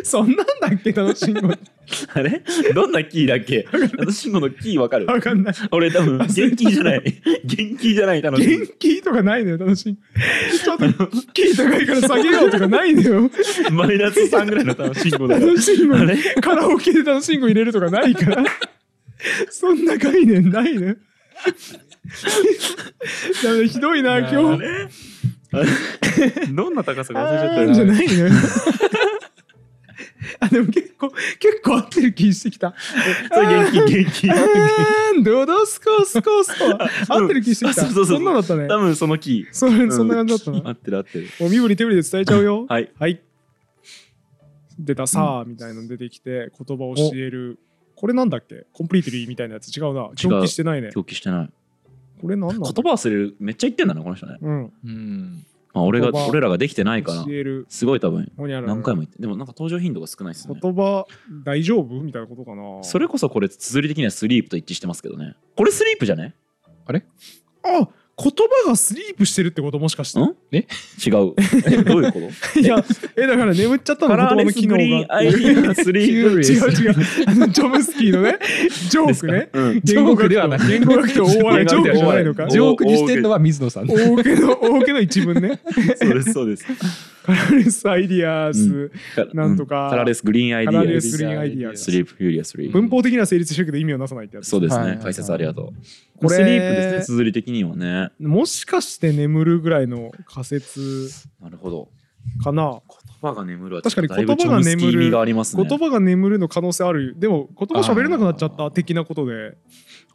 Speaker 1: そんなんだっけ、楽しんご。
Speaker 2: あれどんなキーだっけ私ものキーわかる
Speaker 1: わか んない。
Speaker 2: 俺多分、元気じゃない。 元気じゃない、楽し
Speaker 1: 元気とかないのよ、楽しんちょっと、キー高いから下げようとかないの よ。
Speaker 2: み。マイナス3ぐらいの楽し いもだよ。
Speaker 1: 楽しんご
Speaker 2: あれ
Speaker 1: カラオケで楽しんご入れるとかないから。そんな概念ないね。ダメだひどいな、今日。
Speaker 3: あ
Speaker 2: あれあれどんな高さか忘れちゃっ
Speaker 1: あ
Speaker 2: た
Speaker 1: ー
Speaker 2: よ
Speaker 1: じゃないのよ。 あ、でも結構、結構合ってる気してきた。
Speaker 2: それ元気、元気。
Speaker 1: あーん、ドドスコスコスコ。合ってる気してきた。
Speaker 2: あそうそうそう
Speaker 1: そんなのだったね
Speaker 2: 多。分そのキ
Speaker 1: そ
Speaker 2: ー。
Speaker 1: んそんな感じだったな。
Speaker 2: 合ってる合ってる。
Speaker 1: もう身振り手振りで伝えちゃうよ。
Speaker 2: はい。
Speaker 1: 出たさあみたいなの出てきて、言葉を教える。これなんだっけコンプリートリーみたいなやつ違うな。狂気してないね。
Speaker 2: 狂気してない。
Speaker 1: これなんなんだ
Speaker 2: 言葉忘れる。めっちゃ言ってんだな、この人ね。
Speaker 1: うん。
Speaker 3: うん
Speaker 2: まあ、俺が
Speaker 1: 言葉
Speaker 2: 俺らができてないから
Speaker 1: 教える。
Speaker 2: すごい多分
Speaker 1: ほにゃらら
Speaker 2: 何回も言ってでもなんか登場頻度が少ないですね
Speaker 1: 言葉大丈夫みたいなことかな。
Speaker 2: それこそこれ綴り的にはスリープと一致してますけどねこれスリープじゃね
Speaker 1: あ言葉がスリープしてるってこともしかして
Speaker 2: ん。 違うえどういうこと
Speaker 1: いや、え、だから眠っちゃったの、言
Speaker 2: カラ
Speaker 1: 葉
Speaker 2: ーレ
Speaker 1: の
Speaker 2: ス
Speaker 1: 機
Speaker 2: グリー
Speaker 1: 能
Speaker 2: ン
Speaker 1: が。
Speaker 2: アイリーのスリープ
Speaker 1: 違う違う。あのジョブスキーのね、ジョークね。
Speaker 2: うん
Speaker 3: ジョークではない
Speaker 1: 言語学と大笑い、ジョークじゃないのか。
Speaker 2: お
Speaker 3: ジョークにしてんのは水野さんね
Speaker 1: 大けの、大けの一文ね。
Speaker 2: そうですそうです
Speaker 1: カラーレスアイディアース、
Speaker 2: カラ
Speaker 1: なんとか
Speaker 2: うんカラーレスグリーンアイデ
Speaker 1: カ
Speaker 2: ィ
Speaker 1: ラ
Speaker 2: ア
Speaker 1: ーレスグリーンアイディアー
Speaker 2: ス
Speaker 1: ス。
Speaker 2: リープフューリアスリープ
Speaker 1: 文法的には成立してるけど意味をなさないってやつ
Speaker 2: そう。です
Speaker 3: はい
Speaker 2: ね解説ありがとう
Speaker 1: これ
Speaker 2: スリープですね綴り的にはね
Speaker 1: もしかして眠るぐらいの仮説
Speaker 2: なるほど
Speaker 1: かな。
Speaker 2: 葉が眠るは
Speaker 1: 確かに
Speaker 2: だいぶチョムスキー味がありますね
Speaker 1: 言葉が眠るの可能性あるでも言葉喋れなくなっちゃった的なことで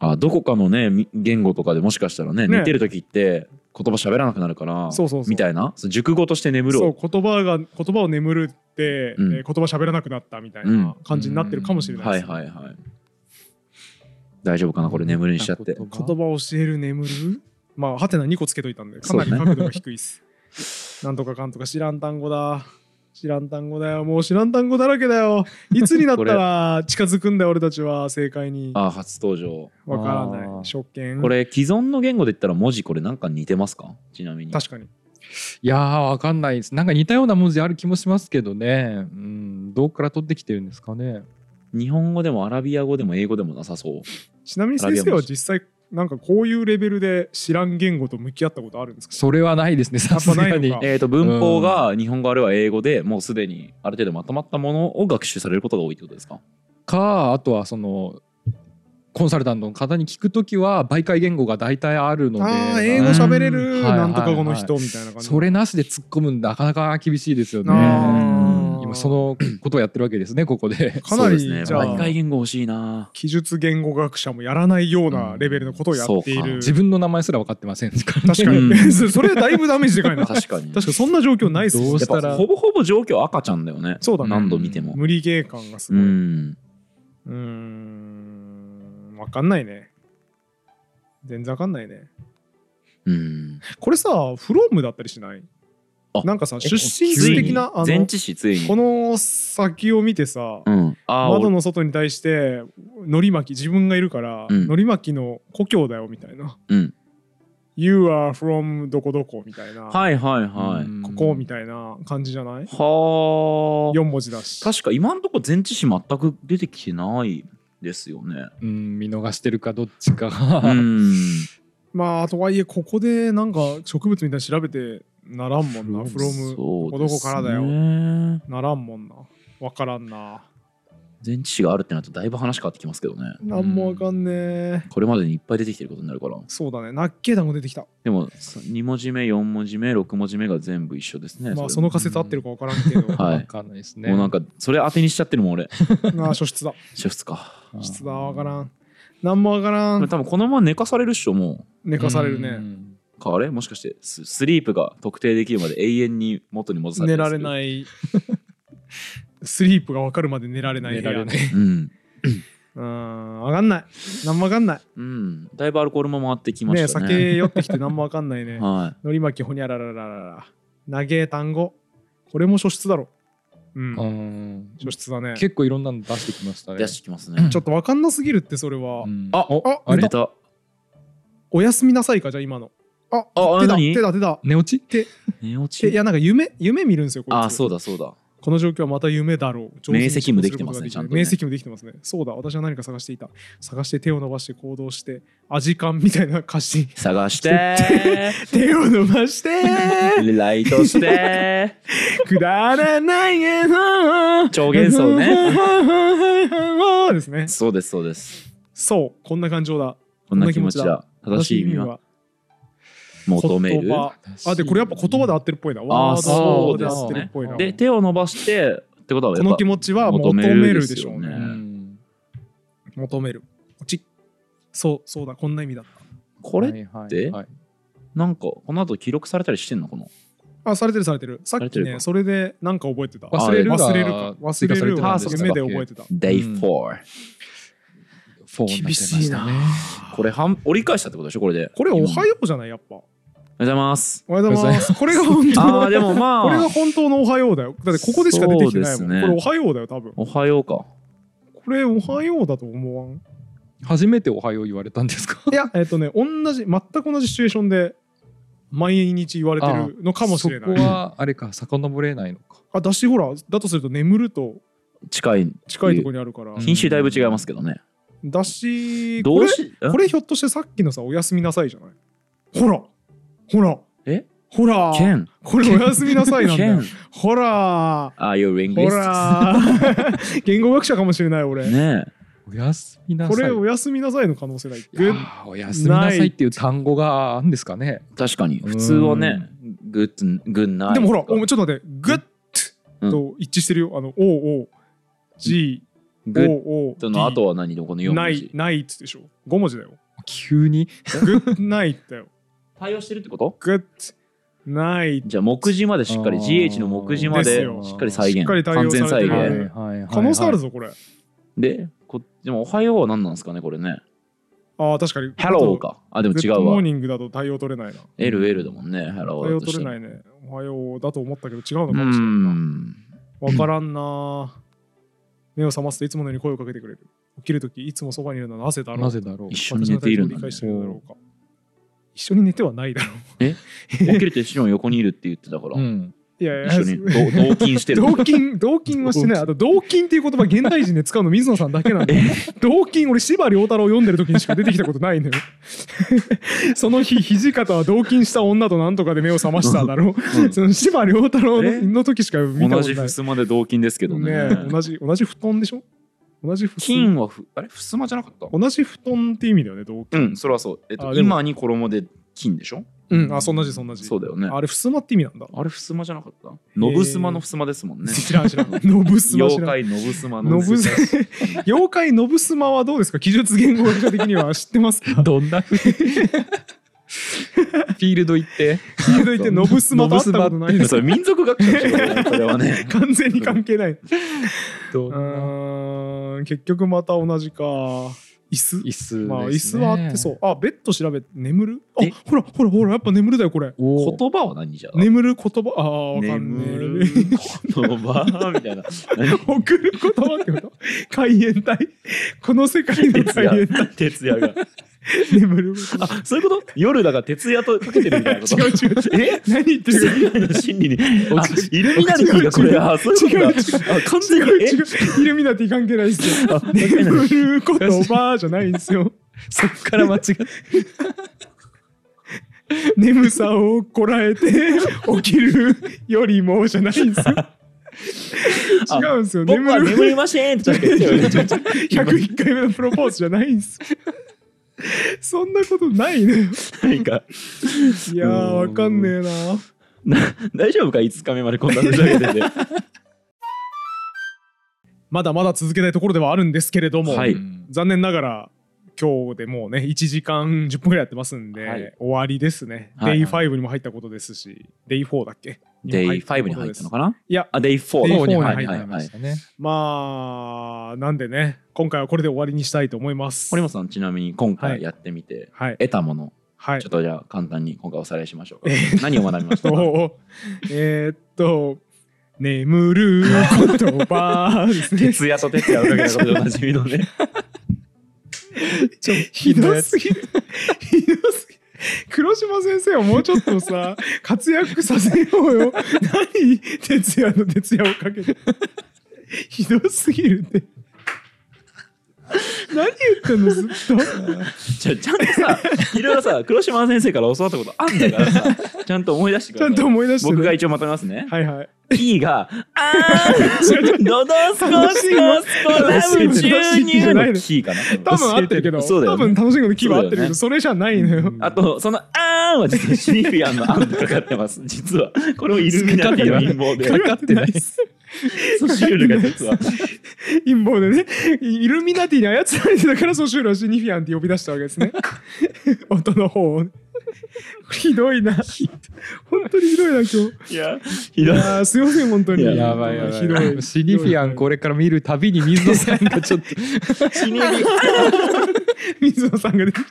Speaker 2: あどこかのねみ言語とかでもしかしたらね
Speaker 1: ね
Speaker 2: 寝てる時って言葉喋らなくなるから
Speaker 1: そうそうそう
Speaker 2: みたいなその熟語として眠る
Speaker 1: そ
Speaker 2: を
Speaker 1: う言葉が言葉を眠るって、
Speaker 2: うん
Speaker 1: えー言葉喋らなくなったみたいな感じになってるかもしれない
Speaker 2: は
Speaker 1: で
Speaker 2: い
Speaker 1: す、
Speaker 2: はいはい大丈夫かなこれ眠りにしちゃって
Speaker 3: 言葉
Speaker 1: 言葉を教える眠るまあハテナ2個つけといたんでかなり
Speaker 2: そうね
Speaker 1: 角度が低いっす、なんとかかんとか知らん単語だ知らん単語だよもう知らん単語だらけだよいつになったら近づくんだよ俺たちは正解に
Speaker 2: あ初登場
Speaker 1: わからな
Speaker 3: あー
Speaker 1: い初見
Speaker 2: これ既存の言語で言ったら文字これなんか似てますかちなみに
Speaker 1: 確かに
Speaker 3: いやーわかんないですなんか似たような文字ある気もしますけどねうんどっから取ってきてるんですかね
Speaker 2: 日本語でもアラビア語でも英語でもなさそう
Speaker 1: ちなみに先生は実際なんかこういうレベルで知らん言語と向き合ったことあるんですか
Speaker 3: それはないですねさす
Speaker 1: やっぱ
Speaker 3: が
Speaker 1: ない
Speaker 3: に
Speaker 1: のか
Speaker 2: えー、と文法が日本語あるいは英語でもうすでにある程度まとまったものを学習されることが多いってことですか
Speaker 3: かあとはそのコンサルタントの方に聞くときは媒介言語が大体あるので
Speaker 1: ああ英語喋れるなんとか語の人みたいな感じ
Speaker 3: それなしで突っ込むんなかなか厳しいですよね
Speaker 1: あー
Speaker 3: 今そのことをやってるわけで すねここで
Speaker 1: かなり
Speaker 2: そうです
Speaker 1: じ
Speaker 2: ね
Speaker 1: ゃあ
Speaker 2: 毎回言語欲しいな
Speaker 1: 記述言語学者もやらないようなレベルのことをやってい
Speaker 2: うん
Speaker 1: る
Speaker 3: 自分の名前すら分かってませんからね
Speaker 1: 確かに、
Speaker 2: う
Speaker 1: それはだいぶダメージでかい な確
Speaker 2: 確かに
Speaker 1: かにそんな状況ないっすもん
Speaker 3: どう
Speaker 2: や
Speaker 3: し
Speaker 2: っぱほぼほぼ状況赤ちゃんだよね
Speaker 1: そうだね
Speaker 2: 何度見ても
Speaker 1: 無理ゲー感がす
Speaker 2: う
Speaker 1: ごいうんーんわかんないね全然わかんないね
Speaker 2: うん
Speaker 1: これさフロームだったりしない
Speaker 2: あ
Speaker 1: なんかさ
Speaker 2: え
Speaker 1: 出身地的なあ
Speaker 2: ついに前
Speaker 1: の
Speaker 2: 置詞ついに
Speaker 1: この先を見てさ、
Speaker 2: うんあー
Speaker 1: 窓の外に対してのり巻き自分がいるから、
Speaker 2: うん
Speaker 1: のり巻きの故郷だよみたいな
Speaker 2: うん
Speaker 1: You are from どこどこみたいな、
Speaker 2: はいはいはい
Speaker 1: ここみたいな感じじゃない
Speaker 2: はあ
Speaker 1: ?4 文字だし
Speaker 2: 確か今んとこ前置詞全く出てきてないですよね
Speaker 3: うん見逃してるかどっちかが、
Speaker 2: うん
Speaker 1: まあとはいえここでなんか植物みたいに調べてならんもんな from
Speaker 2: そう
Speaker 1: どこ
Speaker 2: で
Speaker 1: ど
Speaker 2: す
Speaker 1: こからだよ
Speaker 2: ね
Speaker 1: ならんもんなわからんな
Speaker 2: 前置詞があるってなるとだいぶ話変わってきますけどね
Speaker 1: なんもわかんねえ
Speaker 2: これまでにいっぱい出てきてることになるから
Speaker 1: そうだねなっけえだも出てきた
Speaker 2: でも2文字目4文字目6文字目が全部一緒ですね
Speaker 1: まあ
Speaker 2: れ
Speaker 1: その仮説合ってるかわからんけど、
Speaker 2: はい
Speaker 3: 分かんないですね
Speaker 2: もうなんかそれ当てにしちゃってるもん 俺
Speaker 1: まあ初出だ
Speaker 2: 初出か
Speaker 3: うん
Speaker 1: 初出だわからんなんもわから
Speaker 2: でも
Speaker 1: ん
Speaker 2: 多分このまま寝かされるっしょも
Speaker 1: 寝かされる
Speaker 3: う
Speaker 1: ね
Speaker 3: ん
Speaker 2: うかあれもしかしてススリープが特定できるまで永遠に元に戻され
Speaker 1: 寝られ
Speaker 2: い、
Speaker 1: ないスリープがわかるまで寝られない
Speaker 3: 寝られないい
Speaker 2: うん
Speaker 1: うんわかんないなんもわかんない
Speaker 2: うん、だいぶアルコールも回ってきま
Speaker 1: ねえ
Speaker 2: したね
Speaker 1: 酒酔ってきて なんもわかんないね
Speaker 2: は
Speaker 1: のり巻きほにゃららららら投げ単語これも初出だろうん
Speaker 3: うん
Speaker 1: 初出だね
Speaker 3: 結構いろんなの出してきました
Speaker 2: い
Speaker 3: ね
Speaker 2: 出してきますね
Speaker 1: ちょっとわかんなすぎるってそれは
Speaker 3: うん
Speaker 2: あ
Speaker 3: お
Speaker 1: あ
Speaker 3: あ
Speaker 2: 出
Speaker 3: れ
Speaker 2: た
Speaker 1: おやすみなさいかじゃあ今のあ
Speaker 2: あ
Speaker 1: 手だ
Speaker 2: 何
Speaker 1: 手だ手だ
Speaker 3: 寝落ち
Speaker 2: 寝落
Speaker 1: 手い
Speaker 2: ち
Speaker 1: やなんか夢夢見るんですよこいつ
Speaker 2: あそうだそうだ
Speaker 1: この状況はまた夢だろう上手に
Speaker 2: 明晰夢できてますね
Speaker 1: 進行ることが
Speaker 2: ちゃんとね
Speaker 1: 明晰夢できてますねそうだ私は何か探していた探して手を伸ばして行動して味感みたいな歌詞
Speaker 2: 探して
Speaker 1: 手を伸ばして
Speaker 2: ライトして
Speaker 1: くだらないけど
Speaker 2: 超幻想ね
Speaker 1: ですね
Speaker 2: そうですそうです
Speaker 1: そうこんな感情だ
Speaker 2: こんな気持ちだ正しい意味は求める
Speaker 1: 言葉あでこれやっぱ言葉で合ってるっぽいなワー
Speaker 2: そう
Speaker 1: ドで
Speaker 2: ですね
Speaker 1: 合ってるっぽいな
Speaker 2: で手を伸ばしてってことは
Speaker 1: こ
Speaker 2: やっぱ
Speaker 1: の気持ちは求めるでしょう
Speaker 2: 求
Speaker 1: ね
Speaker 2: めるですよね
Speaker 3: うん
Speaker 1: 求めるちそうそうだこんな意味だ
Speaker 2: これ
Speaker 3: っ
Speaker 2: ってなんかこの後記録されたりしてんのかな
Speaker 1: あされてるされてるさっ
Speaker 2: さ
Speaker 1: き
Speaker 2: れてる
Speaker 1: ね
Speaker 2: か
Speaker 1: それでなんか覚えてた
Speaker 3: 忘れるが
Speaker 1: 忘れるか忘れる
Speaker 2: あ
Speaker 1: は
Speaker 2: そうか
Speaker 1: 夢で覚えてた
Speaker 2: Day 4、
Speaker 3: 4になっちゃいましたね
Speaker 2: これ半折り返したってことでしょこれで
Speaker 1: これおは
Speaker 2: よ
Speaker 1: ようじゃないやっぱ
Speaker 2: うございます
Speaker 1: おはようございますこれが本当
Speaker 2: あー
Speaker 1: の
Speaker 2: でもまあ
Speaker 1: これが本当のおはようだよだってここでしか出てきてない
Speaker 2: そう
Speaker 1: も
Speaker 2: で
Speaker 1: ん
Speaker 2: す
Speaker 1: これ
Speaker 2: ね
Speaker 1: おはようだよ多分
Speaker 2: おはようか
Speaker 1: これおはようだと思わん
Speaker 3: 初めておはよう言われたんですか
Speaker 1: いや、えっ、とね、同じ、全く同じシチュエーションで、毎日言われてるのかもしれな
Speaker 3: そこ
Speaker 1: い。
Speaker 3: はあれか遡れないのか
Speaker 1: あ、だし、ほら、だとすると、眠ると
Speaker 2: 近い
Speaker 1: 近いところにあるから、
Speaker 2: 品種だいぶ違いますけどね
Speaker 1: だし、
Speaker 2: ど
Speaker 1: こ
Speaker 2: う
Speaker 1: れ、
Speaker 2: し
Speaker 1: これひょっとしてさっきのさ、おやすみなさいじゃないほら、ほら、
Speaker 2: え
Speaker 1: ほら、
Speaker 2: 剣
Speaker 1: これおやすみなさいなんだよ
Speaker 2: 剣。
Speaker 1: ほら、
Speaker 2: Are you
Speaker 1: ほ
Speaker 2: linguist?
Speaker 1: ら、 言語学者かもしれない、俺。
Speaker 2: ね
Speaker 3: おやすみなさい
Speaker 1: これ、おやすみなさいの可能性ない。
Speaker 3: い
Speaker 1: グ
Speaker 3: や
Speaker 1: ッ
Speaker 3: ーおやすみなさいっていう単語があるんですかね
Speaker 2: え確かに普通はね Good, good night
Speaker 1: でもほら、お
Speaker 2: と
Speaker 1: ちょっと待って、グッ
Speaker 2: うん
Speaker 1: と一致してるよ。あの、O, O, G,
Speaker 2: グ
Speaker 1: O,
Speaker 2: ッ
Speaker 1: O,
Speaker 2: ドの
Speaker 1: D
Speaker 2: 後は何のこの4
Speaker 1: な
Speaker 2: 文
Speaker 1: い
Speaker 2: 字、
Speaker 1: ないっつでしょ。5文字だ よ。
Speaker 3: 急に
Speaker 1: グッナイだよ。
Speaker 2: 対応してるってこと
Speaker 1: グッナイ
Speaker 2: じゃあ目次までしっかり
Speaker 3: あー
Speaker 2: GH の目次ま
Speaker 1: です
Speaker 2: で
Speaker 1: よ
Speaker 2: しっかり再現
Speaker 1: しっかり対
Speaker 2: 完
Speaker 1: 応されて
Speaker 2: 全
Speaker 1: る
Speaker 2: 再
Speaker 1: はいはい
Speaker 2: 現
Speaker 3: はい
Speaker 1: 可能性あるぞ、これ。
Speaker 2: でこでも「おはよう」は何なんですかねこれね
Speaker 1: ああ、確かに。
Speaker 2: 「ハロー」。かあでも
Speaker 1: グ
Speaker 2: 違
Speaker 1: ッド
Speaker 2: う
Speaker 1: モー
Speaker 2: わ
Speaker 1: ニングだと対応取れないな。
Speaker 2: LL だもんねハロー
Speaker 1: 対
Speaker 2: だ
Speaker 1: 応
Speaker 2: とし
Speaker 1: 取
Speaker 2: た
Speaker 1: れ
Speaker 2: ら
Speaker 1: ないね。おはようだと思ったけど違うの
Speaker 2: う
Speaker 1: かもしれないな。
Speaker 2: ん
Speaker 1: わからんな。目を覚ますといつものように声をかけてくれる。起きるときいつもそばにいるのはなぜだろう。
Speaker 3: なぜだろう
Speaker 2: 一緒に寝ているんだ
Speaker 1: 私の体調を理
Speaker 2: ね
Speaker 1: 解しているだろうか。一緒に寝てはないだろ
Speaker 2: 起きると一緒に横にいるって言って たから
Speaker 3: う
Speaker 1: う。
Speaker 3: ん
Speaker 1: いやいや、
Speaker 2: 一緒に同同勤してる
Speaker 1: 同金同金はしてないあと同金っていう言葉現代人で使うの水野さんだけなん で同金俺司馬遼太郎読んでる時にしか出てきたことないの よその日土方は同金した女となんとかで目を覚ましただろう、
Speaker 2: うん
Speaker 1: その司馬遼太郎のの時しか見たこ
Speaker 2: 同
Speaker 1: と
Speaker 2: じ
Speaker 1: ない
Speaker 2: 襖で同勤ですけどね
Speaker 1: ねえ同じ同じ布団でしょ同じ布
Speaker 2: 金はふあれ襖じゃなかった
Speaker 1: 同じ布団って意味だよね同金
Speaker 2: うんそれはそうえっと
Speaker 1: あでも
Speaker 2: 今に衣で金でしょ
Speaker 1: うんあそんなじそんなじ
Speaker 2: そうだよね
Speaker 1: あれ襖って意味なんだ
Speaker 2: あれ襖じゃなかった信襖の襖ですもんね
Speaker 1: 知らん知らんノブスマ知
Speaker 2: 妖
Speaker 1: らん
Speaker 2: 怪信襖の
Speaker 1: ノブス 妖怪ノブスマはどうですか記述言語学者的には知って ますか
Speaker 3: どんなふうにフィールド行って
Speaker 1: 聞いといて、ノブスマと会ったことないです。
Speaker 2: それ民族学者の仕事だねこれ はね
Speaker 1: 完全に関係ない。 う
Speaker 3: どんな
Speaker 1: ーん、結局また同じか。椅子。
Speaker 3: 椅子、
Speaker 1: まあ、椅子はあってそうう。あ、ベッド調べて、眠るあ
Speaker 2: え、
Speaker 1: ほら、ほら、ほら、やっぱ眠るだよ、これ。
Speaker 3: おー
Speaker 2: 言葉は何じゃあ
Speaker 1: 眠る言葉、ああ、わかんね
Speaker 2: 眠る
Speaker 1: え。
Speaker 2: 言葉みたいな
Speaker 1: 送る言葉ってこと海援隊。この世界の
Speaker 2: 徹
Speaker 1: 海 援隊。
Speaker 2: 夜徹夜が
Speaker 1: 眠る。あ、
Speaker 2: あそういうこと夜だから徹夜とかけてるみた いなこと
Speaker 1: 違う違う。
Speaker 2: え
Speaker 1: 何言ってる
Speaker 2: 世界の真理に
Speaker 3: お
Speaker 2: あイルミナティがこれあそういうことだあ完
Speaker 1: 違
Speaker 2: 全に
Speaker 1: う
Speaker 2: え
Speaker 1: 違う。イルミナティ関係ないですよ。眠る言葉じゃないんです よ。
Speaker 3: そっから間違って
Speaker 1: 眠さをこらえて起きるよりもじゃないん ですよ。違うんですよ。
Speaker 2: 僕
Speaker 1: 眠
Speaker 2: は
Speaker 1: る
Speaker 2: 眠りませんって確か言ってたよね
Speaker 1: 101回目のプロポーズじゃないんですよ。そんなことないね。
Speaker 2: なんか
Speaker 1: いやー、わかんねえな。
Speaker 2: 大丈夫か5日目までこんなふざけて て
Speaker 1: まだまだ続けたいところではあるんですけれども、
Speaker 2: はい
Speaker 3: うん
Speaker 1: 残念ながら、今日でもうね、1時間10分ぐらいやってますんで、
Speaker 2: はい
Speaker 1: 終わりですね。
Speaker 2: はい
Speaker 1: Day5、にも入ったことですし、Day4 だっけ
Speaker 2: デイ5に入ったのかない
Speaker 1: や、
Speaker 2: あデイ4
Speaker 1: デイ
Speaker 3: 方
Speaker 1: フォー
Speaker 3: に
Speaker 1: に
Speaker 3: 入
Speaker 1: 入
Speaker 3: り
Speaker 2: はいはい
Speaker 3: ま
Speaker 2: はい
Speaker 3: したね
Speaker 1: まあ、なんでね、今回はこれで終わりにしたいと思います。
Speaker 2: 堀本さんちなみに今
Speaker 1: は
Speaker 2: 回
Speaker 1: い
Speaker 2: やってみて
Speaker 1: はい。
Speaker 2: 得たもの
Speaker 1: はい
Speaker 2: ちょっ。とじゃあ簡単に今回おさらいしましょうか
Speaker 1: え
Speaker 2: 何を学びましたか
Speaker 1: おうえーっと「眠る言葉」 ですね
Speaker 2: 徹夜と徹夜をかけたことでおなじみのね
Speaker 1: ちょひどすぎるひどすぎる黒島先生をもうちょっと さ活躍させようよ何徹夜の徹夜をかけてひどすぎるって何言ってんのずっ
Speaker 2: ちゃちゃんとさいろいろさ黒島先生から教わったことあんだからさちゃんと思い出してく
Speaker 1: と
Speaker 2: だ
Speaker 1: ち
Speaker 2: さ
Speaker 1: ゃんと
Speaker 2: い
Speaker 1: 思い出して、
Speaker 2: 僕が一応まとめますね、
Speaker 1: はいはい
Speaker 2: P が「あーどどすこすこすこラ ブ注入」の「キー」かな
Speaker 1: 多分合ってるけど、
Speaker 2: そうだ
Speaker 1: 多
Speaker 2: よ
Speaker 1: 分
Speaker 2: ね
Speaker 1: 楽しいこと気は合ってるけどそ,、
Speaker 2: そ
Speaker 1: れじゃないのよ、
Speaker 2: あとその「あー」は実はシーフィアンの「あん」でかかってます 実はこれをイルミナティの陰謀で
Speaker 1: か
Speaker 2: か
Speaker 1: か
Speaker 2: っ
Speaker 1: ってて
Speaker 2: な
Speaker 1: ないい
Speaker 2: ソシュールが実は
Speaker 1: 陰謀でねイイルミナティに操られてたからソシュールはシニフィアンって呼び出したわけです ね音の方をねひどいな本当にひどいな今日
Speaker 2: いや
Speaker 1: い
Speaker 2: ひどい
Speaker 1: やーすいません本当に
Speaker 2: いや
Speaker 3: やばいやばい
Speaker 1: ひどい
Speaker 3: シニフィアンこれから見るたびに水野さんが ちょっと
Speaker 2: シニフィアン
Speaker 1: 水野さんが出てき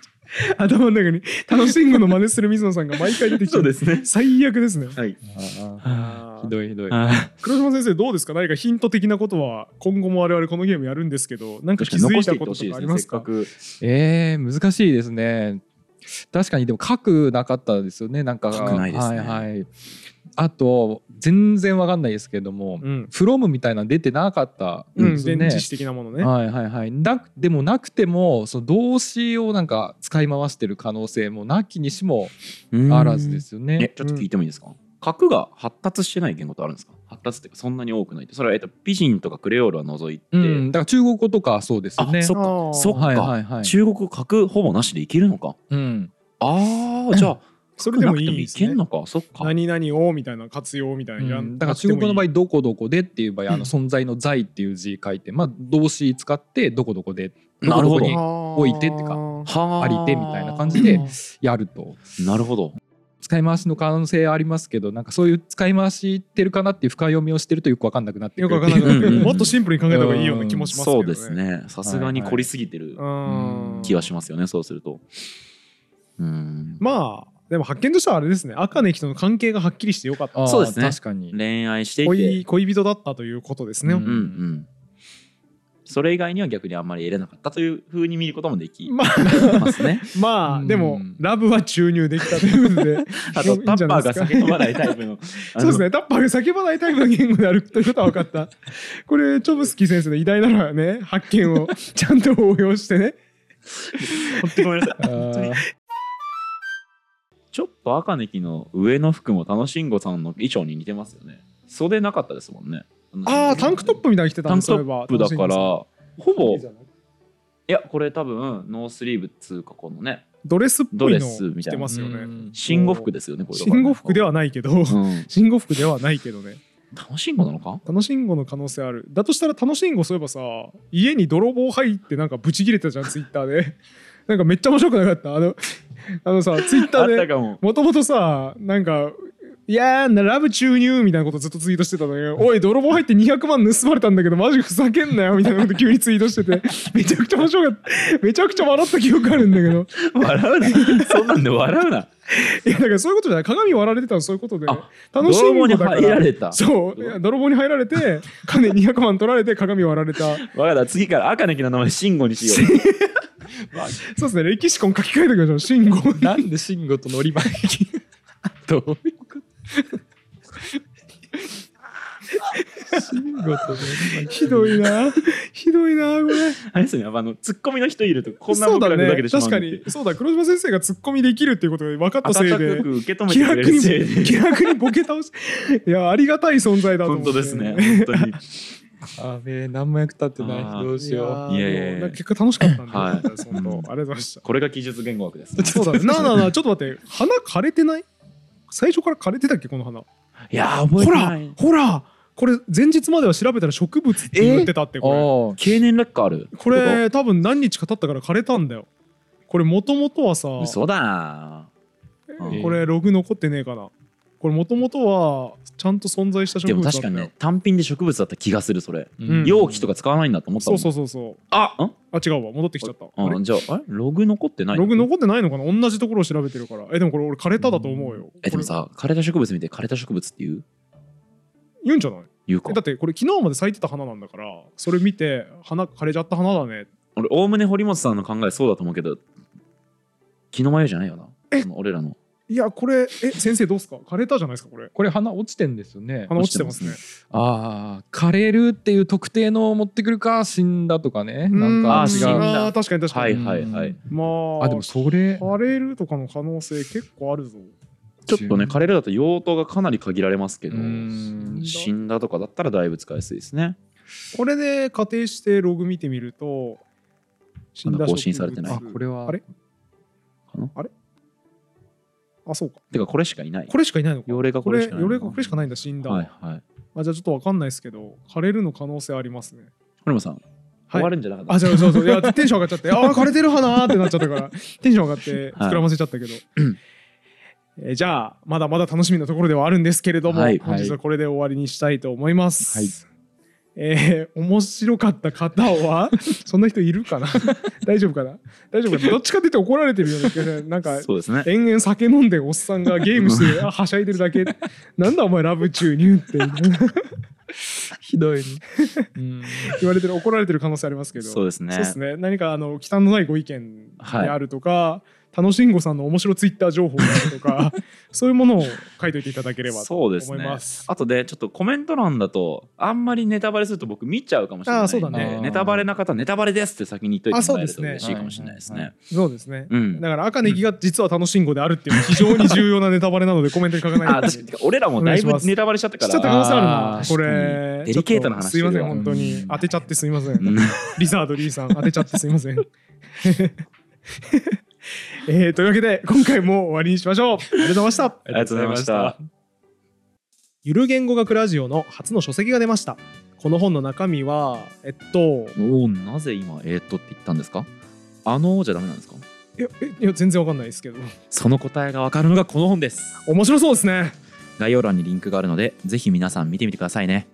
Speaker 1: た頭の中に楽しんごの真似する水野さんが毎回出てき
Speaker 2: そう
Speaker 1: て
Speaker 2: ですね
Speaker 1: 最悪ですね
Speaker 2: はい
Speaker 3: ひどいひどい
Speaker 1: 黒島先生どうですか何かヒント的なことは今後も我々このゲームやるんですけどなんか
Speaker 2: 確
Speaker 1: 気
Speaker 2: か
Speaker 1: づ
Speaker 2: に残
Speaker 1: い
Speaker 2: して
Speaker 1: た
Speaker 2: いって
Speaker 1: こ
Speaker 2: ほ
Speaker 1: と
Speaker 2: しい
Speaker 1: とかあ
Speaker 2: です
Speaker 1: り
Speaker 2: ね
Speaker 1: ま
Speaker 2: せっ
Speaker 1: す
Speaker 2: か
Speaker 1: か
Speaker 2: く
Speaker 3: えー、難しいですね。確かにでも書くなかったですよね。なんか
Speaker 2: 書くないですね
Speaker 3: はいはい。あと全然わかんないですけども、
Speaker 1: うん、
Speaker 3: フロムみたいなの出てなかった
Speaker 1: うん
Speaker 3: ですね。
Speaker 1: 電池的なものね
Speaker 3: はいはいはい。なくでもなくてもその動詞をなんか使い回してる可能性もなきにしもあらずですよ
Speaker 2: え
Speaker 3: ね。
Speaker 2: ちょっと聞いてもいいですか、核が発達してない言語ってあるんですか発達っていうかそんなに多くないってそれは、えっと、ピジンとかクレオールは除いて、
Speaker 3: うん。だから中国語とかそうですよね。
Speaker 2: あそっ
Speaker 1: あ
Speaker 2: か
Speaker 1: ー
Speaker 2: そっか、
Speaker 3: はいはいはい。
Speaker 2: 中国語核ほぼなしでいけるのか
Speaker 3: うん。
Speaker 2: あーじゃあ
Speaker 1: それでもい
Speaker 2: な
Speaker 1: い
Speaker 2: くて
Speaker 1: で
Speaker 2: い
Speaker 1: す
Speaker 2: け
Speaker 1: ね
Speaker 2: んのかそっか
Speaker 1: 何々をみたいな活用みたいな、
Speaker 3: うんだから中国の場合「どこどこで」っていう場合あの存在の「在」っていう字書いて、まあ、動詞使って「どこどこで」
Speaker 2: なるほど
Speaker 3: どこどこに置いてってか
Speaker 2: は
Speaker 3: ありてみたいな感じでやると
Speaker 2: なるほど
Speaker 3: 使い回しの可能性ありますけどなんかそういう使い回してるかなっていう深読みをしてるとよく分かんなくなって
Speaker 1: よ
Speaker 3: く
Speaker 1: く
Speaker 3: る
Speaker 1: わ
Speaker 3: っ
Speaker 1: か
Speaker 3: て
Speaker 1: ん
Speaker 3: い
Speaker 1: なくなって
Speaker 3: う
Speaker 1: くる
Speaker 2: うん
Speaker 1: もっとシンプルに考えた方がいいような気もしますけど、ね
Speaker 2: そうですねさすがに凝りすぎてる
Speaker 1: うん
Speaker 2: 気はしますよねそうするとうん
Speaker 1: まあでも発見としてはあれですね赤根木との関係がはっきりしてよかった
Speaker 3: あー
Speaker 2: そうですね
Speaker 3: 確かに、
Speaker 2: 恋愛してい
Speaker 1: 恋
Speaker 2: て
Speaker 1: 恋人だったということですね、
Speaker 3: う
Speaker 2: うん
Speaker 3: ん
Speaker 2: うんそれ以外には逆にあんまり得れなかったというふうに見ることもでき
Speaker 1: まあ
Speaker 2: ますね
Speaker 1: まあ、
Speaker 3: うん
Speaker 1: でもラブは注入できたということ で
Speaker 2: あと
Speaker 1: いい
Speaker 2: タ
Speaker 1: んじ
Speaker 2: ッ
Speaker 1: ゃない
Speaker 2: パー
Speaker 1: で
Speaker 2: が
Speaker 1: すか
Speaker 2: 叫ばないタイプの
Speaker 1: そうです
Speaker 2: ね
Speaker 1: ねタッパーが叫ばないタイプの言語であるということは分かったこれチョブスキー先生の偉大なのはね発見をちゃんと応用してね
Speaker 2: 本当にごめんなさい
Speaker 3: あー
Speaker 2: ちょっと赤ネキの上の服も楽しんごさんの衣装に似てますよね袖なかったですもんね
Speaker 1: ああタンクトップみたいに着てた
Speaker 2: タ
Speaker 1: ん
Speaker 2: ン
Speaker 1: です
Speaker 2: ク
Speaker 1: それ
Speaker 2: ト
Speaker 1: は
Speaker 2: ップだからほぼ
Speaker 1: 楽しみです
Speaker 2: いやこれ多分ノースリーブっつうかこのね
Speaker 1: ドレスっぽいのを着てますよ
Speaker 3: う
Speaker 1: ね
Speaker 3: ん
Speaker 2: 信号服ですよねこれ
Speaker 1: 信号服で
Speaker 2: は、
Speaker 1: はないけど
Speaker 2: うん、
Speaker 1: 信号服ではないけどね
Speaker 2: 楽しんごなのか
Speaker 1: 楽しんごの可能性あるだとしたら楽しんごそういえばさ家に泥棒入ってなんかブチ切れてたじゃんツイッターで なんかめっちゃ面白くなかったあのあのさツイッタ
Speaker 2: あっ
Speaker 1: ー
Speaker 2: た
Speaker 1: で
Speaker 2: かも
Speaker 1: もともとさなんかいやーなラブ注入みたいなことずっとツイートしてたのよ。おい、泥棒入って200万盗まれたんだけど、マジふざけんなよみたいなこと急にツイートしてて、めちゃくちゃ面白かった。めちゃくちゃ笑った記憶あるんだけど。
Speaker 2: 笑うな そんなんで笑うない
Speaker 1: や、だからそういうことじゃない。鏡割られてたのそういうことで。
Speaker 2: あ
Speaker 1: 楽しんごだか
Speaker 2: 泥棒に入ら
Speaker 1: ら。
Speaker 2: れた
Speaker 1: そういや泥棒に入られて金200万取られて鏡割られた
Speaker 2: わかった次から赤ネキの名前慎吾にしよ
Speaker 1: そうですね歴史婚書き換えてください信号
Speaker 3: なんで慎吾と乗り場にどういうこと慎吾と乗り場
Speaker 1: ひどいなひどいなこれ
Speaker 2: う あれですよねあのツッコミの人いるとこんな
Speaker 1: そう
Speaker 2: 僕
Speaker 1: だ
Speaker 2: らふざけ
Speaker 1: ね
Speaker 2: てしまう
Speaker 1: 確
Speaker 2: ん
Speaker 1: か
Speaker 2: で
Speaker 1: にそうだ黒島先生がツッコミできるっていうことで分かったせい
Speaker 2: 温か
Speaker 1: で
Speaker 2: く受け止め
Speaker 1: 気
Speaker 2: てくれ
Speaker 1: 楽
Speaker 2: る
Speaker 1: に
Speaker 2: せ い
Speaker 1: 気
Speaker 2: で
Speaker 1: 楽にボケ倒しいやありがたい存在だと思って
Speaker 2: 本当ですね本当に
Speaker 3: あべえ何も役立ってない
Speaker 2: あー
Speaker 3: どう
Speaker 1: い
Speaker 3: し
Speaker 1: や
Speaker 3: よ
Speaker 1: ー
Speaker 2: いやいやいや
Speaker 1: でもなんか結果楽しかったんで、
Speaker 2: はい
Speaker 1: よかったです本当ありがとうございました
Speaker 2: これが技術言語学です
Speaker 1: そうだね。なあなあなあ、ちょっと待って、花枯れてない最初から枯れてたっけ、この花。
Speaker 2: いやー覚え
Speaker 1: ほ
Speaker 2: て
Speaker 1: ら
Speaker 2: ない、
Speaker 1: ほら、これ、前日までは調べたら植物って言ってたって、
Speaker 3: う
Speaker 1: こ
Speaker 3: おー
Speaker 2: 経年劣化ある
Speaker 1: れ。これ、多分何日か経ったから枯れたんだよ。これ、もともとはさ、
Speaker 2: 嘘だ
Speaker 3: え
Speaker 1: これ、ログ残ってねえかな。これ、もともとは、ちゃんと存在した植
Speaker 2: でも
Speaker 1: 物だった
Speaker 2: 確
Speaker 1: よ。
Speaker 2: かにね単品で植物だった気がするそれ、
Speaker 1: うん
Speaker 2: 容器とか使わないんだと思った
Speaker 1: そ
Speaker 2: もん
Speaker 1: うそうそうそう。
Speaker 2: あん
Speaker 1: あ、違うわ、戻ってきちゃった。あれ
Speaker 2: あじゃああれログ残ってない
Speaker 1: ログ残ってないのかな同じところを調べてるから。え、でもこれ俺枯れただと思うよ。
Speaker 2: えでも
Speaker 1: こ
Speaker 2: さ枯れた植物見て枯れた植物って言う
Speaker 1: れ言うんじゃない
Speaker 2: 言うか
Speaker 1: えだってこれ昨日まで咲いてた花なんだから、それ見て、花枯れちゃった花だね
Speaker 2: 俺おおむね堀本さんの考えそうだと思うけど気の迷いじゃないよなその俺らの
Speaker 1: いや、これ、え、先生どうすか枯れたじゃないですか、これ。
Speaker 3: これ花落ちてんですよね
Speaker 1: 花落ちてますね。
Speaker 3: ああ枯れるっていう特定のを持ってくるか死んだとかねなん
Speaker 2: あ
Speaker 3: か
Speaker 2: ー死ん
Speaker 3: 違う
Speaker 2: だ
Speaker 1: あー確かに確か
Speaker 2: は
Speaker 1: に。
Speaker 2: いはいは
Speaker 3: う
Speaker 2: い
Speaker 3: ん
Speaker 1: まあ、
Speaker 3: あでもそれ
Speaker 1: 枯れるとかの可能性結構あるぞ。
Speaker 2: ちょっとね枯れるだと用途がかなり限られますけど
Speaker 3: うん
Speaker 2: 死んだとかだったらだいぶ使いやすいですね
Speaker 1: これで仮定してログ見てみると、死んだ
Speaker 2: まだ更新されてない
Speaker 3: あこれは
Speaker 1: あれ
Speaker 2: かな
Speaker 1: あ、そうか。
Speaker 2: てかこれしかいない
Speaker 1: これしかいないのか。
Speaker 2: 用例がこれしかない
Speaker 1: これ用例がこれしかないんだ、死んだ。
Speaker 2: はいはい
Speaker 1: まあ、じゃあちょっとわかんないですけど、枯れるの可能性ありますね。
Speaker 2: 堀本さん
Speaker 1: は
Speaker 2: 終
Speaker 1: い
Speaker 2: わるんじゃなかった
Speaker 1: あ、そうそうそう。いや、テンション上がっちゃって、 ああ、枯れてる花ってなっちゃったから、 テンション上がって、
Speaker 2: はい
Speaker 1: 膨らませちゃったけど。えーじゃあ、まだまだ楽しみなところではあるんですけれども、
Speaker 2: はい
Speaker 1: 本日はこれで終わりにしたいと思います。
Speaker 2: はい
Speaker 1: えー面白かった方は そんな人いるかな 大丈夫かな大丈夫かなどっちかって言って怒られてるような気がするなんか
Speaker 2: そうですね
Speaker 1: 延々酒飲んでおっさんがゲームしてあはしゃいでるだけなんだお前ラブ注入 って
Speaker 3: ひどいねうん
Speaker 1: 言われてる怒られてる可能性ありますけど
Speaker 2: そうですね
Speaker 1: そうですね。何かあの忌憚のないご意見で
Speaker 2: はい
Speaker 1: あるとか、楽しんごさんの面白ツイッター情報であるとか、 そういうものを書いといていただければと
Speaker 2: そう
Speaker 1: 思
Speaker 2: で
Speaker 1: い
Speaker 2: すね
Speaker 1: ます。
Speaker 2: あとでちょっとコメント欄だとあんまりネタバレすると僕見ちゃうかもしれないんで
Speaker 1: あそうだね
Speaker 2: ネタバレな方はネタバレですって先に言っといてもらえると
Speaker 1: あそうで
Speaker 2: 嬉
Speaker 1: す
Speaker 2: し
Speaker 3: ね
Speaker 2: いかもしれないです
Speaker 3: はいは
Speaker 2: ね。
Speaker 1: そうですね。
Speaker 2: うん
Speaker 1: だから赤ネギが実は楽しんごであるっていうのは非常に重要なネタバレなのでコメントに書かない
Speaker 2: あ
Speaker 1: ように。
Speaker 2: 確かにてか俺らもだい
Speaker 1: お願
Speaker 2: ぶ
Speaker 1: いします
Speaker 2: ネタバレしちゃったか
Speaker 1: しちゃった可
Speaker 2: ら。
Speaker 1: 能性ある
Speaker 3: あ
Speaker 1: な。
Speaker 2: ー
Speaker 1: これ、
Speaker 2: 確かにデリケートな話
Speaker 1: ちょっとすいません、
Speaker 2: だよ
Speaker 1: 本当
Speaker 3: う
Speaker 1: に。
Speaker 3: ん
Speaker 1: 当てちゃってすいません。
Speaker 2: うん
Speaker 1: リザードリーさん、当てちゃってすいません。 えーというわけで今回も終わりにしましょうありがとうございました
Speaker 2: りがとうございました。
Speaker 1: ゆる言語学ラジオの初の書籍が出ましたこの本の中身はえっと
Speaker 2: おお、なぜ今、えー、っとって言ったんですかあのーじゃダメなんですか
Speaker 1: いやえいや全然わかんないですけど
Speaker 2: その答えがわかるのがこの本です。
Speaker 1: 面白そうですね
Speaker 2: 概要欄にリンクがあるので、ぜひ皆さん見てみてくださいね。